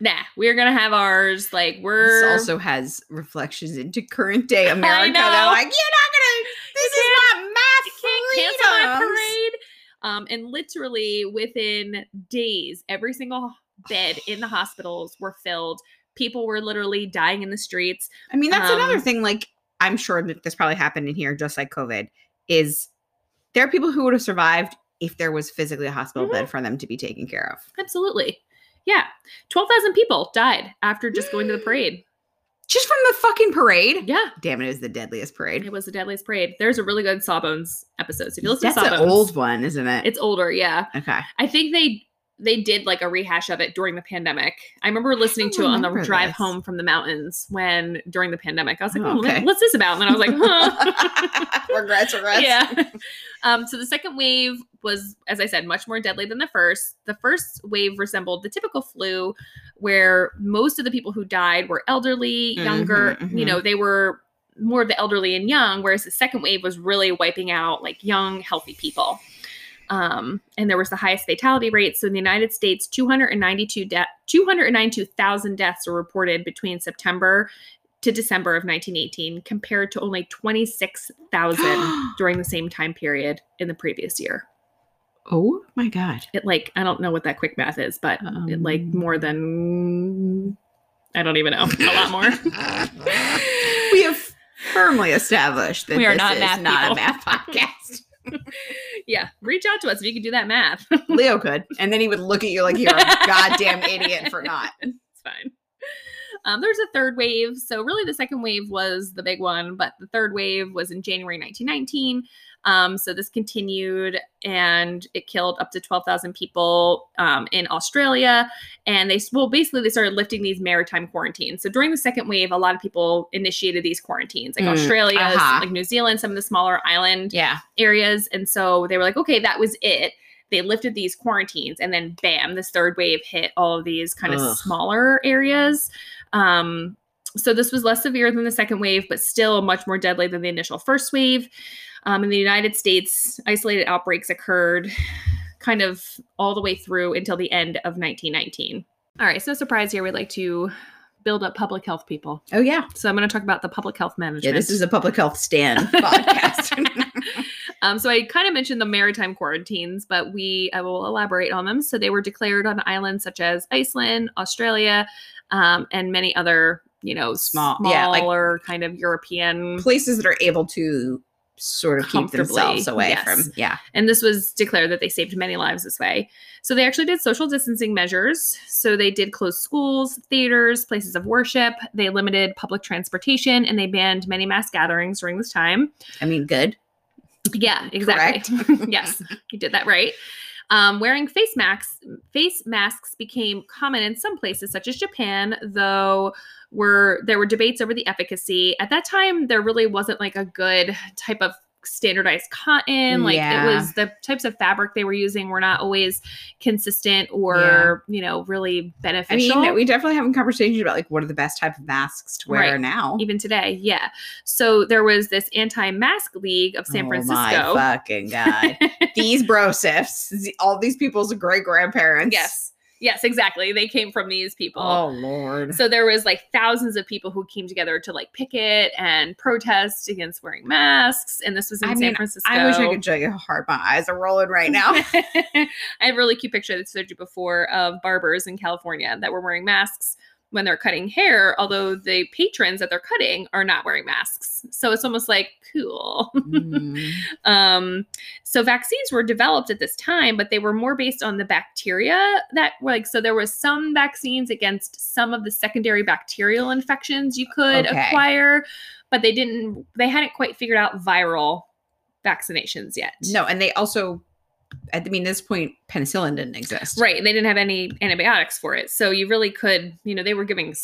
Speaker 2: nah, we're going to have ours. Like
Speaker 3: this
Speaker 2: we're
Speaker 3: also has reflections into current day America. They're
Speaker 2: know.
Speaker 3: like, you're not gonna. This is not
Speaker 2: I can't
Speaker 3: my
Speaker 2: cancel my
Speaker 3: freedom.
Speaker 2: parade. Um, and literally within days, every single bed in the hospitals were filled. People were literally dying in the streets.
Speaker 3: I mean, that's another
Speaker 2: Um,
Speaker 3: thing. Like, I'm sure that this probably happened in here, just like COVID. Is there are people who would have survived if there was physically a hospital
Speaker 2: Mhm.
Speaker 3: bed for them to be taken care of?
Speaker 2: Absolutely. Yeah. 12,000 people died after just going to the parade.
Speaker 3: Just from the fucking parade.
Speaker 2: Yeah.
Speaker 3: Damn it, it was the deadliest parade.
Speaker 2: It was the deadliest parade. There's a really good Sawbones episode. So if you listen
Speaker 3: That's
Speaker 2: to
Speaker 3: an
Speaker 2: Sawbones,
Speaker 3: old one, isn't it?
Speaker 2: it's older. Yeah.
Speaker 3: okay.
Speaker 2: I think they they did like a rehash of it during the pandemic. I remember listening
Speaker 3: don't
Speaker 2: to it on the
Speaker 3: remember
Speaker 2: drive
Speaker 3: this.
Speaker 2: home from the mountains when during the pandemic. I was like,
Speaker 3: Oh,
Speaker 2: "Hmm,
Speaker 3: okay.
Speaker 2: what's this about? And then I was like, huh.
Speaker 3: regrets, regrets.
Speaker 2: yeah. Um, so the second wave was, as I said, much more deadly than the first. The first wave resembled the typical flu, where most of the people who died were elderly, younger.
Speaker 3: Mhm,
Speaker 2: You know, they were more of the elderly and young, whereas the second wave was really wiping out like young, healthy people. Um, and there was the highest fatality rate. So in the United States, 292 de- 292,000 deaths were reported between September to December of 1918, compared to only 26,000 during the same time period in the previous year.
Speaker 3: Oh my god.
Speaker 2: It like I don't know what that quick math is, but it like
Speaker 3: Um,
Speaker 2: more than I don't even know a lot more.
Speaker 3: we have firmly established that
Speaker 2: We are
Speaker 3: this
Speaker 2: not
Speaker 3: is
Speaker 2: math
Speaker 3: not
Speaker 2: people.
Speaker 3: a math podcast.
Speaker 2: yeah, reach out to us if you can do that math.
Speaker 3: Leo could, and then he would look at you like you're a goddamn idiot for not.
Speaker 2: it's fine. Um, there's a third wave. So, really, the second wave was the big one, but the third wave was in January 1919. Um, so, this continued and it killed up to 12,000 people um, in Australia. And they, well, basically, they started lifting these maritime quarantines. So, during the second wave, a lot of people initiated these quarantines, like
Speaker 3: Mm,
Speaker 2: Australia,
Speaker 3: uh-huh.
Speaker 2: like New Zealand, some of the smaller island
Speaker 3: Yeah.
Speaker 2: areas. And so they were like, okay, that was it. They lifted these quarantines, and then bam, this third wave hit all of these kind
Speaker 3: Ugh.
Speaker 2: of smaller areas. Um, so this was less severe than the second wave, but still much more deadly than the initial first wave. Um, in the United States, isolated outbreaks occurred kind of all the way through until the end of 1919. All right, so no surprise here, we'd like to build up public health people.
Speaker 3: Oh yeah.
Speaker 2: So I'm going to talk about the public health management.
Speaker 3: Yeah. This is a public health stand podcast.
Speaker 2: Um, so I kind of mentioned the maritime quarantines, but we I will elaborate on them. So they were declared on islands such as Iceland, Australia, um, and many other you know
Speaker 3: Small-
Speaker 2: small,
Speaker 3: yeah, like-
Speaker 2: smaller kind of European.
Speaker 3: Places that are able to sort of keep
Speaker 2: Comfortably,
Speaker 3: themselves away
Speaker 2: yes.
Speaker 3: from. Yeah.
Speaker 2: And this was declared that they saved many lives this way. So they actually did social distancing measures. So they did close schools, theaters, places of worship. They limited public transportation, and they banned many mass gatherings during this time.
Speaker 3: I mean, good.
Speaker 2: Yeah, exactly. yes, you did that right. Um, wearing face masks face masks became common in some places, such as Japan, though were there were debates over the efficacy. At that time, there really wasn't like a good type of standardized cotton. Like
Speaker 3: Yeah.
Speaker 2: it was the types of fabric they were using were not always consistent or you know really
Speaker 3: I
Speaker 2: beneficial.
Speaker 3: mean, we definitely have conversations about like what are the best type of masks to wear
Speaker 2: Right.
Speaker 3: now.
Speaker 2: even today, yeah. So there was this anti-mask league of San
Speaker 3: Oh
Speaker 2: Francisco.
Speaker 3: my fucking god. these brosifs, all these people's great grandparents.
Speaker 2: Yes. Yes, exactly. They came from these people.
Speaker 3: Oh lord.
Speaker 2: So there was like thousands of people who came together to like picket and protest against wearing masks, and this was in
Speaker 3: I
Speaker 2: San
Speaker 3: mean,
Speaker 2: Francisco.
Speaker 3: I wish I could show you how hard my eyes are rolling right now.
Speaker 2: I have a really cute picture that I showed you before of barbers in California that were wearing masks when they're cutting hair, although the patrons that they're cutting are not wearing masks. So it's almost like cool.
Speaker 3: Mm.
Speaker 2: Um, so vaccines were developed at this time, but they were more based on the bacteria that were like so there was some vaccines against some of the secondary bacterial infections you could
Speaker 3: Okay.
Speaker 2: acquire, but they didn't they hadn't quite figured out viral vaccinations yet.
Speaker 3: No, and they also at I mean this point penicillin didn't exist.
Speaker 2: Right. They didn't have any antibiotics for it. So you really could, you know, they were giving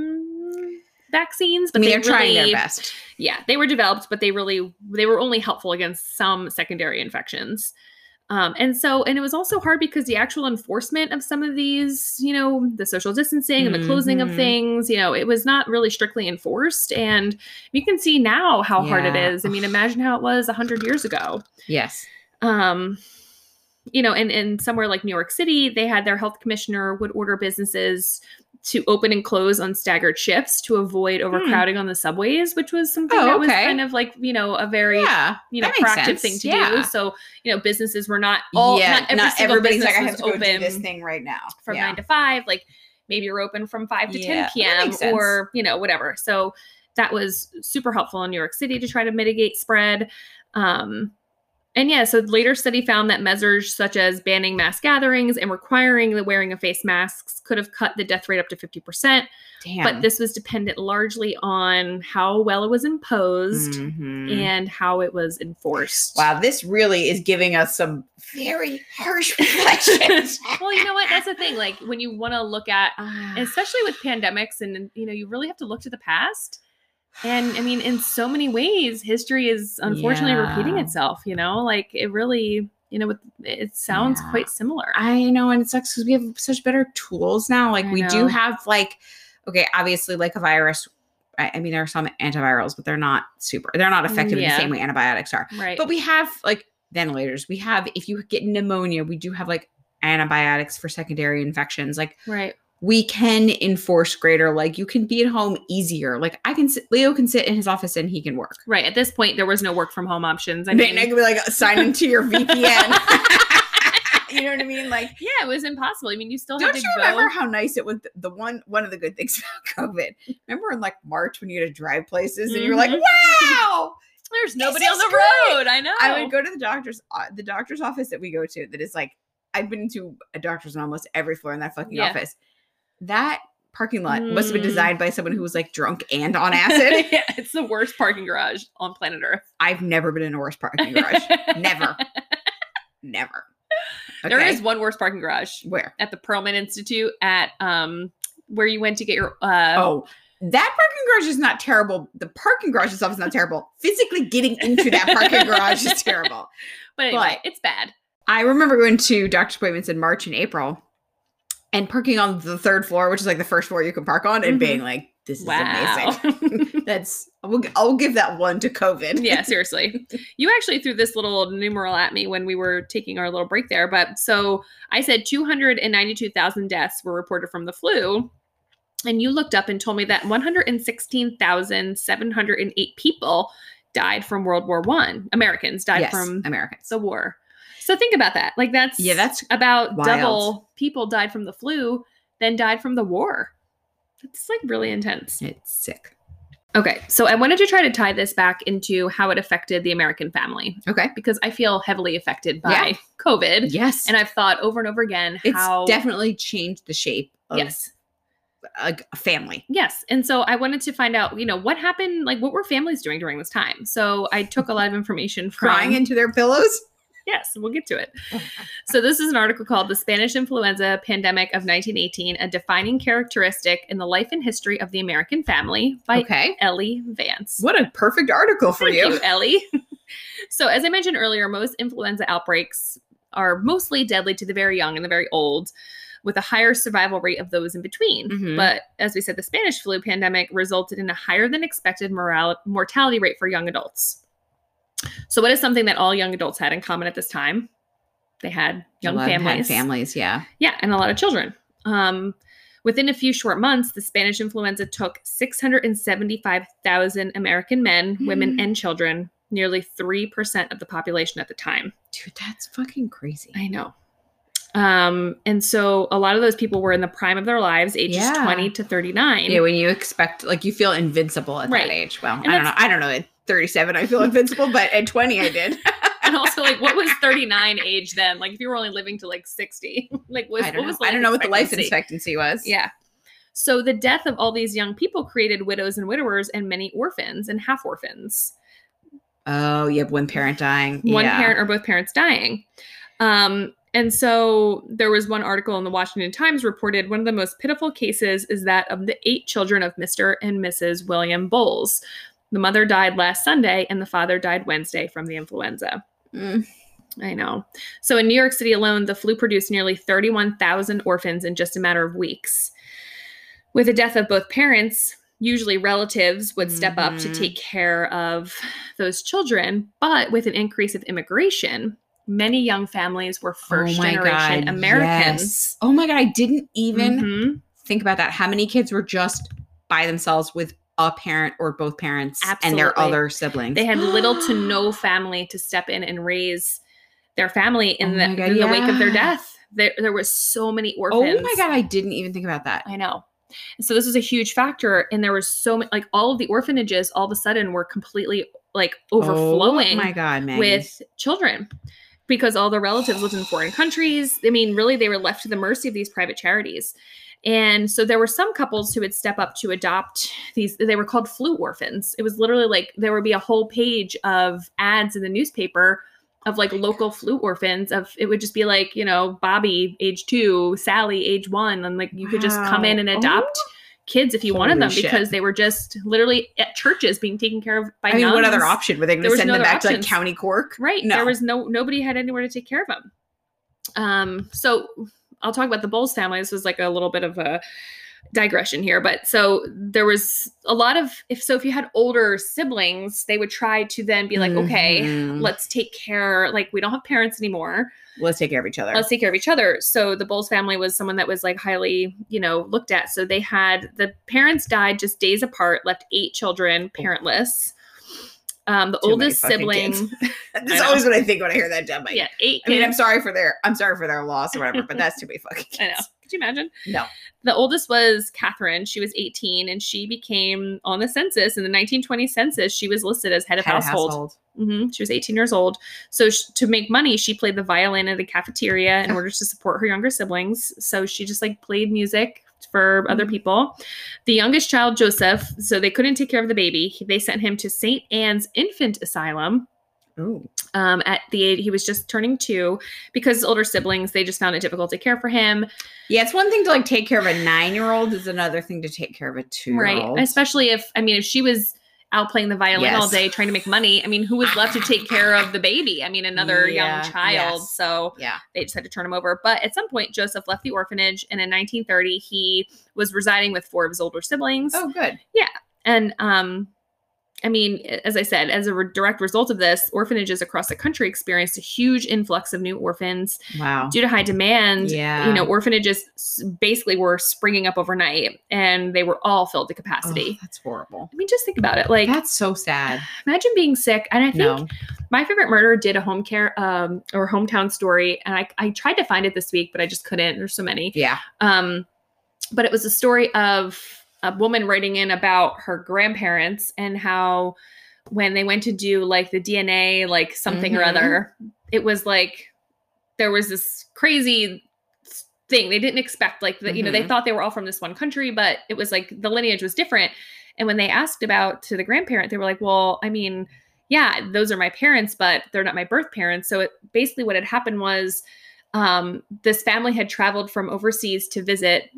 Speaker 2: some vaccines,
Speaker 3: I
Speaker 2: but
Speaker 3: mean,
Speaker 2: they
Speaker 3: they're trying
Speaker 2: really-
Speaker 3: their best.
Speaker 2: yeah they were developed but they really they were only helpful against some secondary infections um, and so and it was also hard because the actual enforcement of some of these you know the social distancing and the closing
Speaker 3: Mhm.
Speaker 2: of things you know it was not really strictly enforced and you can see now how hard it
Speaker 3: Yeah.
Speaker 2: is i mean imagine how it was 100 years ago
Speaker 3: Yes.
Speaker 2: um you know and and somewhere like new york city they had their health commissioner would order businesses to open and close on staggered shifts to avoid overcrowding on the subways which was something
Speaker 3: Hmm. Oh,
Speaker 2: that was
Speaker 3: okay.
Speaker 2: kind of like you know a very
Speaker 3: Yeah.
Speaker 2: you know
Speaker 3: that makes
Speaker 2: proactive
Speaker 3: sense.
Speaker 2: thing to
Speaker 3: Yeah.
Speaker 2: do so you know businesses were not all
Speaker 3: yeah.
Speaker 2: not every single
Speaker 3: everybody's
Speaker 2: business
Speaker 3: like, I
Speaker 2: was
Speaker 3: have to go do
Speaker 2: open
Speaker 3: this thing right now.
Speaker 2: from
Speaker 3: yeah.
Speaker 2: nine to five. Like maybe you're open from five to
Speaker 3: Yeah, that
Speaker 2: 10
Speaker 3: makes sense.
Speaker 2: p.m. or, you know, whatever. So that was super helpful in New York City to try to mitigate spread. Um, and yeah, so later study found that measures such as banning mass gatherings and requiring the wearing of face masks could have cut the death rate up to 50%.
Speaker 3: Damn.
Speaker 2: But this was dependent largely on how well it was imposed
Speaker 3: Mhm.
Speaker 2: and how it was enforced.
Speaker 3: Wow, this really is giving us some very harsh reflections.
Speaker 2: well, you know what? That's the thing. Like when you want to look at especially with pandemics and you know you really have to look to the past and i mean in so many ways history is unfortunately repeating
Speaker 3: Yeah.
Speaker 2: itself you know like it really you know with it sounds
Speaker 3: Yeah.
Speaker 2: quite similar
Speaker 3: I know, and it sucks because we have such better tools now. Like
Speaker 2: I
Speaker 3: we do
Speaker 2: know.
Speaker 3: have like, okay, obviously like a virus. I, I mean, there are some antivirals, but they're not super. They're not effective in
Speaker 2: Yeah.
Speaker 3: the same way antibiotics are.
Speaker 2: Right.
Speaker 3: But we have like ventilators. We have if you get pneumonia, we do have like antibiotics for secondary infections. Like
Speaker 2: right.
Speaker 3: we can enforce greater. Like you can be at home easier. Like I can sit, Leo can sit in his office and he can work.
Speaker 2: Right. At this point, there was no work from home options. I
Speaker 3: I mean,
Speaker 2: mean,
Speaker 3: I could be like sign into your VPN. you know what I mean? Like
Speaker 2: yeah, it was impossible. I mean, you still had
Speaker 3: Don't
Speaker 2: to
Speaker 3: you remember
Speaker 2: go.
Speaker 3: how nice it was? th- The one one of the good things about COVID. Remember in like March when you had to drive places and you were like,
Speaker 2: Mhm.
Speaker 3: "Wow!"
Speaker 2: There's
Speaker 3: This
Speaker 2: nobody on
Speaker 3: is
Speaker 2: the
Speaker 3: great.
Speaker 2: road. I know.
Speaker 3: I would go to the doctor's uh, the doctor's office that we go to. That is like I've been to a doctor's on almost every floor in that fucking
Speaker 2: Yeah.
Speaker 3: office. That parking lot must have been
Speaker 2: Mm.
Speaker 3: designed by someone who was like drunk and on acid.
Speaker 2: yeah, it's the worst parking garage on planet Earth.
Speaker 3: I've never been in a worse parking garage. Never. Never.
Speaker 2: There
Speaker 3: Okay.
Speaker 2: is one worse parking garage
Speaker 3: where.
Speaker 2: at the Perlman Institute at um where you went to get your uh
Speaker 3: Oh, that parking garage is not terrible. The parking garage itself is not terrible. Physically getting into that parking garage is terrible.
Speaker 2: but anyway,
Speaker 3: but-
Speaker 2: it's bad.
Speaker 3: I remember going to doctor's appointments in March and April and parking on the third floor, which is like the first floor you can park on, and
Speaker 2: Mhm.
Speaker 3: being like, this is
Speaker 2: Wow.
Speaker 3: amazing. That's, we'll, I'll give that one to COVID.
Speaker 2: yeah, seriously. You actually threw this little numeral at me when we were taking our little break there. But so I said 292,000 deaths were reported from the flu. And you looked up and told me that 116,708 people died from World War One. Americans died
Speaker 3: Yes,
Speaker 2: from
Speaker 3: Americans.
Speaker 2: the war. So think about that. Like that's
Speaker 3: Yeah, that's
Speaker 2: about
Speaker 3: wild.
Speaker 2: double people died from the flu than died from the war. It's like really intense.
Speaker 3: it's sick.
Speaker 2: Okay, so I wanted to try to tie this back into how it affected the American family
Speaker 3: Okay.
Speaker 2: because I feel heavily affected by
Speaker 3: Yeah.
Speaker 2: COVID.
Speaker 3: Yes.
Speaker 2: And
Speaker 3: And
Speaker 2: I've thought over and over again
Speaker 3: it's
Speaker 2: how
Speaker 3: definitely changed the shape of
Speaker 2: yes,
Speaker 3: a, a family.
Speaker 2: yes. And so I wanted to find out, you know, what happened, like what were families doing during this time? So I took a lot of information from
Speaker 3: Crying into their pillows.
Speaker 2: Yes, we'll get to it. so this is an article called The Spanish Influenza Pandemic of 1918: A Defining Characteristic in the Life and History of the American Family by
Speaker 3: okay.
Speaker 2: Ellie Vance.
Speaker 3: What a perfect article for
Speaker 2: Thank
Speaker 3: you.
Speaker 2: you, Ellie. so, as I mentioned earlier, most influenza outbreaks are mostly deadly to the very young and the very old, with a higher survival rate of those in between.
Speaker 3: Mhm.
Speaker 2: But as we said, the Spanish flu pandemic resulted in a higher than expected moral- mortality rate for young adults. So, what is something that all young adults had in common at this time? They had young
Speaker 3: Love had
Speaker 2: families.
Speaker 3: families, yeah.
Speaker 2: Yeah, and a lot of children. Um, within a few short months, the Spanish influenza took 675,000 American men, women,
Speaker 3: Hmm.
Speaker 2: and children, nearly 3% of the population at the time.
Speaker 3: Dude, that's fucking crazy.
Speaker 2: I know. Um, and so a lot of those people were in the prime of their lives, ages
Speaker 3: Yeah.
Speaker 2: 20 to 39.
Speaker 3: Yeah, when you expect, like, you feel invincible at
Speaker 2: Right.
Speaker 3: that age. Well,
Speaker 2: And
Speaker 3: I don't know.
Speaker 2: that's-
Speaker 3: I don't know. At 37, I feel invincible, but at 20, I did.
Speaker 2: and also, like, what was 39 age then? Like, if you were only living to like 60, like, was,
Speaker 3: I
Speaker 2: what
Speaker 3: don't, know.
Speaker 2: was the
Speaker 3: I don't know what the life
Speaker 2: expectancy?
Speaker 3: expectancy was.
Speaker 2: Yeah. So the death of all these young people created widows and widowers and many orphans and half orphans.
Speaker 3: Oh, you have one parent dying.
Speaker 2: One
Speaker 3: Yeah.
Speaker 2: parent or both parents dying. Um, and so there was one article in the Washington Times reported one of the most pitiful cases is that of the eight children of Mr. and Mrs. William Bowles. The mother died last Sunday and the father died Wednesday from the influenza.
Speaker 3: Mm.
Speaker 2: I know. So in New York City alone, the flu produced nearly 31,000 orphans in just a matter of weeks. With the death of both parents, usually relatives would step up to
Speaker 3: Mhm.
Speaker 2: take care of those children. But with an increase of immigration, many young families were first
Speaker 3: Oh my
Speaker 2: generation
Speaker 3: God,
Speaker 2: Americans.
Speaker 3: Oh my God. I didn't even
Speaker 2: Mhm.
Speaker 3: think about that. How many kids were just by themselves with a parent or both parents and their
Speaker 2: Absolutely.
Speaker 3: other siblings?
Speaker 2: They had little to no family to step in and raise their family in,
Speaker 3: Oh
Speaker 2: the,
Speaker 3: my God,
Speaker 2: in the wake of their
Speaker 3: yeah.
Speaker 2: death. There, there was so many
Speaker 3: Oh
Speaker 2: orphans.
Speaker 3: my God. I didn't even think about that.
Speaker 2: I know. And so this was a huge factor, and there was so many, like all of the orphanages all of a sudden were completely like overflowing
Speaker 3: Oh my God, man.
Speaker 2: with children because all their relatives lived in foreign countries. I mean, really, they were left to the mercy of these private charities. And so there were some couples who would step up to adopt these. They were called flu orphans. It was literally like there would be a whole page of ads in the newspaper of like local flu orphans. Of it would just be like you know Bobby age two, Sally age one, and like you could just come in and
Speaker 3: Wow.
Speaker 2: adopt kids if you wanted
Speaker 3: Holy
Speaker 2: them
Speaker 3: shit.
Speaker 2: because they were just literally at churches being taken care of by.
Speaker 3: I mean, what other
Speaker 2: nuns.
Speaker 3: option were they going
Speaker 2: There
Speaker 3: to
Speaker 2: was
Speaker 3: send
Speaker 2: no
Speaker 3: them
Speaker 2: other
Speaker 3: back to like
Speaker 2: options.
Speaker 3: County Cork?
Speaker 2: Right.
Speaker 3: No.
Speaker 2: There was no nobody had anywhere to take care of them. Um, so I'll talk about the Bowles family. This was like a little bit of a digression here, but so there was a lot of if so if you had older siblings, they would try to then be like, okay,
Speaker 3: Mhm.
Speaker 2: let's take care. Like we don't have parents anymore.
Speaker 3: let's take care of each other.
Speaker 2: Let's take care of each other. So the Bowles family was someone that was like highly, you know, looked at. So they had the parents died just days apart, left eight children parentless. Um, the
Speaker 3: Oh. Too many
Speaker 2: oldest
Speaker 3: fucking
Speaker 2: sibling,
Speaker 3: kids.
Speaker 2: I
Speaker 3: that's
Speaker 2: know.
Speaker 3: always what I think when I hear that dumb.
Speaker 2: yeah, eight.
Speaker 3: I mean, I'm
Speaker 2: kids.
Speaker 3: sorry for their I'm sorry for their loss or whatever, but that's too many fucking kids.
Speaker 2: I know. Could you imagine?
Speaker 3: No.
Speaker 2: The oldest was Catherine. She was 18, and she became on the census in the 1920 census. She was listed as head of
Speaker 3: Had a
Speaker 2: household. hmm She was 18 years old. So sh- to make money, she played the violin at a cafeteria in order to support her younger siblings. So she just like played music for other people. The youngest child, Joseph, so they couldn't take care of the baby. He- They sent him to St. Anne's Infant Asylum.
Speaker 3: Ooh.
Speaker 2: Um, at the age he was just turning two, because his older siblings they just found it difficult to care for him.
Speaker 3: Yeah, it's one thing to like take care of a nine year old, it's another thing to take care of a two year
Speaker 2: Right.
Speaker 3: old.
Speaker 2: Especially if, I mean, if she was out playing the violin all
Speaker 3: Yes.
Speaker 2: day trying to make money, I mean, who was left to take care of the baby? I mean, another
Speaker 3: Yeah,
Speaker 2: young child.
Speaker 3: yes.
Speaker 2: So
Speaker 3: Yeah.
Speaker 2: they just had to turn him over. But at some point, Joseph left the orphanage. And in 1930, he was residing with four of his older siblings.
Speaker 3: Oh, good.
Speaker 2: And, um, I mean, as I said, as a re- direct result of this, orphanages across the country experienced a huge influx of new orphans
Speaker 3: Wow.
Speaker 2: due to high demand.
Speaker 3: Yeah.
Speaker 2: You know, orphanages s- basically were springing up overnight and they were all filled to capacity.
Speaker 3: Oh, that's horrible.
Speaker 2: I mean, just think about it. Like,
Speaker 3: That's so sad.
Speaker 2: imagine being sick. And I think
Speaker 3: No.
Speaker 2: my favorite murder did a home care um, or hometown story, and I, I tried to find it this week, but I just couldn't. There's so many.
Speaker 3: Yeah.
Speaker 2: Um, but it was a story of a woman writing in about her grandparents and how when they went to do like the DNA, like something or
Speaker 3: Mhm.
Speaker 2: other, it was like there was this crazy thing they didn't expect. Like that, you know, they
Speaker 3: Mhm.
Speaker 2: thought they were all from this one country, but it was like the lineage was different. And when they asked about to the grandparent, they were like, "Well, I mean, yeah, those are my parents, but they're not my birth parents." So it basically what had happened was um, this family had traveled from overseas to visit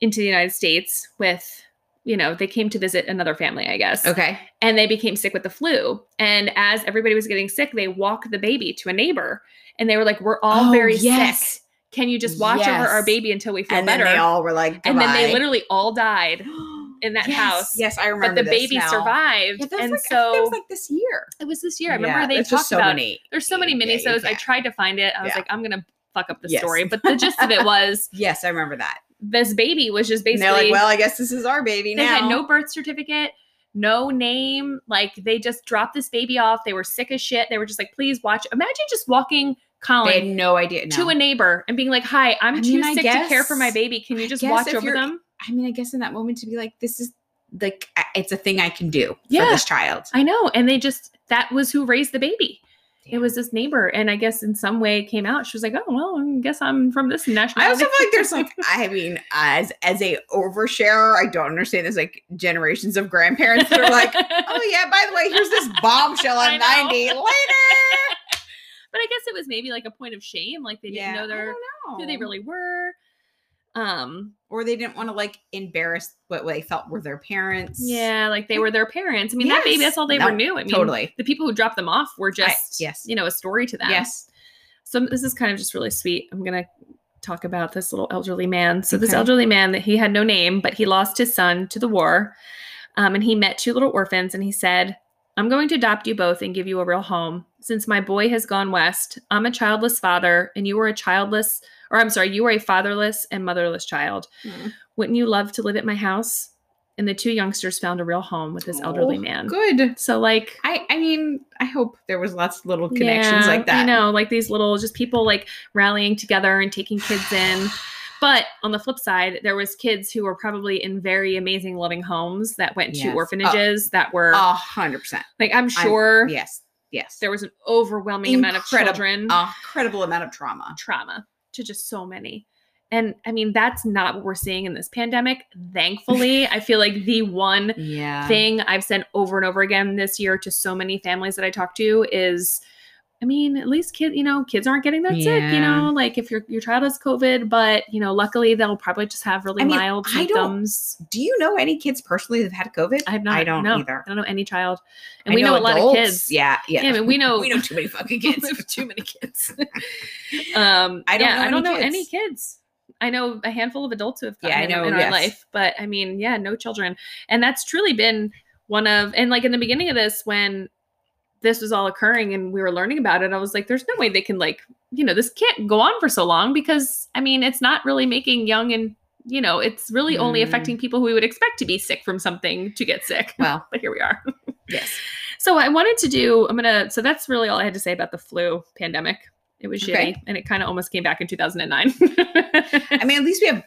Speaker 2: into the United States with, you know, they came to visit another family, I guess
Speaker 3: Okay.
Speaker 2: and they became sick with the flu. And as everybody was getting sick, they walked the baby to a neighbor and they were like, We're all
Speaker 3: Oh,
Speaker 2: very
Speaker 3: yes.
Speaker 2: sick. Can you just watch
Speaker 3: Yes.
Speaker 2: over our baby until we feel
Speaker 3: And
Speaker 2: better?
Speaker 3: then they all were like,
Speaker 2: and then they
Speaker 3: "Goodbye."
Speaker 2: literally all died. in that
Speaker 3: Yes.
Speaker 2: house.
Speaker 3: Yes, I
Speaker 2: But
Speaker 3: remember.
Speaker 2: the
Speaker 3: this
Speaker 2: baby
Speaker 3: now.
Speaker 2: survived.
Speaker 3: Yeah, that was
Speaker 2: and
Speaker 3: like, I think that
Speaker 2: so
Speaker 3: was like this year.
Speaker 2: it was this year. I remember
Speaker 3: Yeah,
Speaker 2: they
Speaker 3: it's
Speaker 2: talked
Speaker 3: just so
Speaker 2: about
Speaker 3: many.
Speaker 2: there's so many
Speaker 3: Yeah, you
Speaker 2: mini shows. I
Speaker 3: can't.
Speaker 2: tried to find it. I was
Speaker 3: Yeah.
Speaker 2: like, I'm gonna fuck up the
Speaker 3: Yes.
Speaker 2: story. But the gist of it was
Speaker 3: Yes, I remember that.
Speaker 2: this baby was just
Speaker 3: And they're like,
Speaker 2: basically
Speaker 3: well, I guess this is our baby
Speaker 2: they
Speaker 3: now.
Speaker 2: had no birth certificate no name like they just dropped this baby off they were sick as shit they were just like please watch imagine just walking
Speaker 3: They
Speaker 2: colin
Speaker 3: had no idea.
Speaker 2: to
Speaker 3: no.
Speaker 2: a neighbor and being like hi i'm
Speaker 3: I
Speaker 2: too
Speaker 3: mean, I
Speaker 2: sick to care for my
Speaker 3: guess-
Speaker 2: baby can you
Speaker 3: I
Speaker 2: just
Speaker 3: guess
Speaker 2: watch
Speaker 3: if
Speaker 2: over
Speaker 3: you're-
Speaker 2: them
Speaker 3: I mean, I guess in that moment to be like, this is like I- it's a thing I can do
Speaker 2: Yeah.
Speaker 3: for this child.
Speaker 2: i know and they just that was who raised the baby it
Speaker 3: Damn.
Speaker 2: was this neighbor and i guess in some way it came out she was like oh well i guess i'm from this national
Speaker 3: I also feel like there's like I mean, as as a oversharer, I don't understand. There's like generations of grandparents that are like, oh yeah, by the way, here's this bombshell
Speaker 2: I
Speaker 3: on
Speaker 2: know.
Speaker 3: ninety later.
Speaker 2: but i guess it was maybe like a point of shame like they didn't
Speaker 3: yeah,
Speaker 2: know
Speaker 3: I
Speaker 2: their
Speaker 3: don't
Speaker 2: who they
Speaker 3: know.
Speaker 2: really were um
Speaker 3: or they didn't want to like embarrass what they felt were their parents.
Speaker 2: Yeah, like they were their parents. I mean, that baby,
Speaker 3: Yes.
Speaker 2: that's all they
Speaker 3: No,
Speaker 2: were knew. I mean,
Speaker 3: totally.
Speaker 2: the people who dropped them off were just,
Speaker 3: yes.
Speaker 2: you know, a story to them.
Speaker 3: Yes.
Speaker 2: So this is kind of just really sweet. I'm going to talk about this little elderly man. So this
Speaker 3: Okay.
Speaker 2: elderly man that he had no name, but he lost his son to the war. Um, and he met two little orphans and he said, I'm going to adopt you both and give you a real home. Since my boy has gone west, I'm a childless father and you were a childless, or I'm sorry, you were a fatherless and motherless child.
Speaker 3: Mm.
Speaker 2: Wouldn't you love to live at my house? And the two youngsters found a real home with this elderly
Speaker 3: Oh,
Speaker 2: man.
Speaker 3: Good.
Speaker 2: So like
Speaker 3: I I mean, I hope there was lots of little connections
Speaker 2: yeah,
Speaker 3: like that.
Speaker 2: I know, like these little just people like rallying together and taking kids in. But on the flip side, there was kids who were probably in very amazing loving homes that went
Speaker 3: Yes.
Speaker 2: to
Speaker 3: Oh.
Speaker 2: orphanages that were
Speaker 3: A hundred percent.
Speaker 2: like I'm sure
Speaker 3: Yes. Yes.
Speaker 2: there was an overwhelming amount of
Speaker 3: Incredible. Um,
Speaker 2: children
Speaker 3: a credible amount of trauma.
Speaker 2: trauma to just so many. And I mean, that's not what we're seeing in this pandemic. Thankfully, I feel like the one
Speaker 3: Yeah.
Speaker 2: thing I've said over and over again this year to so many families that I talk to is I mean, at least kid, you know, kids aren't getting that sick, you
Speaker 3: Yeah.
Speaker 2: know, like if your your child has COVID, but you know, luckily they'll probably just have really
Speaker 3: I mean,
Speaker 2: mild
Speaker 3: I don't-
Speaker 2: symptoms.
Speaker 3: Do you know any kids personally that've had COVID?
Speaker 2: I have not
Speaker 3: I don't
Speaker 2: know.
Speaker 3: either.
Speaker 2: I don't know any child. And
Speaker 3: I
Speaker 2: we know, a lot of
Speaker 3: adults.
Speaker 2: kids.
Speaker 3: Yeah, yeah.
Speaker 2: Yeah, I mean, we know-
Speaker 3: we know too many fucking
Speaker 2: We
Speaker 3: kids.
Speaker 2: have too many kids. um,
Speaker 3: I don't
Speaker 2: yeah,
Speaker 3: know
Speaker 2: I don't
Speaker 3: any
Speaker 2: know
Speaker 3: kids.
Speaker 2: any kids. I know a handful of adults who have
Speaker 3: Yeah,
Speaker 2: gotten
Speaker 3: I
Speaker 2: it
Speaker 3: know,
Speaker 2: in our
Speaker 3: yes.
Speaker 2: life, but I mean, yeah, no children. And that's truly been one of and like in the beginning of this when this was all occurring and we were learning about it, I was like, there's no way they can like, you know, this can't go on for so long because I mean, it's not really making young and you know, it's really only
Speaker 3: Mm.
Speaker 2: affecting people who we would expect to be sick from something to get sick.
Speaker 3: Well,
Speaker 2: But here we are.
Speaker 3: yes.
Speaker 2: So I wanted to do. I'm gonna. So that's really all I had to say about the flu pandemic. It was shitty,
Speaker 3: Okay.
Speaker 2: and it kind of almost came back in 2009.
Speaker 3: I mean, at least we have.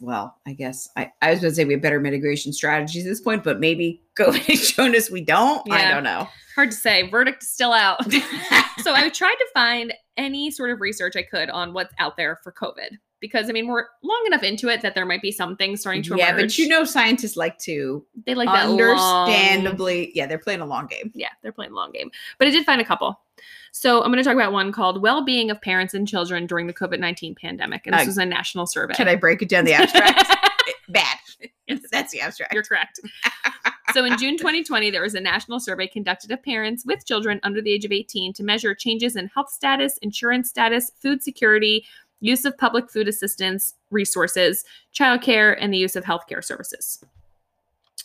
Speaker 3: Well, I guess I, I was going to say we have better mitigation strategies at this point, but maybe COVID has shown us we don't. I
Speaker 2: Yeah.
Speaker 3: don't know.
Speaker 2: Hard to say. Verdict is still out. so I tried to find any sort of research I could on what's out there for COVID, because I mean we're long enough into it that there might be some things starting to
Speaker 3: yeah,
Speaker 2: emerge.
Speaker 3: but you know, scientists like to
Speaker 2: they like that long-
Speaker 3: understandably. yeah, they're playing a long game.
Speaker 2: yeah, they're playing the long game. But I did find a couple. So I'm going to talk about one called "Well-being of Parents and Children During the COVID-19 Pandemic," and this
Speaker 3: Uh,
Speaker 2: was a national survey.
Speaker 3: Can I break it down the abstract? Bad. That's the abstract.
Speaker 2: You're correct. so in June 2020, there was a national survey conducted of parents with children under the age of 18 to measure changes in health status, insurance status, food security, use of public food assistance resources, childcare, and the use of healthcare services.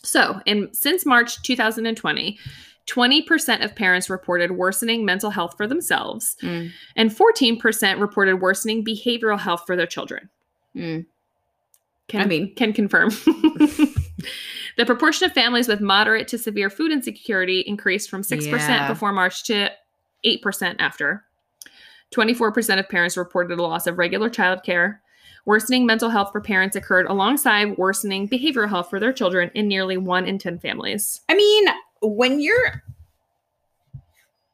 Speaker 2: So, in since March 2020, 20% of parents reported worsening mental health for themselves,
Speaker 3: Mm.
Speaker 2: and 14% reported worsening behavioral health for their children
Speaker 3: Mm.
Speaker 2: can,
Speaker 3: I mean-
Speaker 2: can confirm. the proportion of families with moderate to severe food insecurity increased from 6%
Speaker 3: Yeah.
Speaker 2: before March to 8% after. 24% of parents reported a loss of regular child care. Worsening mental health for parents occurred alongside worsening behavioral health for their children in nearly one in 10 families.
Speaker 3: I mean, when you're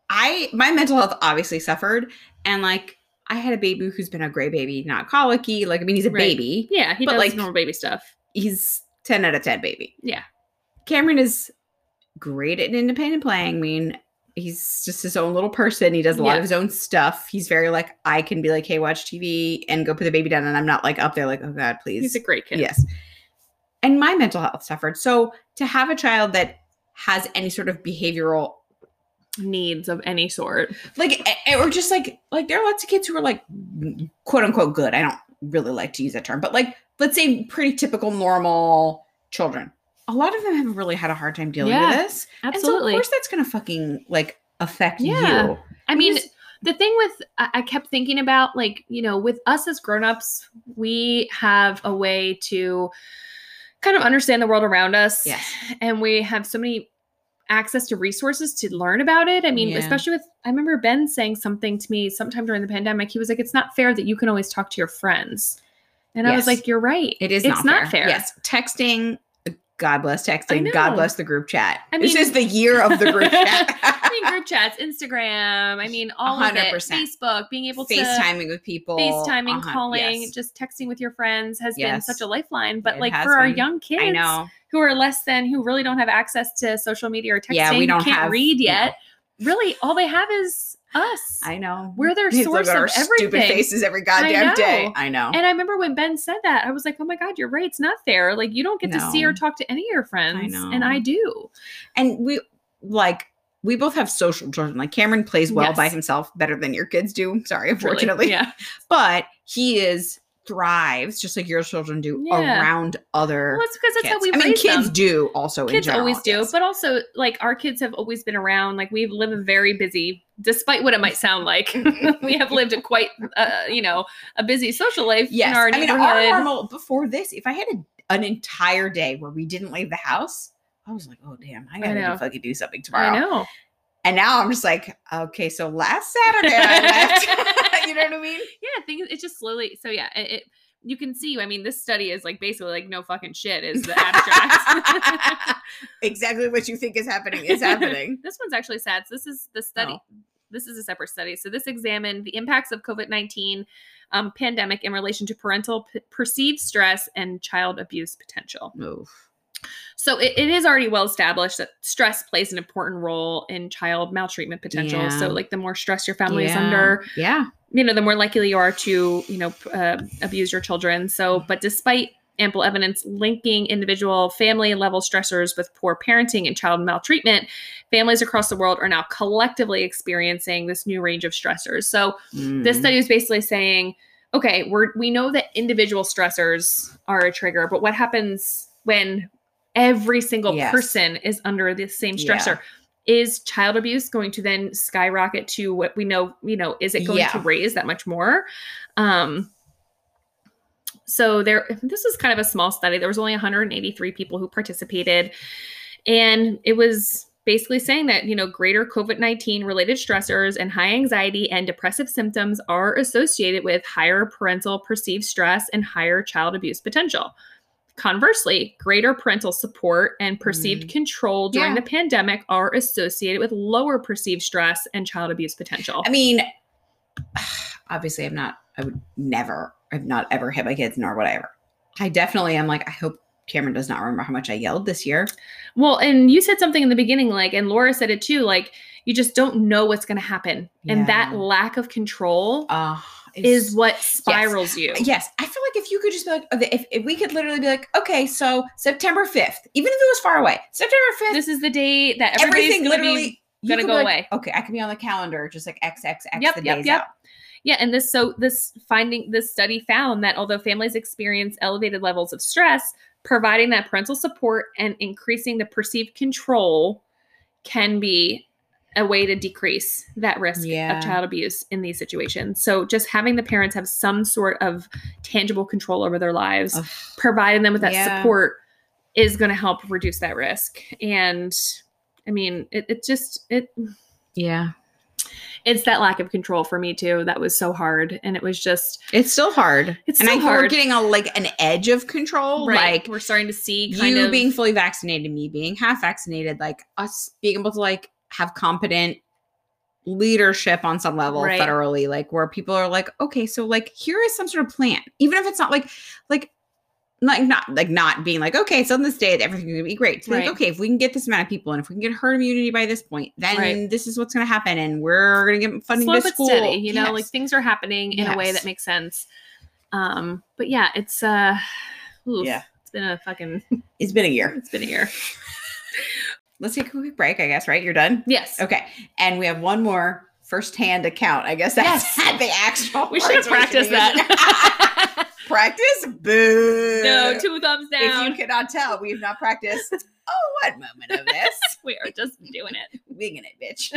Speaker 3: I my mental health obviously suffered and like I had a baby who's been a gray baby, not colicky. Like I mean he's a
Speaker 2: Right.
Speaker 3: baby.
Speaker 2: Yeah, he
Speaker 3: But,
Speaker 2: does
Speaker 3: like-
Speaker 2: normal baby stuff.
Speaker 3: He's 10 out of 10 baby.
Speaker 2: Yeah.
Speaker 3: Cameron is great at independent playing. I mean, he's just his own little person. He does a lot
Speaker 2: Yeah.
Speaker 3: of his own stuff. He's very like I can be like, "Hey, watch TV and go put the baby down." And I'm not like up there like, "Oh god, please."
Speaker 2: He's a great kid.
Speaker 3: Yes. And my mental health suffered. So to have a child that has any sort of behavioral
Speaker 2: Needs of any sort.
Speaker 3: like eh, or just like like there are lots of kids who are like quote unquote good. I don't really like to use that term, but like let's say pretty typical normal children. A lot of them have really had a hard time dealing with
Speaker 2: Yeah,
Speaker 3: this.
Speaker 2: Absolutely.
Speaker 3: And so of course that's gonna fucking like affect
Speaker 2: Yeah.
Speaker 3: you.
Speaker 2: I
Speaker 3: We
Speaker 2: mean,
Speaker 3: just-
Speaker 2: the thing with I I kept thinking about like you know with us as grown-ups, we have a way to kind of understand the world around us,
Speaker 3: Yes.
Speaker 2: and we have so many access to resources to learn about it. I mean,
Speaker 3: Yeah.
Speaker 2: especially with I remember Ben saying something to me sometime during the pandemic. He was like, "It's not fair that you can always talk to your friends," and I was
Speaker 3: Yes.
Speaker 2: like, "You're right.
Speaker 3: It is
Speaker 2: It's
Speaker 3: not, fair. Yes. Texting God bless texting. God
Speaker 2: know.
Speaker 3: bless the group chat.
Speaker 2: I
Speaker 3: this
Speaker 2: mean-
Speaker 3: is the year of the group
Speaker 2: I
Speaker 3: chat.
Speaker 2: mean, group chats, Instagram. I mean, all of it.
Speaker 3: 100%.
Speaker 2: Facebook, being able to
Speaker 3: FaceTiming with people,
Speaker 2: FaceTiming,
Speaker 3: Uh-huh.
Speaker 2: calling,
Speaker 3: Yes.
Speaker 2: just texting with your friends has been
Speaker 3: Yes.
Speaker 2: such a lifeline. But
Speaker 3: It
Speaker 2: like
Speaker 3: has
Speaker 2: for our
Speaker 3: been.
Speaker 2: young kids
Speaker 3: I know.
Speaker 2: who are less than, who really don't have access to social media or texting,
Speaker 3: Yeah, we
Speaker 2: who
Speaker 3: don't
Speaker 2: can't
Speaker 3: have-
Speaker 2: read yet. Really, all they have is us.
Speaker 3: I know.
Speaker 2: We're their
Speaker 3: Kids
Speaker 2: source of
Speaker 3: look at Um, our Stupid
Speaker 2: everything.
Speaker 3: faces every goddamn
Speaker 2: know.
Speaker 3: day. I know.
Speaker 2: and I remember when Ben said that, I was like, "Oh my God, you're right. It's not fair. Like you don't get to see
Speaker 3: No.
Speaker 2: or talk to any of your friends, and
Speaker 3: know.
Speaker 2: I do.
Speaker 3: And we like we both have social children. Like Cameron plays well by
Speaker 2: Yes.
Speaker 3: himself better than your kids do. Sorry,
Speaker 2: Really.
Speaker 3: unfortunately.
Speaker 2: yeah,
Speaker 3: But he is thrives just like your children do
Speaker 2: Yeah.
Speaker 3: around other
Speaker 2: well, it's because that's
Speaker 3: kids.
Speaker 2: how we.
Speaker 3: I mean,
Speaker 2: raise
Speaker 3: kids
Speaker 2: them.
Speaker 3: do also. in
Speaker 2: kids
Speaker 3: general,
Speaker 2: always do
Speaker 3: yes.
Speaker 2: but also like our kids have always been around like we live a very busy despite what it might sound like we have lived a quite uh, you know a busy social life
Speaker 3: Yes,
Speaker 2: in our
Speaker 3: I mean our
Speaker 2: neighborhood
Speaker 3: normal before this. If I had a, an entire day where we didn't leave the house, I was like, "Oh damn, I gotta
Speaker 2: know.
Speaker 3: do fucking do something tomorrow."
Speaker 2: i know
Speaker 3: And now I'm just like, "Okay, so last Saturday I left." you know what I mean?
Speaker 2: yeah things it just slowly so yeah it, it you can see i mean this study is like basically like no fucking shit is the abstract
Speaker 3: exactly what you think is happening is happening.
Speaker 2: this one's actually sad so this is the study
Speaker 3: Oh.
Speaker 2: This is a separate study. So, this examined the impacts of COVID 19 um, pandemic in relation to parental p- perceived stress and child abuse potential.
Speaker 3: Oof.
Speaker 2: So it, it is already well established that stress plays an important role in child maltreatment potential.
Speaker 3: Yeah.
Speaker 2: So like the more stress your family is
Speaker 3: Yeah.
Speaker 2: under,
Speaker 3: Yeah.
Speaker 2: you know, the more likely you are to, you know, p- uh, abuse your children. So, but despite ample evidence linking individual family level stressors with poor parenting and child maltreatment, families across the world are now collectively experiencing this new range of stressors. So this
Speaker 3: Mm.
Speaker 2: study was basically saying okay, we're we know that individual stressors are a trigger, but what happens when every single
Speaker 3: Yes.
Speaker 2: person is under the same
Speaker 3: Yeah.
Speaker 2: stressor? Is child abuse going to then skyrocket to what we know, you know, is it going to
Speaker 3: Yeah.
Speaker 2: raise that much more? Um so there this is kind of a small study. There was only 183 people who participated and it was basically saying that, you know, greater COVID 19 related stressors and high anxiety and depressive symptoms are associated with higher parental perceived stress and higher child abuse potential. Conversely, greater parental support and perceived control during
Speaker 3: Mm. Yeah.
Speaker 2: the pandemic are associated with lower perceived stress and child abuse potential.
Speaker 3: I mean, obviously, I'm not, I would never, I've not ever hit my kids, nor would I ever. I definitely am like, I hope Cameron does not remember how much I yelled this year.
Speaker 2: Well, and you said something in the beginning, like, and Laura said it too, like, you just don't know what's going to happen. And that
Speaker 3: Yeah.
Speaker 2: lack of control
Speaker 3: Uh, it's-
Speaker 2: is what spirals you.
Speaker 3: Yes, I feel like if you could just be like, if, if we could literally be like, okay, so September 5th, even if it was far away, September 5th,
Speaker 2: this is the day that everybody's
Speaker 3: everything
Speaker 2: gonna
Speaker 3: literally
Speaker 2: Be,
Speaker 3: you
Speaker 2: gonna
Speaker 3: could
Speaker 2: go
Speaker 3: be like,
Speaker 2: away.
Speaker 3: Okay, I can be on the calendar, just like X, X, X
Speaker 2: Yep,
Speaker 3: the
Speaker 2: yep,
Speaker 3: days
Speaker 2: yep.
Speaker 3: out.
Speaker 2: yeah, and this so this finding this study found that although families experience elevated levels of stress, providing that parental support and increasing the perceived control can be a way to decrease that risk
Speaker 3: Yeah.
Speaker 2: of child abuse in these situations. So just having the parents have some sort of tangible control over their lives,
Speaker 3: Ugh.
Speaker 2: providing them with that
Speaker 3: Yeah.
Speaker 2: support is going to help reduce that risk. And I mean, it, it just it
Speaker 3: Yeah,
Speaker 2: it's that lack of control for me too that was so hard and it was just
Speaker 3: it's still hard.
Speaker 2: It's still
Speaker 3: and I think we're
Speaker 2: hard.
Speaker 3: getting a like an edge of control,
Speaker 2: Oh, right,
Speaker 3: like
Speaker 2: we're starting to see kind
Speaker 3: you
Speaker 2: of
Speaker 3: being fully vaccinated, me being half vaccinated, like us being able to like have competent leadership on some level
Speaker 2: Right.
Speaker 3: federally, like where people are like, okay, so like here is some sort of plan, even if it's not like like like not like not being like okay, so on this day everything's gonna be great. So
Speaker 2: Right.
Speaker 3: like okay, if we can get this amount of people and if we can get herd immunity by this point, then
Speaker 2: Right.
Speaker 3: this is what's gonna happen, and we're gonna get funding
Speaker 2: slow
Speaker 3: to
Speaker 2: but
Speaker 3: school.
Speaker 2: steady you know
Speaker 3: Yes.
Speaker 2: like things are happening in a way
Speaker 3: Yes.
Speaker 2: that makes sense um but yeah it's uh oof,
Speaker 5: Yeah.
Speaker 2: it's been a fucking
Speaker 3: it's been a year.
Speaker 2: it's been a year
Speaker 3: Let's take a quick break, I guess. Right, you're done.
Speaker 2: yes
Speaker 3: Okay. And we have one more first-hand account. I guess that's
Speaker 2: Yes.
Speaker 3: the actual.
Speaker 2: we should have
Speaker 3: words
Speaker 2: practiced
Speaker 3: should use.
Speaker 2: that
Speaker 3: practice? Boo.
Speaker 2: no two thumbs
Speaker 3: If
Speaker 2: down
Speaker 3: you cannot tell, we have not practiced. oh, one moment of this.
Speaker 2: we are just doing it
Speaker 3: Winging it, bitch.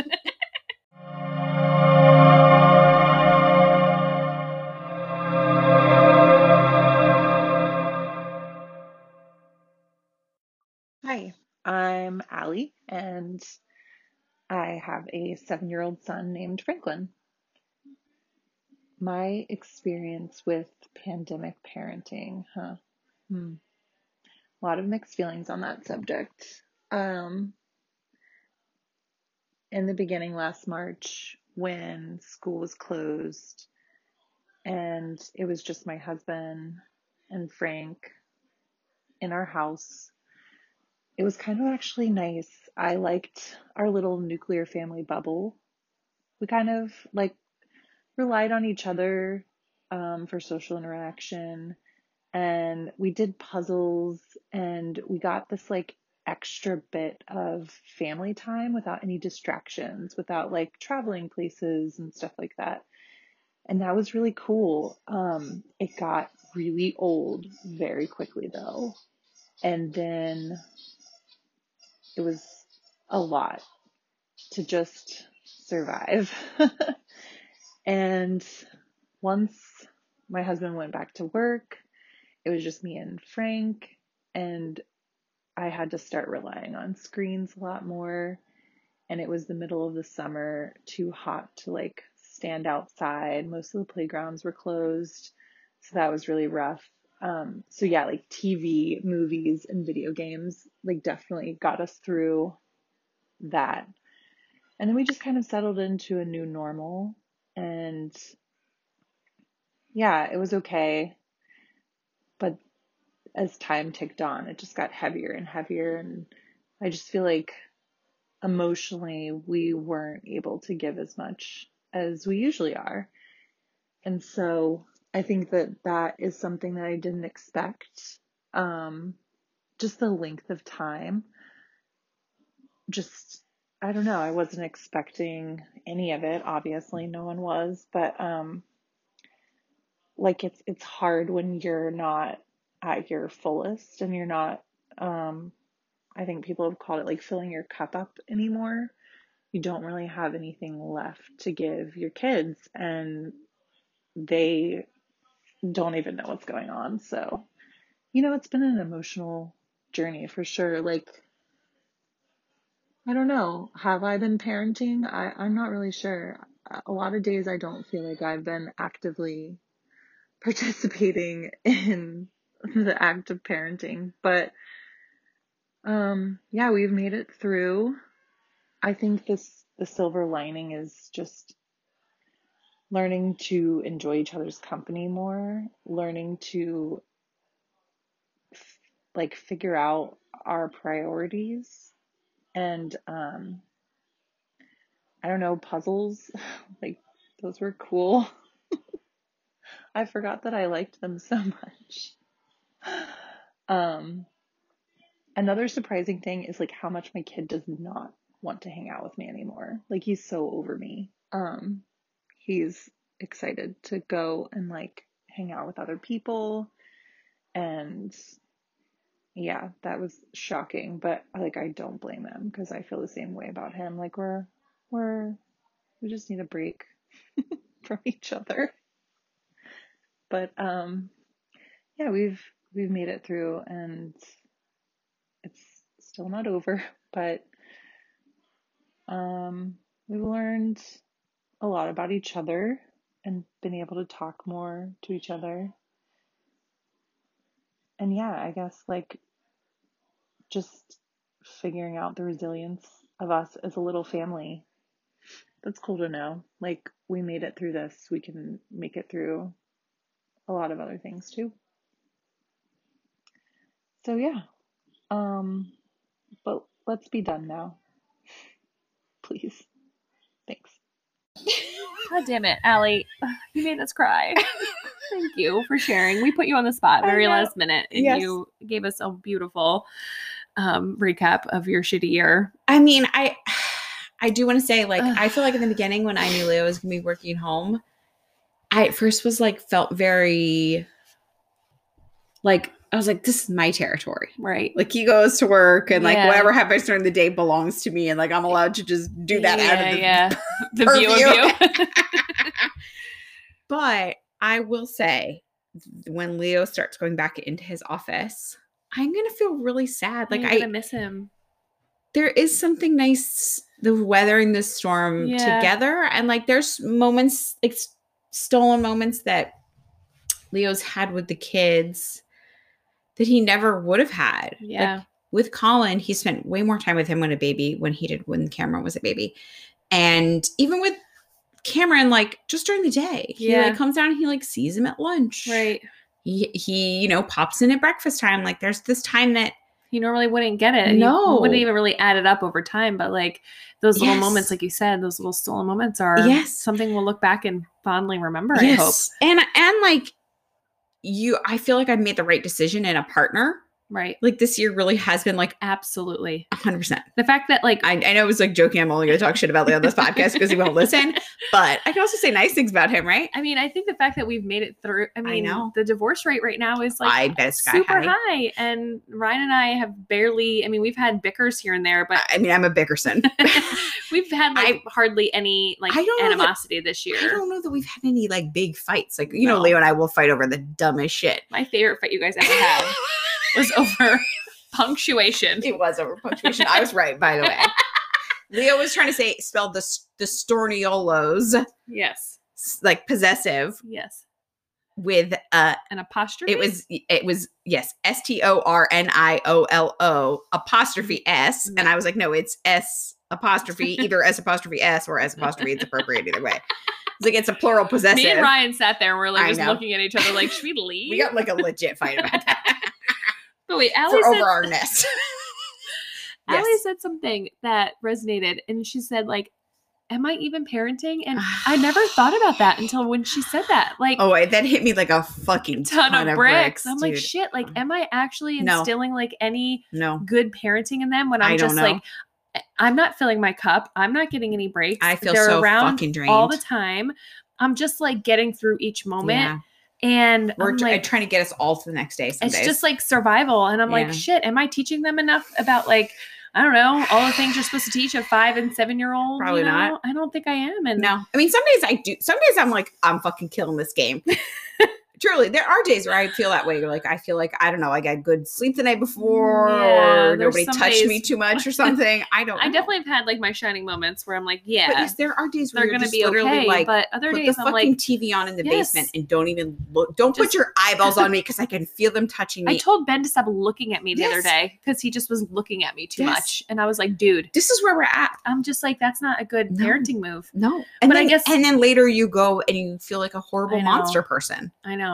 Speaker 6: Hi, I'm Allie, and I have a seven year old son named Franklin. My experience with pandemic parenting, huh? Hmm. A lot of mixed feelings on that subject. Um, in the beginning last March, when school was closed, and it was just my husband and Frank in our house it was kind of actually nice. I liked our little nuclear family bubble. We kind of like relied on each other um, for social interaction, and we did puzzles, and we got this like extra bit of family time without any distractions, without like traveling places and stuff like that. And that was really cool. Um, it got really old very quickly though. And then it was a lot to just survive. and once my husband went back to work, it was just me and Frank, and I had to start relying on screens a lot more. And it was the middle of the summer, too hot to like stand outside. Most of the playgrounds were closed, so that was really rough. Um, so yeah, like TV, movies, and video games, like definitely got us through that. And then we just kind of settled into a new normal. And yeah, it was okay. But as time ticked on, it just got heavier and heavier. And I just feel like emotionally, we weren't able to give as much as we usually are. And so I think that that is something that I didn't expect. Um, just the length of time. Just, I don't know. I wasn't expecting any of it. Obviously, no one was, but um, like it's it's hard when you're not at your fullest and you're not um I think people have called it like filling your cup up anymore. You don't really have anything left to give your kids and they don't even know what's going on. So, you know, it's been an emotional journey for sure. Like I don't know. Have I been parenting? I, I'm not really sure. A lot of days I don't feel like I've been actively participating in the act of parenting. But um, yeah, we've made it through. I think this the silver lining is just learning to enjoy each other's company more, learning to f- like figure out our priorities and um I don't know, puzzles, like those were cool. I forgot that I liked them so much. Um, another surprising thing is like how much my kid does not want to hang out with me anymore. Like he's so over me. Um, he's excited to go and like hang out with other people and yeah, that was shocking, but like I don't blame him because I feel the same way about him. Like we're we're we just need a break from each other but um yeah we've we've made it through and it's still not over but um we've learned a lot about each other and been able to talk more to each other and yeah i guess like just figuring out the resilience of us as a little family that's cool to know like we made it through this we can make it through a lot of other things too. So yeah. Um but let's be done now. Please. Thanks.
Speaker 2: God damn it, Allie. You made us cry. Thank you for sharing. We put you on the spot
Speaker 6: I
Speaker 2: very
Speaker 6: know.
Speaker 2: last minute and
Speaker 6: Yes.
Speaker 2: you gave us a beautiful um, recap of your shitty year.
Speaker 3: I mean, I I do want to say like
Speaker 2: Ugh.
Speaker 3: I feel like in the beginning when I knew Leo was gonna be working at home, I at first was like felt very like I was like, this is my territory.
Speaker 2: Right.
Speaker 3: Like he goes to work and like
Speaker 2: Yeah.
Speaker 3: whatever happens during the day belongs to me and like I'm allowed to just do that
Speaker 2: yeah,
Speaker 3: out of the
Speaker 2: yeah. the view of you.
Speaker 3: But I will say, th- when Leo starts going back into his office, I'm gonna feel really sad. Like
Speaker 2: You're
Speaker 3: I,
Speaker 2: gonna miss him.
Speaker 3: there is something nice the weathering this storm
Speaker 2: Yeah.
Speaker 3: together, and like there's moments, like s- stolen moments that Leo's had with the kids that he never would have had. Like,
Speaker 2: Yeah.
Speaker 3: with Colin, he spent way more time with him when a baby when he did when Cameron was a baby. And even with Cameron, like just during the day, he
Speaker 2: Yeah.
Speaker 3: like comes down and he like sees him at lunch.
Speaker 2: right.
Speaker 3: He, he, you know, pops in at breakfast time. Like there's this time that
Speaker 2: You normally wouldn't get it. You
Speaker 3: No.
Speaker 2: wouldn't even really add it up over time, but like those little
Speaker 3: Yes.
Speaker 2: moments, like you said, those little stolen moments are
Speaker 3: Yes.
Speaker 2: something we'll look back and fondly remember, I hope.
Speaker 3: and and like you, I feel like I made the right decision in a partner.
Speaker 2: Right.
Speaker 3: Like this year really has been like
Speaker 2: Absolutely.
Speaker 3: 100. percent
Speaker 2: The fact that like
Speaker 3: I, I know it was like joking. I'm only going to talk shit about Leo on this podcast because he won't listen. But I can also say nice things about him, right?
Speaker 2: I mean, I think the fact that we've made it through. I mean,
Speaker 3: know.
Speaker 2: the divorce rate right now is like
Speaker 3: I bet it's sky
Speaker 2: super
Speaker 3: high.
Speaker 2: high. and Ryan and I have barely. I mean, we've had bickers here and there, but
Speaker 3: I mean, I'm a Bickerson.
Speaker 2: we've had like hardly any like
Speaker 3: I don't know that-
Speaker 2: animosity this
Speaker 3: I
Speaker 2: year.
Speaker 3: don't know that we've had any like big fights. Like you know,
Speaker 2: No.
Speaker 3: Leo and I will fight over the dumbest shit.
Speaker 2: My favorite fight you guys ever had was over punctuation.
Speaker 3: It was over punctuation. I was right, by the way. Leo was trying to say spelled the s- the Storniolos
Speaker 2: Yes,
Speaker 3: s- like possessive
Speaker 2: yes,
Speaker 3: with uh
Speaker 2: an apostrophe.
Speaker 3: it was it was yes S T O R N I O L O
Speaker 2: Mm-hmm.
Speaker 3: apostrophe S and I was like no it's S apostrophe either S apostrophe S or S apostrophe it's appropriate either way. It's like it's a plural possessive.
Speaker 2: me and Ryan sat there and we're like
Speaker 3: I
Speaker 2: just
Speaker 3: know.
Speaker 2: looking at each other like, should we leave?
Speaker 3: We got like a legit fight about that
Speaker 2: but wait,
Speaker 3: for
Speaker 2: Allie
Speaker 3: over
Speaker 2: said
Speaker 3: our nest.
Speaker 2: Allie
Speaker 3: Yes.
Speaker 2: said something that resonated, and she said, like, am I even parenting? And I never thought about that until when she said that. Like,
Speaker 3: Oh, wait, that hit me like a fucking
Speaker 2: ton, of, bricks. I'm like,
Speaker 3: dude. Um,
Speaker 2: shit, like, am I actually
Speaker 3: No.
Speaker 2: instilling, like, any
Speaker 3: no,
Speaker 2: good parenting in them when
Speaker 3: I
Speaker 2: I'm
Speaker 3: don't
Speaker 2: just,
Speaker 3: know.
Speaker 2: like, I- I'm not filling my cup. I'm not getting any breaks.
Speaker 3: I feel
Speaker 2: They're
Speaker 3: so
Speaker 2: around
Speaker 3: fucking drained
Speaker 2: all the time. I'm just, like, getting through each moment.
Speaker 3: Yeah.
Speaker 2: And
Speaker 3: We're
Speaker 2: I'm
Speaker 3: tr-
Speaker 2: like,
Speaker 3: trying to get us all to the next day. Some
Speaker 2: it's
Speaker 3: days.
Speaker 2: just like survival. And I'm
Speaker 3: Yeah.
Speaker 2: like, shit, am I teaching them enough about like, I don't know, all the things you're supposed to teach a five and seven year old?
Speaker 3: Probably not.
Speaker 2: I don't think I am. And
Speaker 3: no. I mean, some days I do. Some days I'm like, I'm fucking killing this game. Truly, there are days where I feel that way. You're like, I feel like I don't know. I got good sleep the night before,
Speaker 2: Yeah,
Speaker 3: or
Speaker 2: there's
Speaker 3: nobody
Speaker 2: some
Speaker 3: touched me
Speaker 2: days-
Speaker 3: too much, or something. I don't.
Speaker 2: I
Speaker 3: know.
Speaker 2: definitely have had like my shining moments where I'm like,
Speaker 3: But
Speaker 2: yeah,
Speaker 3: yes, there are days
Speaker 2: they're
Speaker 3: where you're
Speaker 2: going to
Speaker 3: just
Speaker 2: be
Speaker 3: literally
Speaker 2: okay.
Speaker 3: like,
Speaker 2: but other
Speaker 3: put
Speaker 2: days
Speaker 3: the
Speaker 2: I'm
Speaker 3: fucking
Speaker 2: like,
Speaker 3: TV on in the
Speaker 2: Yes.
Speaker 3: basement and don't even look. Don't put
Speaker 2: Just-
Speaker 3: your eyeballs on me because I can feel them touching me.
Speaker 2: I told Ben to stop looking at me the other
Speaker 3: Yes.
Speaker 2: day because he just was looking at me too
Speaker 3: Yes.
Speaker 2: much. And I was like, dude,
Speaker 3: this is where we're at.
Speaker 2: I'm just like, that's not a good
Speaker 3: No.
Speaker 2: parenting move.
Speaker 3: No, and
Speaker 2: But I
Speaker 3: then,
Speaker 2: guess-
Speaker 3: and then later you go and you feel like a horrible
Speaker 2: I know.
Speaker 3: monster person.
Speaker 2: I know.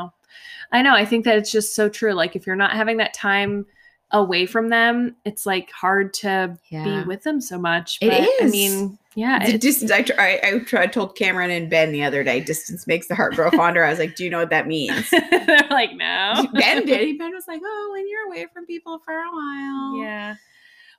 Speaker 2: I know. I think that it's just so true. Like, if you're not having that time away from them, it's like hard to be with them so much.
Speaker 3: It
Speaker 2: But, I
Speaker 3: is.
Speaker 2: mean, yeah.
Speaker 3: The
Speaker 2: It,
Speaker 3: distance. I, tr- I I tried told Cameron and Ben the other day. Distance makes the heart grow fonder. I was like, do you know what that means?
Speaker 2: they're like, no.
Speaker 3: ben did. Ben was like, oh, when you're away from people for a while.
Speaker 2: Yeah.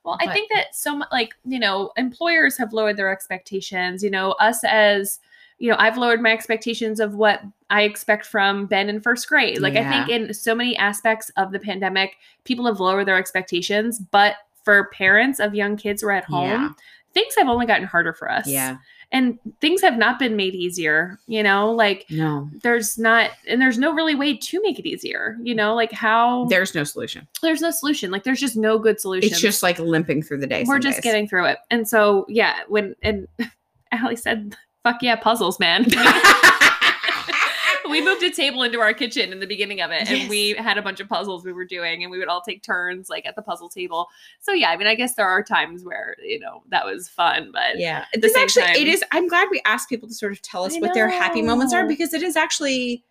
Speaker 2: Well,
Speaker 3: But-
Speaker 2: I think that so much, like, you know, employers have lowered their expectations. You know, us as, you know, I've lowered my expectations of what I expect from Ben in first grade. Like, I think in so many aspects of the pandemic, people have lowered their expectations. But for parents of young kids who are at home,
Speaker 3: Yeah.
Speaker 2: things have only gotten harder for us.
Speaker 3: Yeah.
Speaker 2: And things have not been made easier. You know, like,
Speaker 3: No.
Speaker 2: there's not, and there's no really way to make it easier. You know, like, how
Speaker 3: There's no solution.
Speaker 2: there's no solution. Like, there's just no good solution
Speaker 3: It's just like limping through the day.
Speaker 2: we're
Speaker 3: some
Speaker 2: just
Speaker 3: days.
Speaker 2: getting through it. And so yeah, when and Allie said, "Fuck yeah, puzzles, man." we moved a table into our kitchen in the beginning of it,
Speaker 3: Yes.
Speaker 2: and we had a bunch of puzzles we were doing, and we would all take turns like at the puzzle table. So yeah, I mean, I guess there are times where you know that was fun, but
Speaker 3: yeah
Speaker 2: the
Speaker 3: this
Speaker 2: same
Speaker 3: actually
Speaker 2: time-
Speaker 3: it is i'm glad we asked people to sort of tell us
Speaker 2: I
Speaker 3: what their happy moments are
Speaker 2: know.
Speaker 3: because it is actually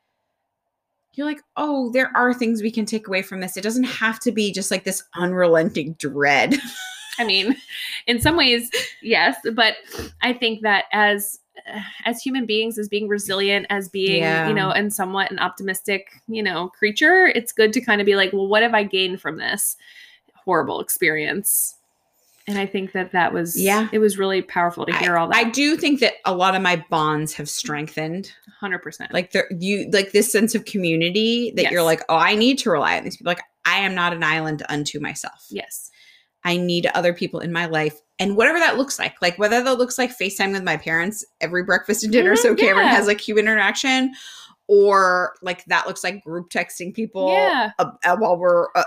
Speaker 3: you're like oh there are things we can take away from this it doesn't have to be just like this unrelenting dread
Speaker 2: I mean, in some ways, yes, but I think that as as human beings, as being resilient, as being
Speaker 3: Yeah.
Speaker 2: you know, and somewhat an optimistic you know creature, it's good to kind of be like, well, what have I gained from this horrible experience? And I think that that was
Speaker 3: Yeah.
Speaker 2: it was really powerful to hear all
Speaker 3: i
Speaker 2: that.
Speaker 3: do think that a lot of my bonds have strengthened
Speaker 2: Hundred percent.
Speaker 3: like there you like this sense of community that you're
Speaker 2: Yes.
Speaker 3: like oh i need to rely on these people like i am not an island unto myself
Speaker 2: yes,
Speaker 3: I need other people in my life. And whatever that looks like, like whether that looks like FaceTime with my parents every breakfast and dinner,
Speaker 2: Mhm,
Speaker 3: so Cameron
Speaker 2: yeah.
Speaker 3: has like human interaction, or like that looks like group texting people
Speaker 2: Yeah.
Speaker 3: uh, uh, while we're uh,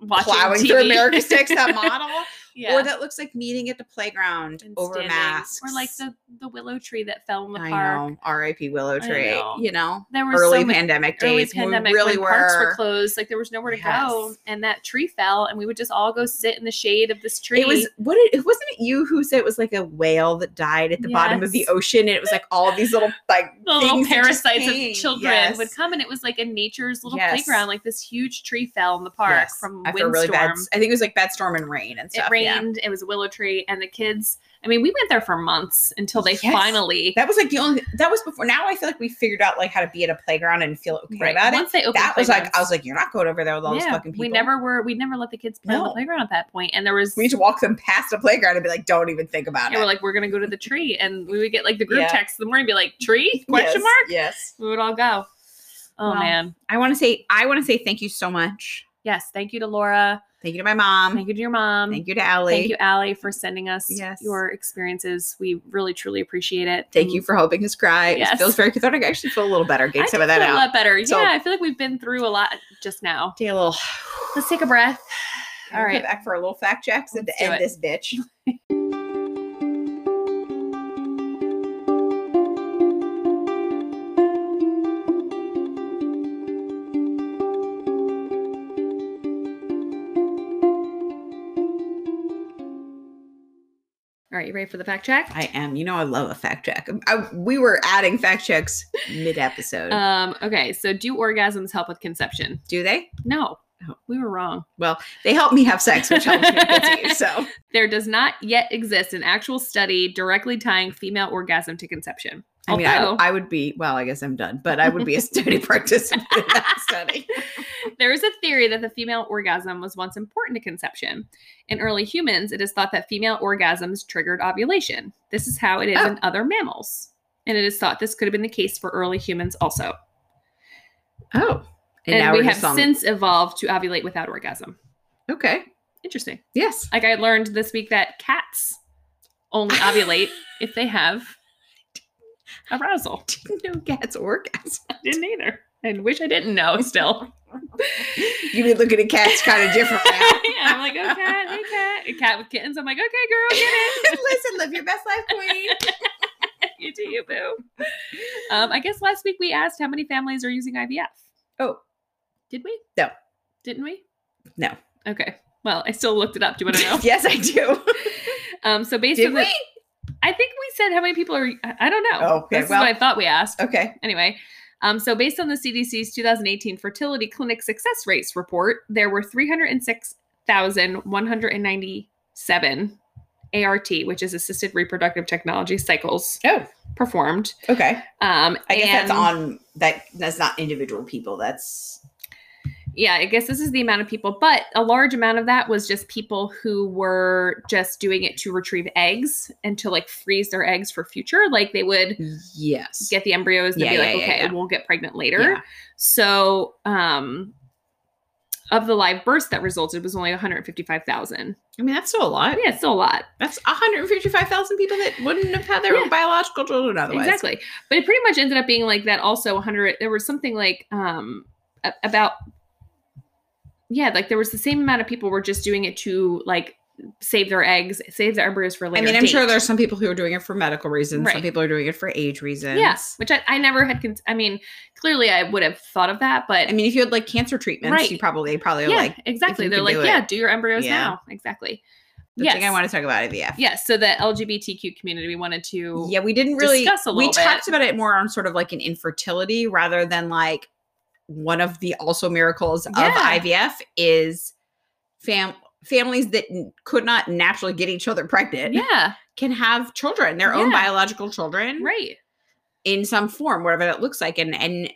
Speaker 2: Watching
Speaker 3: plowing through
Speaker 2: TV.
Speaker 3: America's Next Top Model,
Speaker 2: yeah.
Speaker 3: or that looks like meeting at the playground
Speaker 2: And
Speaker 3: over
Speaker 2: standing.
Speaker 3: masks,
Speaker 2: or like the the willow tree that fell in the
Speaker 3: I
Speaker 2: park.
Speaker 3: know R.I.P. Willow
Speaker 2: I
Speaker 3: Tree,
Speaker 2: know.
Speaker 3: you know,
Speaker 2: There were
Speaker 3: early
Speaker 2: so many
Speaker 3: pandemic
Speaker 2: early
Speaker 3: days
Speaker 2: pandemic
Speaker 3: when we really
Speaker 2: when
Speaker 3: were,
Speaker 2: parks were closed like there was nowhere to go
Speaker 3: Yes.
Speaker 2: and that tree fell and we would just all go sit in the shade of this tree
Speaker 3: It was what it, it wasn't it you who said it was like a whale that died at the bottom of the
Speaker 2: Yes.
Speaker 3: ocean and it was like all these little like
Speaker 2: the little
Speaker 3: things that just
Speaker 2: parasites
Speaker 3: came.
Speaker 2: of children
Speaker 3: Yes.
Speaker 2: would come and it was like a nature's little
Speaker 3: Yes.
Speaker 2: playground like this huge tree fell in the park
Speaker 3: Yes.
Speaker 2: from
Speaker 3: After a
Speaker 2: windstorm
Speaker 3: really bad s- I think it was like bad storm and rain and stuff.
Speaker 2: it
Speaker 3: yeah.
Speaker 2: rained it was a willow tree and the kids i mean we went there for months until they
Speaker 3: Yes.
Speaker 2: finally
Speaker 3: That was like the only that was before now I feel like we figured out like how to be at a playground and feel okay
Speaker 2: Right.
Speaker 3: about it.
Speaker 2: once they opened
Speaker 3: That was like
Speaker 2: playgrounds.
Speaker 3: I was like, You're not going over there with all these fucking people.
Speaker 2: we never were we never let the kids play on
Speaker 3: No.
Speaker 2: the playground at that point and there was
Speaker 3: we used to walk them past the playground and be like, Don't even think about
Speaker 2: yeah,
Speaker 3: it.
Speaker 2: we're like we're gonna go to the tree and we would get like the group
Speaker 3: Yeah.
Speaker 2: text in the morning be like tree question
Speaker 3: Yes,
Speaker 2: mark
Speaker 3: Yes.
Speaker 2: we would all go. Oh
Speaker 3: Wow.
Speaker 2: man.
Speaker 3: I wanna say I wanna say thank you so much.
Speaker 2: Yes. Thank you to Laura.
Speaker 3: Thank you to my mom.
Speaker 2: Thank you to your mom.
Speaker 3: Um, Thank you to Allie.
Speaker 2: Thank you, Allie, for sending us
Speaker 3: Yes.
Speaker 2: your experiences. We really truly appreciate it.
Speaker 3: Thank you for helping us cry. It
Speaker 2: Yes.
Speaker 3: feels very cathartic. Mm. I actually feel a little better
Speaker 2: I
Speaker 3: getting some
Speaker 2: do
Speaker 3: of that
Speaker 2: feel a
Speaker 3: out.
Speaker 2: lot better.
Speaker 3: So-
Speaker 2: yeah, I feel like we've been through a lot just now.
Speaker 3: Take a little.
Speaker 2: Let's take a breath.
Speaker 3: All
Speaker 2: All
Speaker 3: right,
Speaker 2: right.
Speaker 3: back for a little fact checks and
Speaker 2: Let's
Speaker 3: to
Speaker 2: do it.
Speaker 3: end this bitch.
Speaker 2: All right, you ready for the fact check?
Speaker 3: I am. You know, I love a fact check. Um, I, we were adding fact checks mid episode.
Speaker 2: Um, okay, so do orgasms help with conception?
Speaker 3: Do they?
Speaker 2: No.
Speaker 3: Oh.
Speaker 2: We were wrong.
Speaker 3: They help me have sex, which helps me conceive. So
Speaker 2: There does not yet exist an actual study directly tying female orgasm to conception.
Speaker 3: I mean, I,
Speaker 2: Although-
Speaker 3: I would be. Well, I guess I'm done, but I would be a study participant in that study.
Speaker 2: There is a theory that the female orgasm was once important to conception. In early humans, it is thought that female orgasms triggered ovulation. This is how it
Speaker 3: Oh.
Speaker 2: is in other mammals. And it is thought this could have been the case for early humans also. Oh. And,
Speaker 3: now
Speaker 2: we
Speaker 3: we're
Speaker 2: have
Speaker 3: just on-
Speaker 2: since evolved to ovulate without orgasm.
Speaker 3: okay.
Speaker 2: Interesting.
Speaker 3: Yes.
Speaker 2: Like I learned this week that cats only ovulate if they have arousal.
Speaker 3: No cat's orgasm.
Speaker 2: Didn't either. And wish I didn't know still.
Speaker 3: You've been looking at cats kind of different.
Speaker 2: yeah,
Speaker 3: now.
Speaker 2: I'm like, oh cat, hey cat. A cat with kittens. I'm like, okay, girl, get it.
Speaker 3: Listen, live your best life, queen.
Speaker 2: you do you, boo. Um, I guess last week we asked how many families are using IVF.
Speaker 3: Oh.
Speaker 2: Did we?
Speaker 3: No.
Speaker 2: Didn't we?
Speaker 3: No.
Speaker 2: Okay. Well, I still looked it up. Do you want to know?
Speaker 3: Yes, I do.
Speaker 2: Um, so based
Speaker 3: Did
Speaker 2: on
Speaker 3: we?
Speaker 2: the- I think we said how many people are. I I don't know.
Speaker 3: Okay,
Speaker 2: this
Speaker 3: well-
Speaker 2: is what I thought we asked.
Speaker 3: Okay.
Speaker 2: Anyway, um, so based on the CDC's 2018 fertility clinic success rates report, there were 306,197 ART, which is assisted reproductive technology cycles,
Speaker 3: Oh,
Speaker 2: performed.
Speaker 3: okay.
Speaker 2: Um,
Speaker 3: I guess that's
Speaker 2: and-
Speaker 3: on that. That's not individual people. That's
Speaker 2: Yeah, I guess this is the amount of people, but a large amount of that was just people who were just doing it to retrieve eggs and to like freeze their eggs for future. Like they would
Speaker 3: yes.
Speaker 2: get the embryos and
Speaker 3: Yeah,
Speaker 2: be like,
Speaker 3: yeah, yeah,
Speaker 2: okay,
Speaker 3: yeah.
Speaker 2: we'll get pregnant later.
Speaker 3: Yeah.
Speaker 2: So, um, of the live births that resulted was only 155,000.
Speaker 3: I mean, that's still a lot.
Speaker 2: Yeah, it's still a lot.
Speaker 3: That's 155,000 people that wouldn't have had their
Speaker 2: Yeah.
Speaker 3: own biological children otherwise.
Speaker 2: Exactly. But it pretty much ended up being like that also 100 there was something like um a- about yeah, like there was the same amount of people were just doing it to like save their eggs, save their embryos for
Speaker 3: I
Speaker 2: later.
Speaker 3: mean, I'm sure
Speaker 2: date.
Speaker 3: there's some people who are doing it for medical reasons.
Speaker 2: Right.
Speaker 3: Some people are doing it for age reasons.
Speaker 2: yeah, which I, I never had. Con- I mean, clearly I would have thought of that, but
Speaker 3: I mean, if you had like cancer treatments,
Speaker 2: Right.
Speaker 3: you probably they probably are
Speaker 2: yeah,
Speaker 3: like
Speaker 2: exactly.
Speaker 3: you
Speaker 2: They're
Speaker 3: can
Speaker 2: like,
Speaker 3: do it.
Speaker 2: yeah, do your embryos
Speaker 3: Yeah.
Speaker 2: now. Exactly.
Speaker 3: the
Speaker 2: yes.
Speaker 3: thing I want to talk about IVF.
Speaker 2: yes. So the LGBTQ community we wanted to.
Speaker 3: Yeah, we didn't really
Speaker 2: discuss a
Speaker 3: we
Speaker 2: little bit.
Speaker 3: talked about it more on sort of like an infertility rather than like one of the also miracles of
Speaker 2: Yeah.
Speaker 3: IVF is fam families that n- could not naturally get each other pregnant
Speaker 2: Yeah.
Speaker 3: can have children, their own
Speaker 2: Yeah.
Speaker 3: biological children.
Speaker 2: Right.
Speaker 3: in some form, whatever that looks like, and and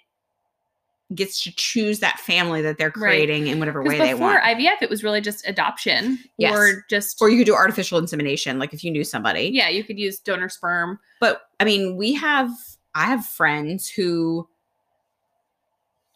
Speaker 3: gets to choose that family that they're
Speaker 2: Right.
Speaker 3: creating in whatever way
Speaker 2: Because
Speaker 3: they
Speaker 2: before
Speaker 3: want.
Speaker 2: IVF, it was really just adoption
Speaker 3: Yes.
Speaker 2: or just
Speaker 3: or you could do artificial insemination, like if you knew somebody.
Speaker 2: yeah, you could use donor sperm.
Speaker 3: But I mean, we have I have friends who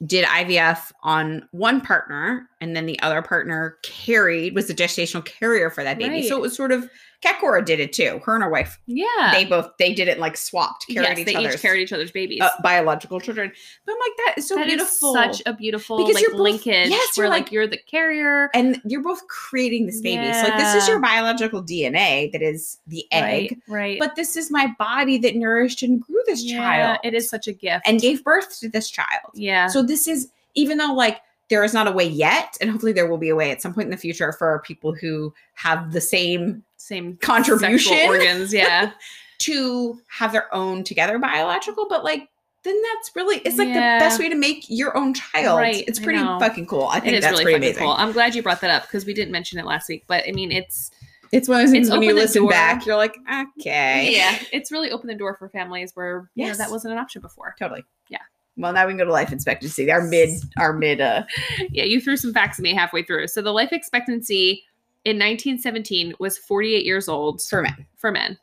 Speaker 3: did IVF on one partner and then the other partner carried was the gestational carrier for that baby. So
Speaker 2: Right.
Speaker 3: it was sort of Kakora did it too, her and her wife.
Speaker 2: Yeah.
Speaker 3: They both they did it like swapped,
Speaker 2: yes,
Speaker 3: carried
Speaker 2: they
Speaker 3: each other's
Speaker 2: each carried each other's babies.
Speaker 3: uh, biological children. But I'm like, that is so
Speaker 2: That is
Speaker 3: beautiful.
Speaker 2: such a beautiful
Speaker 3: Because
Speaker 2: like
Speaker 3: you're both-
Speaker 2: linkage
Speaker 3: yes,
Speaker 2: where
Speaker 3: you're
Speaker 2: like,
Speaker 3: like-
Speaker 2: you're the carrier.
Speaker 3: and you're both creating this baby. So like this is
Speaker 2: Yeah.
Speaker 3: your biological DNA that is the egg,
Speaker 2: Right. Right.
Speaker 3: but this is my body that nourished and grew this
Speaker 2: Yeah,
Speaker 3: child
Speaker 2: It is such a gift.
Speaker 3: and gave birth to this child.
Speaker 2: yeah.
Speaker 3: So this is even though like there is not a way yet, and hopefully there will be a way at some point in the future for people who have the same
Speaker 2: Same
Speaker 3: contribution
Speaker 2: sexual organs. Yeah.
Speaker 3: to have their own together biological, but like then that's really it's like
Speaker 2: Yeah.
Speaker 3: the best way to make your own child.
Speaker 2: Right,
Speaker 3: It's
Speaker 2: I
Speaker 3: pretty
Speaker 2: know.
Speaker 3: fucking cool. I
Speaker 2: it
Speaker 3: think
Speaker 2: is
Speaker 3: that's
Speaker 2: really
Speaker 3: pretty
Speaker 2: fucking
Speaker 3: amazing.
Speaker 2: cool. I'm glad you brought that up because we didn't mention it last week. But I mean, it's
Speaker 3: It's one of those
Speaker 2: It's
Speaker 3: things when you
Speaker 2: opened the
Speaker 3: listen
Speaker 2: door.
Speaker 3: back, you're like, okay.
Speaker 2: Yeah, it's really opened the door for families where you know,
Speaker 3: Yes.
Speaker 2: that wasn't an option before.
Speaker 3: Totally.
Speaker 2: Yeah.
Speaker 3: Well, now we can go to life expectancy. Our mid, our mid. Uh,
Speaker 2: Yeah, you threw some facts at me halfway through. So the life expectancy in 1917 was 48 years old
Speaker 3: for men.
Speaker 2: for men,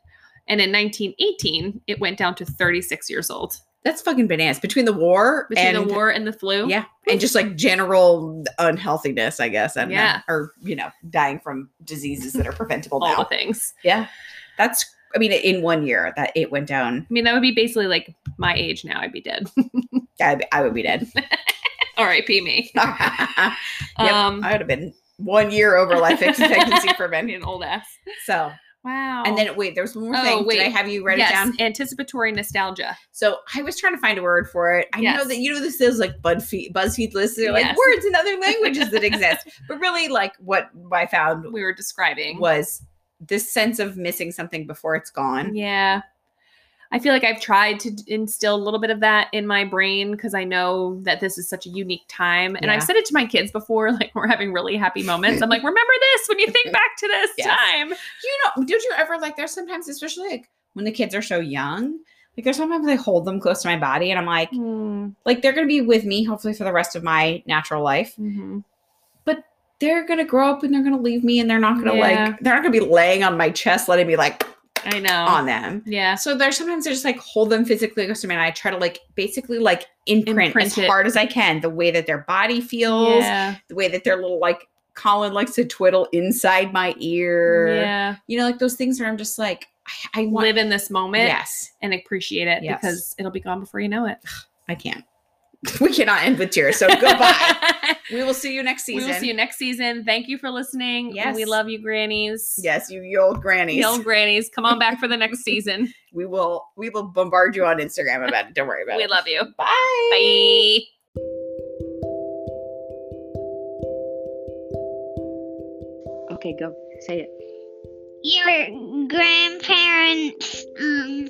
Speaker 2: and in 1918 it went down to 36 years old
Speaker 3: That's fucking bananas. Between the war
Speaker 2: between
Speaker 3: and
Speaker 2: the war and the flu.
Speaker 3: yeah, and just like general unhealthiness, I guess. I don't
Speaker 2: Yeah.
Speaker 3: know. or you know, dying from diseases that are preventable
Speaker 2: all the
Speaker 3: now.
Speaker 2: things.
Speaker 3: Yeah, that's. I mean, in one year that it went down,
Speaker 2: I mean, that would be basically like my age now. I'd be dead.
Speaker 3: I, I would be dead.
Speaker 2: R.I.P. Me.
Speaker 3: I Yep.
Speaker 2: Um,
Speaker 3: would have been one year over life expectancy for
Speaker 2: I'd be
Speaker 3: men.
Speaker 2: an old ass.
Speaker 3: So,
Speaker 2: Wow.
Speaker 3: and then wait, there was one more
Speaker 2: Oh,
Speaker 3: thing. Did I
Speaker 2: wait.
Speaker 3: have you write
Speaker 2: yes,
Speaker 3: it down?
Speaker 2: anticipatory nostalgia.
Speaker 3: So I was trying to find a word for it. I know
Speaker 2: Yes.
Speaker 3: that you know this is like BuzzFeed BuzzFeed lists. They're like
Speaker 2: Yes.
Speaker 3: words in other languages that exist, but really like what I found
Speaker 2: We were describing
Speaker 3: was this sense of missing something before it's gone.
Speaker 2: Yeah. I feel like I've tried to d- instill a little bit of that in my brain because I know that this is such a unique time. And
Speaker 3: Yeah.
Speaker 2: I've said it to my kids before, like we're having really happy moments. I'm like, remember this when you think back to this
Speaker 3: Yes.
Speaker 2: time.
Speaker 3: You know, don't you ever like? There's sometimes, especially like when the kids are so young. Like there's sometimes I hold them close to my body, and I'm like,
Speaker 2: Mm.
Speaker 3: like they're gonna be with me hopefully for the rest of my natural life.
Speaker 2: Mhm.
Speaker 3: They're gonna grow up and they're gonna leave me, and they're not gonna
Speaker 2: Yeah.
Speaker 3: like they're not gonna be laying on my chest, letting me like
Speaker 2: I know.
Speaker 3: on them.
Speaker 2: yeah.
Speaker 3: So there's sometimes I just like hold them physically close to me and I try to like basically like imprint,
Speaker 2: Imprint
Speaker 3: as
Speaker 2: it.
Speaker 3: hard as I can the way that their body feels,
Speaker 2: Yeah.
Speaker 3: the way that their little like Colin likes to twiddle inside my ear.
Speaker 2: Yeah.
Speaker 3: You know, like those things where I'm just like, I, I want
Speaker 2: Live in this moment
Speaker 3: Yes.
Speaker 2: and appreciate it
Speaker 3: Yes.
Speaker 2: because it'll be gone before you know it.
Speaker 3: I can't. we cannot end with tears. So goodbye. we will see you next
Speaker 2: we
Speaker 3: season.
Speaker 2: will see you next season. Thank you for listening.
Speaker 3: Yes.
Speaker 2: We love you, grannies.
Speaker 3: Yes, you, you old grannies.
Speaker 2: The old grannies. Come on back for the next season.
Speaker 3: We will we will bombard you on Instagram about it. Don't worry about
Speaker 2: we
Speaker 3: it.
Speaker 2: love you.
Speaker 3: Bye.
Speaker 2: Bye.
Speaker 6: Okay, go. Say it.
Speaker 1: Your grandparents, um,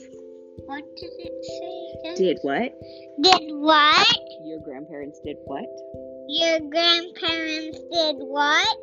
Speaker 1: what did it say? again?
Speaker 6: Did what?
Speaker 1: Did what?
Speaker 6: Your grandparents did what?
Speaker 1: Your grandparents did what?